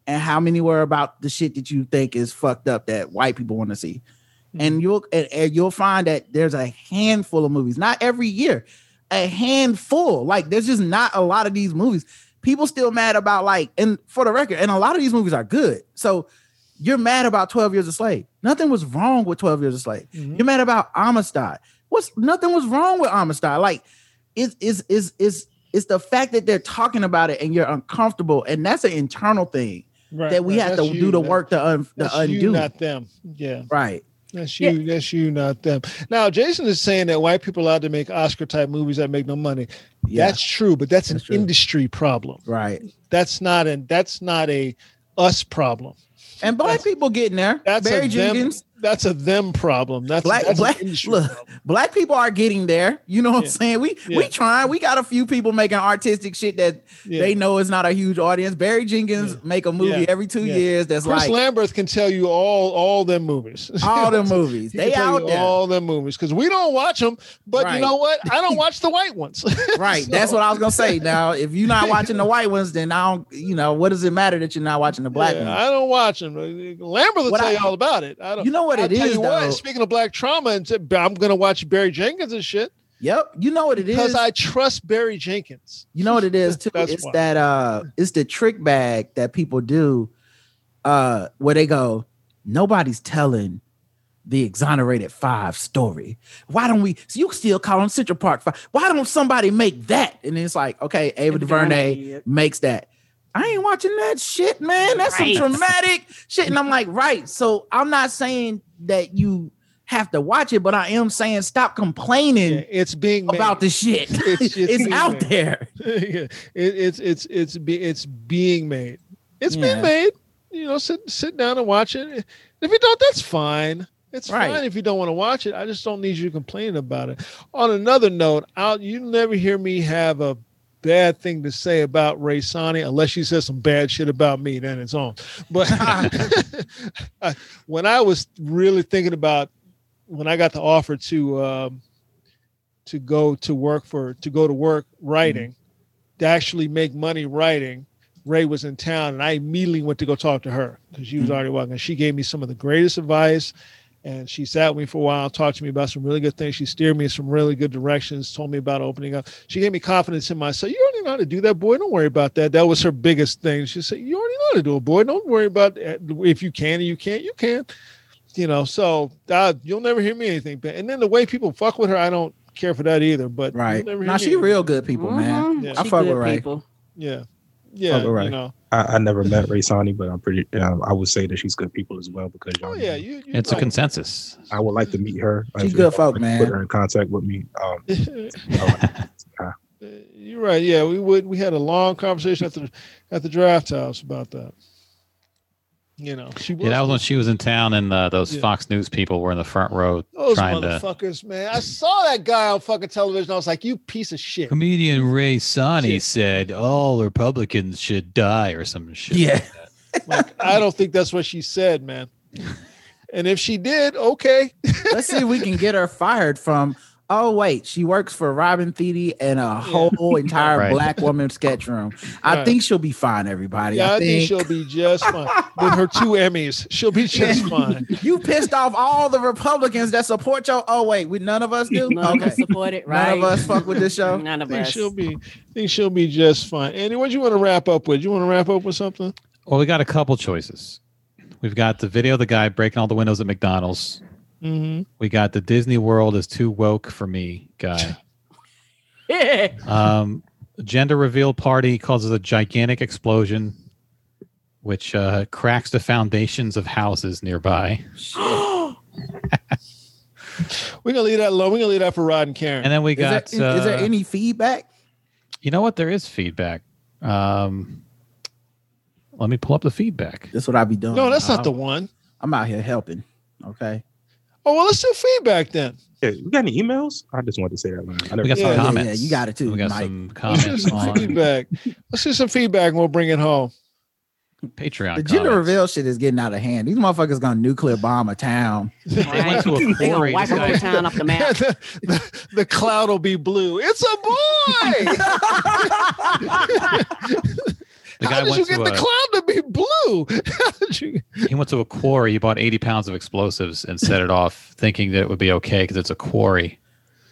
F: and how many were about the shit that you think is fucked up that white people want to see.
C: Mm-hmm.
F: And you'll and, and you'll find that there's a handful of movies, not every year, a handful. Like there's just not a lot of these movies. People still mad about like, and for the record, and a lot of these movies are good. So you're mad about 12 Years a Slave. Nothing was
C: Mm-hmm.
F: wrong with 12 Years a Slave. You're mad about Amistad. What's nothing was wrong with Amistad? Like it's it's it's it's it's the fact that they're talking about it and you're uncomfortable, and that's an internal thing
C: Right,
F: that we
C: right.
F: have
C: That's
F: to
C: you,
F: do the
C: that-
F: work to un, to
C: that's you,
F: undo.
C: not them. Yeah,
F: Right.
C: that's you. That's you, not them. Now, Jason is saying that white people are allowed to make Oscar type movies that make no money.
F: Yeah.
C: That's true, but that's,
F: That's
C: an
F: true.
C: industry problem.
F: right.
C: That's not an that's not a us problem.
F: And black people getting there.
C: That's
F: Barry
C: a
F: Jenkins.
C: them. That's a them problem. That's
F: black
C: that's an
F: black
C: industry
F: look
C: problem.
F: black people are getting there you know what
C: Yeah.
F: i'm saying we
C: Yeah.
F: we trying we got a few people making artistic shit that
C: Yeah.
F: they know is not a huge audience barry jenkins
C: Yeah.
F: make a movie
C: Yeah.
F: every two
C: Yeah.
F: years that's
C: Chris
F: like
C: Lambert can tell you all all them movies.
F: all the movies
C: He
F: they
C: can tell
F: out
C: you
F: there
C: all them movies because we don't watch them. But
F: Right.
C: you know what? I don't watch the white ones.
F: right that's what i was gonna say now if you're not watching the white ones then i don't you know what does it matter that you're not watching the black
C: Yeah,
F: ones
C: I don't watch them. Lambert will
F: What
C: tell
F: I-
C: you all about it. I don't.
F: you know what
C: I'll
F: it is
C: tell you
F: though.
C: what, Speaking of black trauma, and t- I'm gonna watch Barry Jenkins and shit
F: yep you know what it is
C: because I trust Barry Jenkins.
F: You know what it is too?
C: That's
F: it's
C: why.
F: that uh it's the trick bag that people do uh where they go, nobody's telling the exonerated five story. Why don't we so you still call them Central Park five? Why don't somebody make that? And it's like, okay, Ava
D: Ava DuVernay,
F: DuVernay
D: yep.
F: makes that. I ain't watching that shit, man. That's
D: Right.
F: some traumatic shit. And I'm like, right. So I'm not saying that you have to watch it, but I am saying stop complaining
C: Yeah, it's being made.
F: about the shit.
C: It's-
F: It's,
C: it's being
F: out
C: made.
F: there.
C: yeah, it, it's it's it's be, it's being made. It's
F: Yeah.
C: been made. You know, sit sit down and watch it. If you don't, that's fine. It's
F: Right.
C: fine if you don't want to watch it. I just don't need you complaining about it. On another note, I'll you never hear me have a bad thing to say about Ray Sani unless she says some bad shit about me. Then it's on. But I- when I was really thinking about when I got the offer to um, to go to work for to go to work writing to actually make money writing. Ray was in town, and I immediately went to go talk to her because she was
F: Mm-hmm.
C: already walking. And she gave me some of the greatest advice, and she sat with me for a while, talked to me about some really good things. She steered me in some really good directions, told me about opening up. She gave me confidence in myself. You already know how to do that, boy. Don't worry about that. That was her biggest thing. She said, "You already know how to do it, boy. Don't worry about that. if you can and you can't, you can." You know, so uh, you'll never hear me anything. bad. And then the way people fuck with her, I don't care for that either. But you'll
F: Right.
C: never hear
F: Now
C: me
F: she
C: anything.
F: real good people, man.
D: Mhm.
C: Yeah.
F: I
D: She
F: fuck
D: good
F: with Ray.
D: people.
E: Oh,
C: Yeah. Yeah.
B: all right.
C: You know.
B: I, I never met Ray Sani, but I'm pretty. Um, I would say that she's good people as well because
C: Oh
B: y'all
C: yeah.
B: know,
C: You, you
E: It's a consensus.
B: I would like to meet her.
F: She
B: If
F: good
B: y'all
F: folk,
B: can
F: man.
B: Put her in contact with me. Um,
C: You're right. Yeah, we would. We had a long conversation at the at the draft house about that. You know, she was.
E: Yeah, that was when she was in town, and uh, those
C: Yeah.
E: Fox News people were in the front row
C: those
E: trying to.
C: motherfuckers, man. I saw that guy on fucking television. I was like, you piece of shit.
E: Comedian Ray Sani
C: Shit.
E: said all Republicans should die or some shit.
F: Yeah.
C: Like, I don't think that's what she said, man. And if she did, okay.
F: Let's see if we can get her fired from. Oh wait, she works for Robin Thede and a whole entire
E: Right.
F: black woman sketch room. I
C: Right.
F: think she'll be fine, everybody.
C: Yeah,
F: I think,
C: she'll be just fine with her two Emmys. She'll be just fine.
F: you pissed off all the Republicans that support your. Oh wait, we none of us do.
D: None of us
F: Okay,
D: support it,
F: none
D: right?
F: of us fuck with this show.
D: None
C: I
D: of
C: think
D: us.
C: she'll be. I think she'll be just fine. Andy, what you want to wrap up with? You want to wrap up with something?
E: Well, we got a couple choices. We've got the video of the guy breaking all the windows at McDonald's.
C: Mm-hmm.
E: We got the Disney World is too woke for me guy.
D: Yeah.
E: Um, gender reveal party causes a gigantic explosion, which uh, cracks the foundations of houses nearby.
C: We're gonna leave that alone. We're gonna leave that for Rod and Karen.
E: And then we
F: Is there,
E: got.
F: is there
E: uh,
F: any feedback?
E: You know what? There is feedback. Um, let me pull up the feedback.
F: That's what I be doing.
C: no, that's
E: no.
C: not the one.
F: I'm out here helping. Okay,
C: Oh well, let's do feedback then.
B: yeah, we got any emails? I just wanted to say that. Man. I never
E: We got
C: Yeah,
E: some
C: yeah,
E: comments.
F: yeah, you got it too,
E: We got
F: Mike.
E: some
C: Let's do
E: comments
C: some
E: Oh, on
C: feedback. Let's do some feedback, and we'll bring it home.
E: Patreon.
F: the gender
E: comments.
F: reveal shit is getting out of hand. These motherfuckers gonna nuclear bomb a town.
E: They went to a
D: They gonna
E: quarry.
D: wipe the whole
E: today.
D: town off the map.
C: the, the- the cloud will be blue. It's a boy.
E: The
C: How
E: guy
C: did you get
E: went to uh,
C: the
E: a,
C: cloud to be blue? How did you?
E: he went to a quarry. He bought eighty pounds of explosives and set it off, thinking that it would be okay because it's a quarry.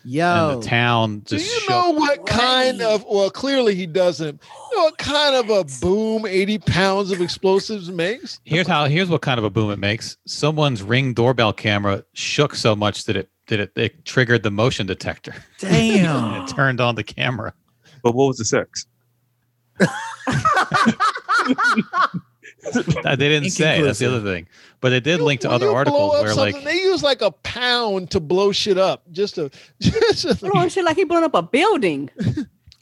F: Yo,
E: And the town
C: Oh. Do
E: just
C: you
E: shook.
C: know what kind
D: Right.
C: of? Well, clearly he doesn't. You know what kind of a boom eighty pounds of explosives makes?
E: Here's how. Here's what kind of a boom it makes. Someone's ring doorbell camera shook so much that it did it. It triggered the motion detector.
F: Damn.
E: and it turned on the camera.
G: But what was the sex?
E: Uh, They didn't say. That's the other thing. But it did
C: You-
E: link to
C: when
E: other
C: you blow
E: articles
C: up
E: where
C: something,
E: like
C: they use like a pound to blow shit up. Just a just a-
D: Blowing shit like he blowing up a building.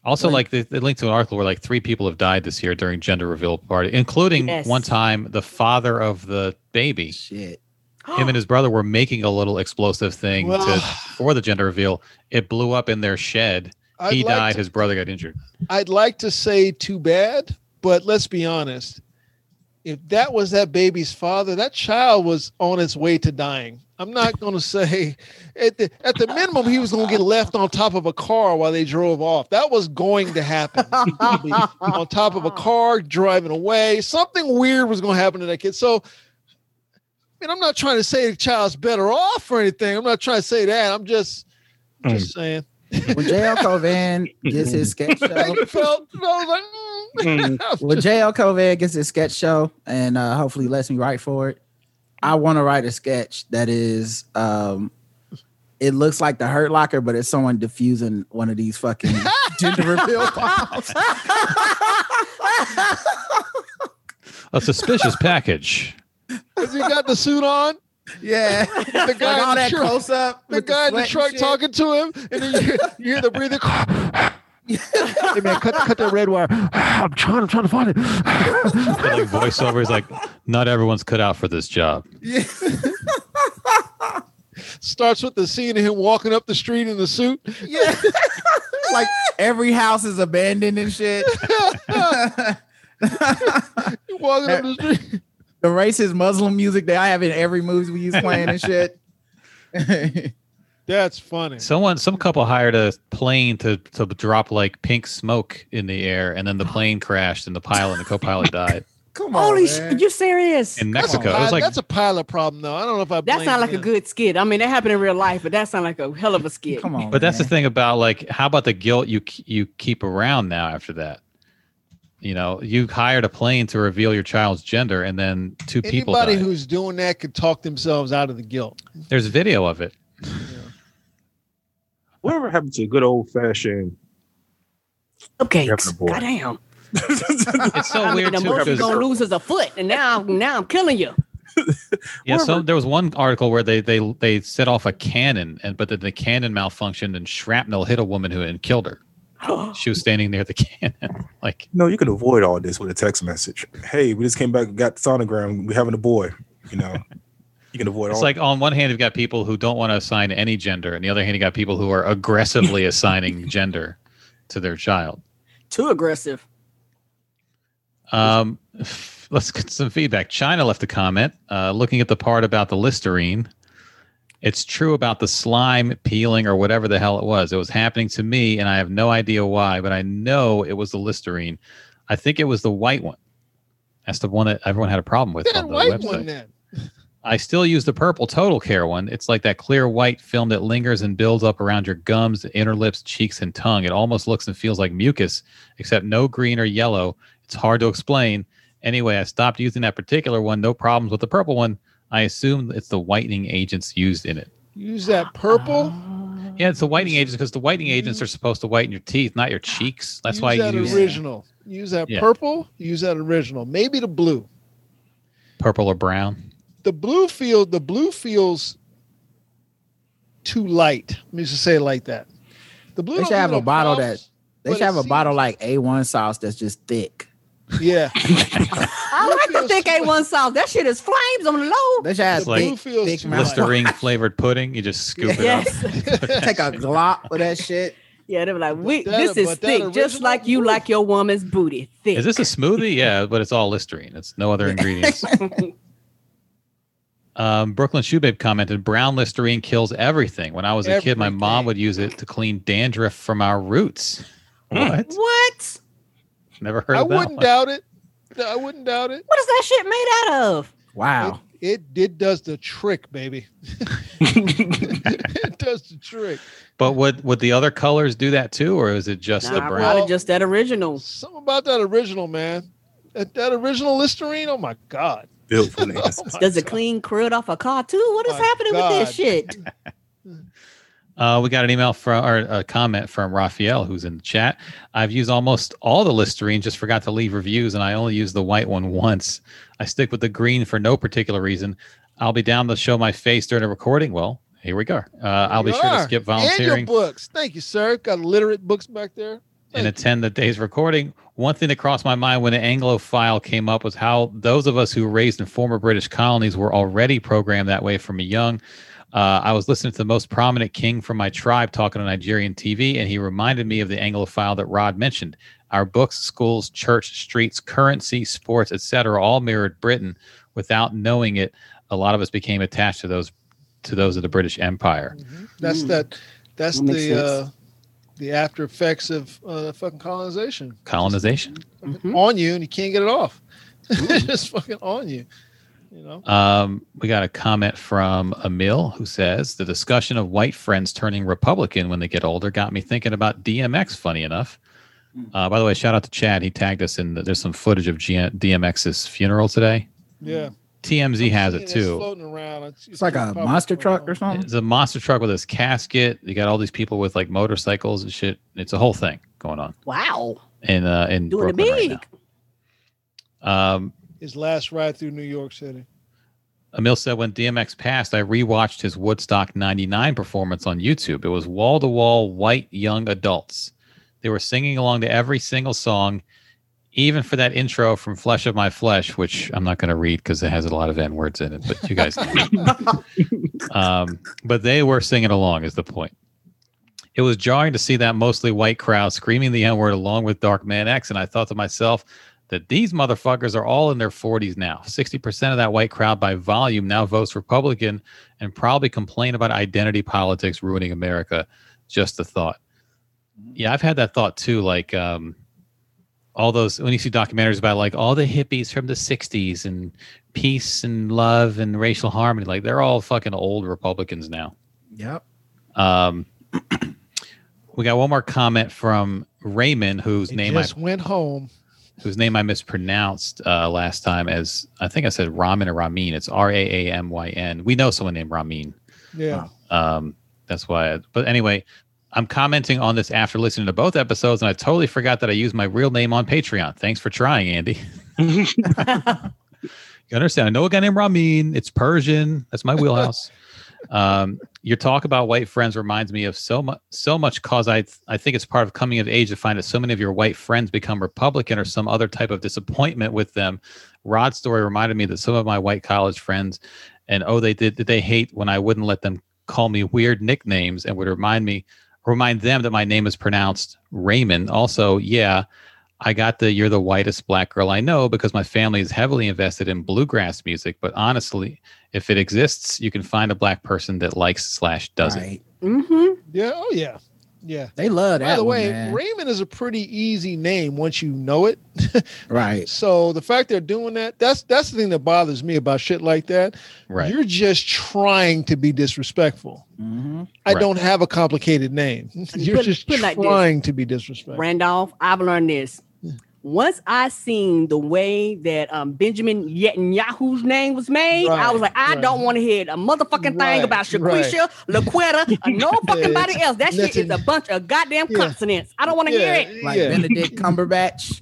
E: Also, like they, they linked to an article where like three people have died this year during gender reveal party, including
D: Yes.
E: one time the father of the baby.
F: Shit.
E: Him and his brother were making a little explosive thing
C: Well-
E: to, for the gender reveal. It blew up in their shed.
C: I'd
E: he
C: like
E: died.
C: to-
E: his brother got injured.
C: I'd like to say too bad, but let's be honest. If that was that baby's father, that child was on its way to dying. I'm not going to say at the at the minimum he was going to get left on top of a car while they drove off. That was going to happen. on top of a car driving away. Something weird was going to happen to that kid. So I mean, I'm not trying to say the child's better off or anything. I'm not trying to say that. I'm just
E: Mm.
C: just saying.
F: When JL Covan gets his sketch show.
C: Thank you, Phil. I was like, mm.
F: Well, JL Covan gets his sketch show and uh, hopefully lets me write for it. I want to write a sketch that is, um, it looks like the Hurt Locker, but it's someone diffusing one of these fucking gender reveal bombs.
E: A suspicious package.
C: Has he got the suit on?
F: Yeah.
C: The guy
F: like
C: in
F: all
C: the
F: that
C: truck-
F: close up.
C: The guy in the truck talking to him, and then you hear, you hear the breathing. hey man, cut, cut that red wire. I'm trying, I'm trying to find it.
E: And, like voiceover is like, not everyone's cut out for this job.
F: Yeah.
C: Starts with the scene of him walking up the street in the suit.
F: yeah. like every house is abandoned and shit.
C: He walking up the street.
F: the racist Muslim music that I have in every movie we use playing and shit.
C: That's funny.
E: Someone, some couple hired a plane to to drop like pink smoke in the air, and then the plane crashed, and the pilot and the co-pilot died
F: Come on,
D: Holy
F: man.
D: shit, you serious?
E: in
C: That's a,
E: Mexico. It
C: pilot,
E: was like
C: that's a pilot problem, though. I don't know if I.
D: That
C: blame
D: sounds like a
C: them.
D: good skit. I mean, that happened in real life, but that sounds like a hell of a skit.
F: Come on,
E: But that's the
F: man.
E: thing about like, how about the guilt you you keep around now after that? You know, you hired a plane to reveal your child's gender, and then two people.
C: Anybody
E: died.
C: who's doing that could talk themselves out of the guilt.
E: There's video of it.
B: Whatever happened to good old fashioned?
D: Okay.
B: Definitely boy.
D: Goddamn.
E: It's so
D: I mean,
E: weird
D: the
E: too.
D: most you
E: 'cause-
D: gonna lose is a foot, and now now I'm killing you.
E: yeah, so there was one article where they they they set off a cannon, and but then the cannon malfunctioned, and shrapnel hit a woman who and killed her. She was standing near the cannon, like
G: No, you can avoid all this with a text message. Hey, we just came back, got the sonogram. We're having a boy. You know, you can avoid
E: It's
G: all.
E: like on one hand, you've got people who don't want to assign any gender, and the other hand, you got people who are aggressively assigning gender to their child.
D: Too aggressive.
E: Um, let's get some feedback. China left a comment uh, looking at the part about the Listerine. It's true about the slime peeling or whatever the hell it was. It was happening to me, and I have no idea why, but I know it was the Listerine. I think it was the white one. That's the one that everyone had a problem with
C: That
E: on the
C: white
E: website.
C: one, then.
E: I still use the purple Total Care one. It's like that clear white film that lingers and builds up around your gums, inner lips, cheeks, and tongue. It almost looks and feels like mucus, except no green or yellow. It's hard to explain. Anyway, I stopped using that particular one. No problems with the purple one. I assume it's the whitening agents used in it.
C: Use that purple.
E: Yeah, it's the whitening agents because the whitening agents are supposed to whiten your teeth, not your cheeks. That's
C: use
E: why
C: that
E: you use
C: original. Use that
E: Yeah.
C: purple. Use that original. Maybe the blue.
E: purple or brown.
C: the blue field the blue feels too light let me just say it like that the blue
F: They should
C: don't
F: have
C: give
F: a
C: no
F: bottle
C: problems,
F: They
C: but
F: should have
C: it
F: a bottle
C: seems-
F: like A1 sauce that's just thick.
C: yeah
D: I like the thick A1 sauce. That shit is flames on the low.
F: They should have
E: It's like
F: thick,
C: blue feels
F: thick
C: too
F: mouth.
C: light.
E: Listerine flavored pudding. You just scoop it up.
D: Yes.
F: Take a glop of that shit.
D: Yeah, they were like, we,
C: That-
D: this is
C: but that
D: thick, just
C: original-
D: like you like your woman's booty. Thick.
E: Is this a smoothie? Yeah, but it's all Listerine. It's no other ingredients. um, Brooklyn Shoebabe commented, "Brown Listerine kills everything. When I was a kid, my mom
C: Everything.
E: would use it to clean dandruff from our roots. What?
D: what?
E: Never heard
C: Hmm. i
E: of that.
C: wouldn't
E: one.
C: doubt it No, i wouldn't doubt it
D: What is that shit made out of?
F: Wow.
C: it it does the trick baby it does the trick
E: but would would the other colors do that too, or is it just the
D: Nah,
E: brown?
D: probably just that original.
C: something about that original man that, that original listerine oh my god
G: built for the
C: Oh
G: ancestors.
C: my
D: Does it
C: God.
D: clean crud off a car too? What is
C: My
D: happening with
C: God.
D: this shit?
E: Uh, we got an email from or a comment from Raphael, who's in the chat. I've used almost all the Listerine, just forgot to leave reviews, and I only used the white one once. I stick with the green for no particular reason. I'll be down to show my face during a recording. Well, here we go. Uh, I'll be
C: You
E: sure to
C: are.
E: skip
C: And your
E: volunteering
C: books. Thank you, sir. Got literate books back there.
E: and
C: Thank
E: attend the day's recording. One thing that crossed my mind when the Anglophile came up was how those of us who were raised in former British colonies were already programmed that way from a young. Uh, I was listening to the most prominent king from my tribe talking on Nigerian TV, and he reminded me of the Anglophile that Rod mentioned. Our books, schools, church, streets, currency, sports, etc., all mirrored Britain. Without knowing it, a lot of us became attached to those to those of the British Empire.
C: That's
H: Mm.
C: that. That's
H: That makes
C: the uh, the after effects of uh, fucking colonization
E: Colonization.
F: Hmm?
C: on you, and you can't get it off. it's just fucking on you. You know.
E: Um, we got a comment from Emil who says the discussion of white friends turning Republican when they get older got me thinking about DMX. Funny enough, uh, by the way, shout out to Chad. He tagged us in. The, there's some footage of G- DMX's funeral today.
C: Yeah.
E: TMZ has it
C: It's
E: too.
C: Floating around. It's,
F: Hmm. It's like a
C: probably
F: monster
C: going
F: truck or
C: on.
F: something.
E: It's a monster truck with his casket. You got all these people with like motorcycles and shit. It's a whole thing going on
D: Wow.
E: in uh, in
D: Doing it
E: Brooklyn right
D: big.
E: now. Um,
C: His last ride through New York City.
E: Emil said when DMX passed, I rewatched his Woodstock 99 performance on YouTube. It was wall to wall white young adults. They were singing along to every single song, even for that intro from Flesh of My Flesh, which I'm not going to read because it has a lot of N words in it, but you guys know. um, but they were singing along, is the point. It was jarring to see that mostly white crowd screaming the N word along with Dark Man X. And I thought to myself, that these motherfuckers are all in their 40s now. 60% of that white crowd by volume now votes Republican and probably complain about identity politics ruining America. Just a thought. Yeah, I've had that thought too. Like, um, all those when you see documentaries about like all the hippies from the 60s and peace and love and racial harmony, like they're all fucking old Republicans now.
F: Yep.
E: Um, we got one more comment from Raymond, whose
C: He
E: name I
C: just went home.
E: whose name I mispronounced uh, last time as I think I said Ramen or Ramin. It's R A A M Y N. We know someone named Ramin.
C: Yeah.
E: Um, that's why. I- but anyway, I'm commenting on this after listening to both episodes, and I totally forgot that I used my real name on Patreon. Thanks for trying, Andy. you understand? I know a guy named Ramin. It's Persian. That's my wheelhouse. um, your talk about white friends reminds me of so much, so much. Cause I, I think it's part of coming of age to find that so many of your white friends become Republican or some other type of disappointment with them. Rod's story reminded me that some of my white college friends, and oh, they did, did they hate when I wouldn't let them call me weird nicknames and would remind me remind them that my name is pronounced Raymond. Also, yeah, I got the you're the whitest black girl I know because my family is heavily invested in bluegrass music. But honestly, if it exists, you can find a black person that likes slash does it.
F: Right.
D: Mm-hmm.
C: Yeah. Oh yeah. Yeah.
F: They love that.
C: By the
F: one,
C: way,
F: man.
C: Raymond is a pretty easy name once you know it.
F: right.
C: So the fact they're doing that, that's that's the thing that bothers me about shit like that.
E: Right.
C: You're just trying to be disrespectful.
F: hmm
C: I
E: Right.
C: don't have a complicated name. You're
D: put-
C: just
D: put it like this.
C: trying to be disrespectful.
D: Randolph, I've learned this. Once I seen the way that um, Benjamin Netanyahu's name was made, I was
C: Right,
D: like, I
C: right.
D: don't want to hear a motherfucking
C: Right,
D: thing about
C: right.
D: Shaquisha, Laquetta, or no fucking
C: Yeah,
D: body else. That shit is
C: nothing-
D: a bunch of goddamn
C: Yeah.
D: consonants. I don't want to
C: yeah,
D: hear it.
F: Like
C: yeah,
F: Benedict Cumberbatch.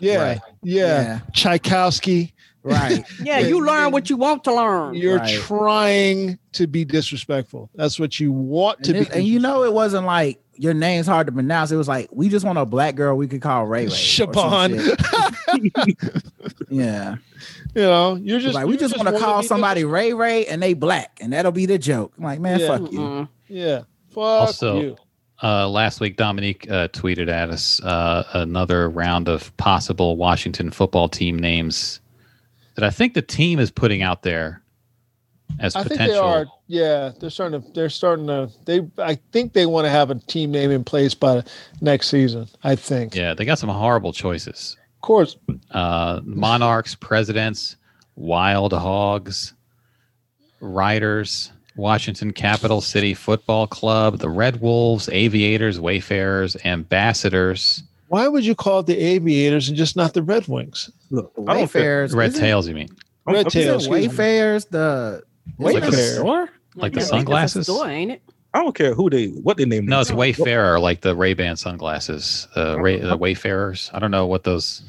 C: yeah,
F: Right.
C: yeah. Tchaikovsky.
F: Right.
D: Yeah,
C: Yeah.
D: you learn what you want to learn.
C: You're
F: Right.
C: trying to be disrespectful. That's what you want to
F: and,
C: be.
F: it- and you know it wasn't like your name's hard to pronounce. It was like we just want a black girl we could call Ray Ray. or some shit.
C: Shabon.
F: Yeah.
C: you know, you're
F: It's
C: just
F: like we
C: you
F: just, want to
C: wanna
F: call
C: be
F: somebody Ray Ray and they black and that'll be the joke. I'm like, man,
C: Yeah.
F: fuck you.
D: Mm-mm.
C: dis- Yeah. Fuck
E: Also-
C: you.
E: Uh, last week, Dominique uh, tweeted at us uh, another round of possible Washington football team names that I think the team is putting out there as
C: I think
E: potential.
C: they are. Yeah, they're starting to. They're starting to. They. I think they want to have a team name in place by next season. I think.
E: Yeah, they got some horrible choices.
C: Of course.
E: uh, monarchs, presidents, wild hogs, riders, Washington Capital City Football Club, the Red Wolves, aviators, wayfarers, ambassadors,
C: Why would you call it the Aviators and just not the Red Wings?
B: Look, I don't think
F: Wayfarers.
E: red
F: isn't-
E: tails. You mean
B: I'm-
C: Red
B: I'm-
C: Tail.
F: isn't
C: excuse me.
F: Wayfarers the
C: Wayfair.
F: Wayfair.
E: Like the
D: I think that's a
E: sunglasses?
D: Store, ain't it?
B: I I don't care who they what they name.
E: No, it's
B: way
E: Wayfarer, like the Ray Ban sunglasses. Uh, Ray, the Wayfarers. I don't know what those.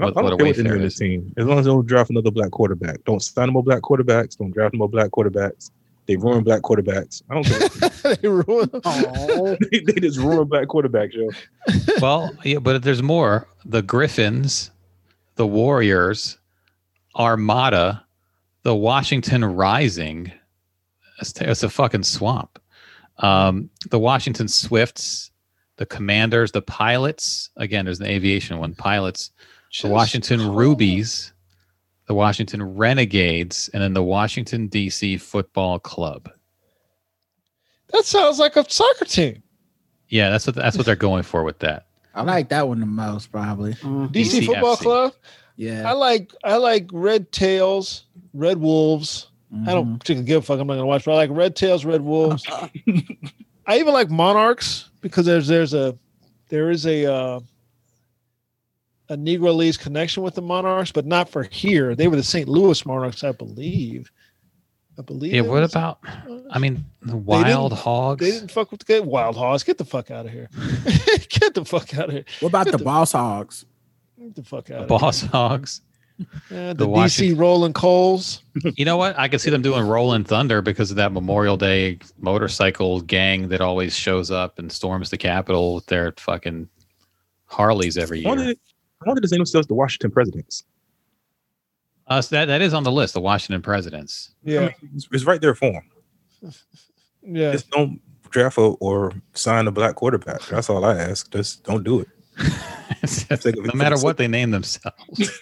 B: I
E: What,
B: don't
E: what a
B: care what they
E: Wayfarer
B: name the
E: is.
B: team. As long as they don't draft another black quarterback. Don't sign no more black quarterbacks. Don't draft no more black quarterbacks. They ruin black quarterbacks. I don't care.
C: they ruined
D: Oh,
B: they, they just ruin black quarterbacks, yo.
E: well, yeah, but there's more. The Griffins, the Warriors, Armada, the Washington Rising. It's, ter- it's a fucking swamp. Um, the Washington Swifts, the Commanders, the Pilots. Again, there's an aviation one. Pilots, the Washington Rubies, the Washington Renegades, and then the Washington D.C. Football Club.
C: That sounds like a soccer team.
E: Yeah, that's what that's what they're going for with that.
F: I like that one the most, probably.
C: DC
E: DCFC.
C: Football Club. Mm. I
F: Yeah.
C: like I like Red Tails, Red Wolves. I
E: Mm-hmm.
C: don't particularly give a fuck. I'm not gonna watch, but I like Red Tails, Red Wolves. I even like Monarchs because there's there's a there is a uh, a Negro Leagues connection with the Monarchs, but not for here. They were the St. Louis Monarchs, I believe. I believe.
E: Yeah,
C: it
E: what
C: was-
E: about? I mean, the Wild Hogs.
C: They didn't fuck with the good Wild Hogs. Get the fuck out of here. Get the fuck out of here.
F: Mm-hmm. What about the Boss Hogs?
C: Get the fuck
E: the
C: out of
E: Boss Hogs.
C: here. Yeah,
E: the
C: the DC
E: Washington-
C: Rolling Coals.
E: You know what? I could see them doing Rolling Thunder because of that Memorial Day motorcycle gang that always shows up and storms the Capitol with their fucking Harleys every
B: Why
E: year.
B: did why did they name themselves the Washington Presidents?
E: Uh, so that, that is on the list, the Washington presidents.
C: Yeah.
B: It's, it's right there for them.
C: yeah.
G: Just don't draft a, or sign a black quarterback. That's all I ask. Just don't do it.
E: no matter what they name themselves.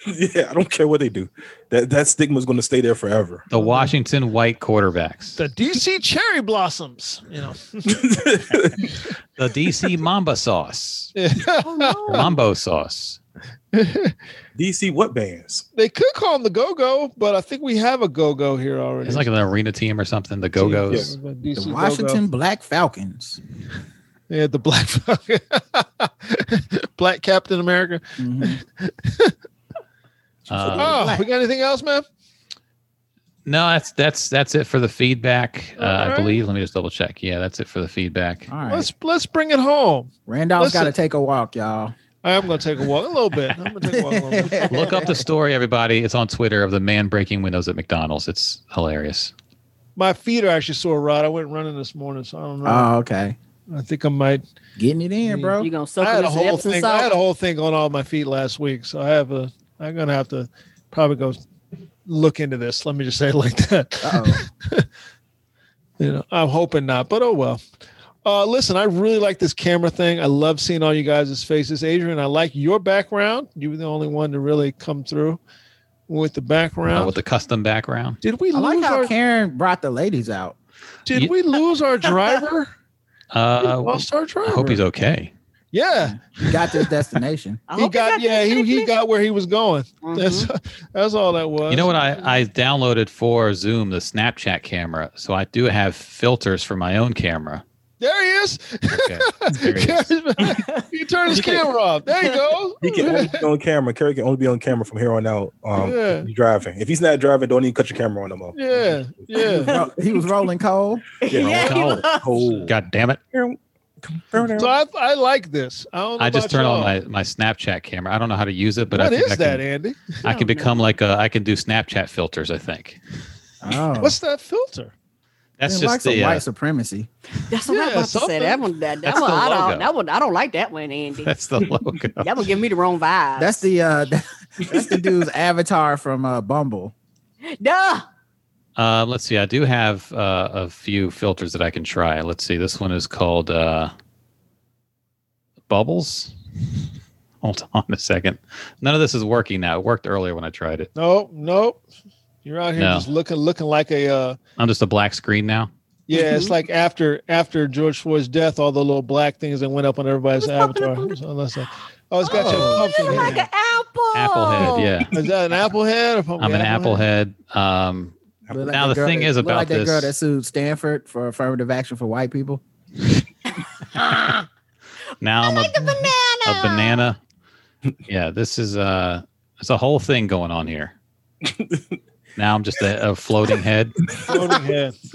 G: yeah, I don't care what they do. That that stigma's going to stay there forever.
E: The Washington White Quarterbacks.
C: the DC cherry blossoms. You know,
E: The DC Mamba Sauce.
C: Oh,
D: no.
E: Mambo Sauce.
G: DC what bands?
C: they could call them the Go Go, but I think we have a Go Go here already.
E: It's like an arena team or something. The Go Go's.
C: Yeah, DC
F: The
C: Go-Go.
F: Washington Black Falcons.
C: yeah, the Black Falcon. Black Captain America.
F: Mhm.
E: Uh,
C: oh, we got anything else, man?
E: no, that's that's that's it for the feedback. Uh, I
C: Alright.
E: believe. Let me just double check. Yeah, that's it for the feedback.
F: All right.
C: Let's let's bring it home.
F: Randolph's
C: listen.
F: got to take a walk, y'all.
C: I am gonna take a walk a little bit. I'm gonna take a walk a little bit.
E: Look up the story, everybody. It's on Twitter of the man breaking windows at McDonald's. It's hilarious.
C: My feet are actually sore, Rod. I went running this morning, so I don't know.
F: Oh, okay.
C: I think I might.
F: Getting it in, bro.
D: You gonna suck
C: I
D: on
C: had a
D: this
C: whole
D: Epsom
C: thing. I had
D: salt?
C: a whole thing on all my feet last week, so I have a. I'm gonna have to probably go look into this. Let me just say it like that.
F: Uh-oh.
C: you know i'm hoping not but oh well uh listen i really like this camera thing i love seeing all you guys' faces adrian i like your background you were the only one to really come through with the
E: Uh,
C: background
E: with the custom background.
C: did we
F: I like
C: lose our
F: how Karen brought the ladies out.
C: did
E: You-
C: we lose our driver We
E: Uh,
C: lost our driver
E: I hope he's okay.
C: yeah
F: He got to his destination.
D: I
C: he
D: hope
C: got yeah he, he
D: safely.
C: got where he was going
D: Mhm.
C: that's that's all that was
E: You know what? I, I downloaded for Zoom the Snapchat camera, so I do have filters for my own camera.
C: there he is
E: Okay. There he is.
C: he turned his camera off there you go
G: He can only be on camera. Kerry can only be on camera from here on out. Um,
C: Yeah.
G: if he's driving. If he's not driving, don't even cut your camera on no more.
C: yeah yeah
F: Ro- he was rolling coal.
D: Yeah, he
E: Cold.
D: was.
G: Oh.
E: God damn it!
C: so I, I like this i don't know
E: I just
C: about
E: turned on
C: y'all.
E: my, my Snapchat camera. I don't know how to use it, but
C: What
E: I think
C: is
E: I
C: that
E: can,
C: andy
E: I can
D: don't know.
E: become like a I can do Snapchat filters. I think
F: Oh.
C: What's that filter?
E: that's
F: Man,
E: just
F: like
E: the
F: some
E: uh,
F: white supremacy.
D: That's what
C: Yeah,
D: I'm about to say.
C: something.
D: That one, that, that
E: That's
D: one,
E: the
D: I
E: logo.
D: don't, that one, I don't like that one, Andy.
E: that's the logo.
D: that one give me the wrong vibe.
F: That's the uh that's the dude's avatar from uh Bumble.
D: duh.
E: Um, let's see. I do have uh, a few filters that I can try. Let's see. This one is called uh, Bubbles. Hold on a second. None of this is working now. It worked earlier when I tried it.
C: No, no. You're out here
E: No.
C: just looking looking like a uh
E: I'm just a black screen now.
C: yeah, it's like after after George Floyd's death, all the little black things that went up on everybody's avatar. So unless I, oh, it's got
D: Oh, you
C: your
D: look
C: pumpkin
D: like
C: head.
D: an apple.
E: Applehead. Yeah.
C: Is that an apple head or pumpkin?
E: I'm an Applehead. Um,
F: Look
E: Now
F: that
E: the thing
F: that-
E: is
F: look
E: about
F: like that girl
E: this-
F: that sued Stanford for affirmative action for white people.
E: now I'm a,
D: Banana.
E: a banana. Yeah. This is uh, it's a whole thing going on here. Now I'm just a, a floating head.
C: Floating head.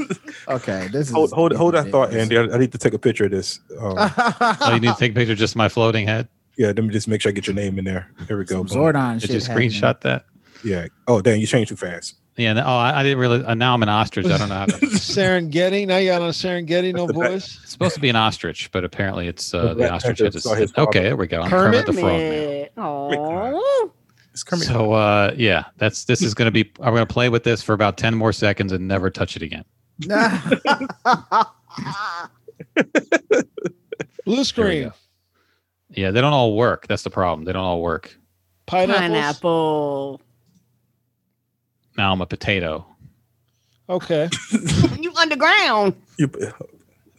F: Okay, this is
G: Hold hold hold that thought, Andy. I, I need to take a picture of this.
C: Ah.
G: Um,
E: Oh, you need to take a picture of just my floating head.
G: yeah, let me just make sure I get your name in there. Here we go.
F: Some
G: boom.
F: Zordon
E: Did
F: shit.
E: you
F: happening.
E: screenshot that?
G: Yeah. Oh damn, you changed too fast.
E: Yeah. no- Oh, I, I didn't really. Uh, now I'm an ostrich. I don't know. How to, it's
C: Serengeti. Now you got on a Serengeti, no
G: That's the best.
C: voice.
E: supposed to be an ostrich, but apparently it's uh, the
G: Black
E: ostrich
G: Panther
E: head. Is,
G: saw his father.
E: okay, there we go. I'm Kermit, the Frog now.
D: Oh,
G: It's Kermit.
E: So uh, yeah, that's this is going to be. I'm going to play with this for about ten more seconds and never touch it again.
C: Blue
E: Here we
C: screen.
E: go. Yeah, they don't all work. That's the problem. They don't all work.
C: Pineapples.
D: pineapple.
E: Now I'm a potato.
C: Okay.
D: you underground.
G: you,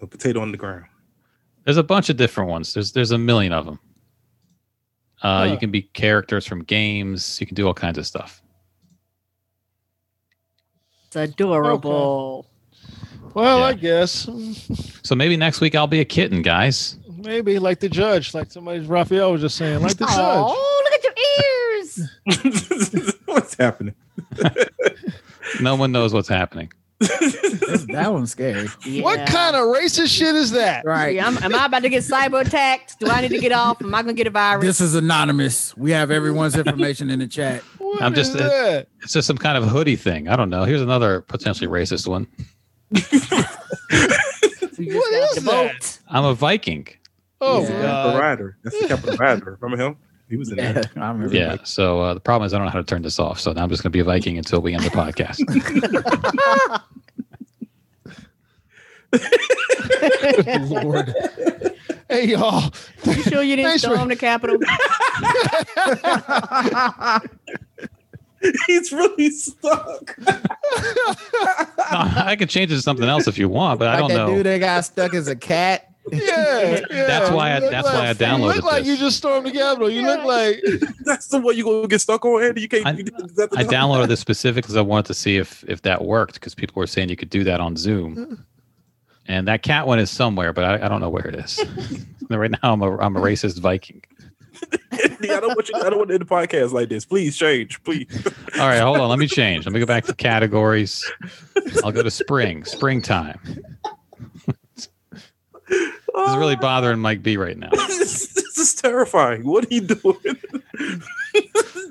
G: a potato on the ground.
E: There's a bunch of different ones. There's there's a million of them. Uh,
C: Huh.
E: You can be characters from games. You can do all kinds of stuff.
D: It's adorable.
C: Well,
E: Yeah.
C: I guess
E: So maybe next week I'll be a kitten, guys.
C: maybe like the judge, like somebody's Raphael was just saying, like the judge.
D: Oh, look at your ears.
G: What's happening?
E: No one knows what's happening.
F: that one's scary.
C: What kind of racist shit is that?
F: Right.
D: Yeah, I'm- am I about to get cyber attacked? Do I need to get off? Am I gonna get a virus?
F: This is anonymous. We have everyone's information in the chat.
C: What
E: I'm just-
C: is that?
E: It's just some kind of hoodie thing. I don't know. Here's another potentially racist one.
D: You
C: What
D: just
C: is that?
D: got vote.
E: I'm a Viking.
C: Oh
F: Yeah.
G: the
C: God.
G: rider. That's the capital rider. Remember him? He was in there.
F: Yeah, I remember.
E: Yeah. So uh, the problem is I don't know how to turn this off. So now I'm just going to be a Viking until we end the podcast.
C: Lord. Hey y'all.
D: You sure you didn't
C: Thanks for-
D: storm the Capitol?
G: He's really stuck.
E: No, I can change it to something else if you want, but I
F: Like
E: don't
F: that
E: know.
F: dude that got stuck as a cat.
C: Yeah, yeah.
E: That's why I-
C: You look
E: that's why I
C: You
E: downloaded
C: look like
E: this.
C: you just stormed the Capitol. You look like
G: That's the one you gonna get stuck on, Andy. You can't.
E: I-
G: you, is that the
E: I
G: top?
E: downloaded this specifically because I wanted to see if if that worked because people were saying you could do that on
F: Hmm.
E: Zoom. And that cat one is somewhere, but I, I don't know where it is. right now, I'm a I'm a racist Viking.
G: Andy, I don't want you. I don't want to end the podcast like this. Please change. Please.
E: All right, hold on. Let me change. Let me go back to categories. I'll go to spring, springtime. This is really bothering Mike B right now.
G: this, this is terrifying. What are you doing?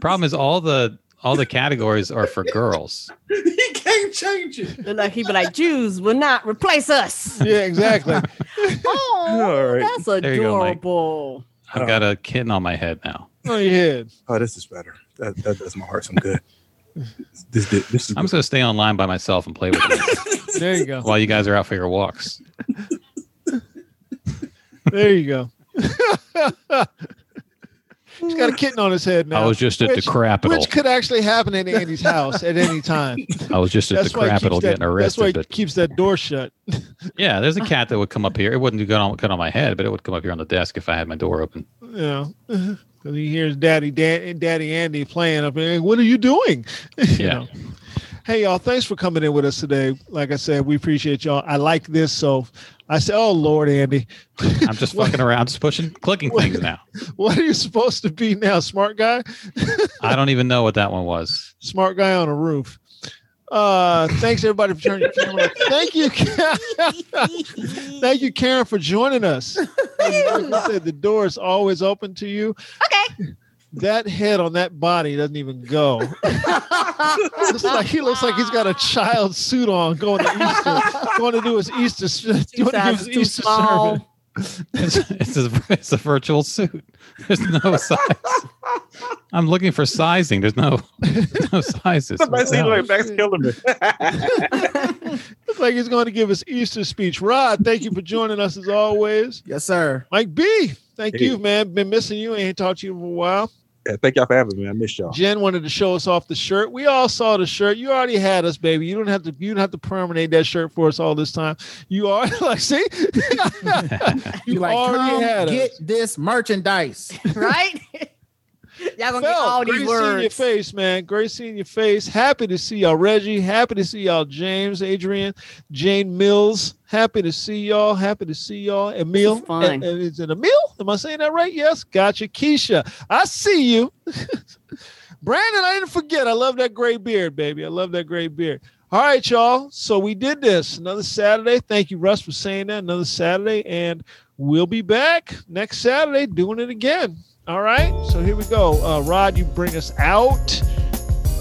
E: Problem is, all the all the categories are for girls.
G: he can't change it.
D: Look like he be like, Jews will not replace us.
C: Yeah, exactly.
D: Oh,
G: All right.
D: that's
E: There you go, Mike.
D: adorable.
E: I've got a kitten on my head now.
C: Oh yeah.
G: Oh, this is better. That, that does my heart some good. This this, this is.
E: I'm just gonna stay online by myself and play with it
C: There you go.
E: while you guys are out for your walks.
C: There you go. He's got a kitten on his head now.
E: I was just at
C: Which-
E: the Capitol.
C: which could actually happen in Andy's house at any time.
E: I was just at the
C: That's why, he keeps
E: Capitol
C: that,
E: getting
C: that's why he
E: arrested. But
C: keeps that door shut.
E: yeah, there's a cat that would come up here. It wouldn't go on cut on my head, but it would come up here on the desk if I had my door open.
C: You know, because he hears Daddy Dan, Daddy Andy playing up there. What are you doing? You
E: Yeah.
C: know. Hey y'all, thanks for coming in with us today. Like I said, we appreciate y'all. I like this, so I said, "Oh Lord, Andy,
E: I'm just fucking around, just pushing, clicking things now.
C: what are you supposed to be now, smart guy?
E: I don't even know what that one was.
C: smart guy on a roof. Uh, thanks everybody for turning your camera. on. Thank you, thank you, Karen, for joining us. And like I said, the door is always open to you.
D: Okay.
C: That head on that body doesn't even go. It's like he looks like he's got a child suit on going to Easter, going to do his Easter, going to
D: Two
C: do
D: sizes
C: his
D: too
C: Easter
D: small.
C: sermon.
E: It's, it's, a, it's a virtual suit. There's no size. I'm looking for sizing. There's no there's no sizes.
G: Somebody
E: What the
G: seems
E: hell?
G: like Max Killerman.
C: Looks like he's going to give his Easter speech. Rod, thank you for joining us as always.
F: Yes, sir.
C: Mike B, thank
G: Hey.
C: you, man. Been missing you. Ain't talked to you in a while.
G: yeah, thank y'all for having me. I missed y'all.
C: Jen wanted to show us off the shirt. We all saw the shirt. You already had us, baby. You don't have to. You don't have to permanate that shirt for us all this time. You are like, see,
F: You like
C: already
F: come
C: had
F: get
C: us.
F: this merchandise.
D: right? Y'all gonna get
C: Phil,
D: all
C: great seeing
D: these
C: your
D: words.
C: face, man. Great seeing your face. Happy to see y'all, Reggie. Happy to see y'all, James, Adrian, Jane Mills. Happy to see y'all. Happy to see y'all, Emil.
D: is fun.
C: Eh, eh, Is it Emil? Am I saying that right? Yes. Gotcha, Keisha. I see you. Brandon, I didn't forget. I love that gray beard, baby. I love that gray beard. All right, y'all. So we did this another Saturday. Thank you, Russ, for saying that. Another Saturday, and we'll be back next Saturday doing it again. All right. So here we go. Uh, Rod, you bring us out.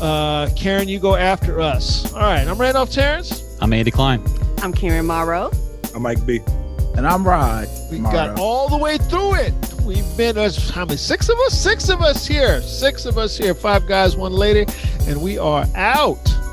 C: Uh, Karen, you go after us. All right. I'm Randolph Terrence.
E: I'm Andy Klein.
D: I'm Karen Morrow.
B: I might be.
F: And I'm Rod.
C: We
F: Morrow.
C: got all the way through it. We've been us how many? Six of us. Six of us here. Six of us here. Five guys, one lady, and we are out.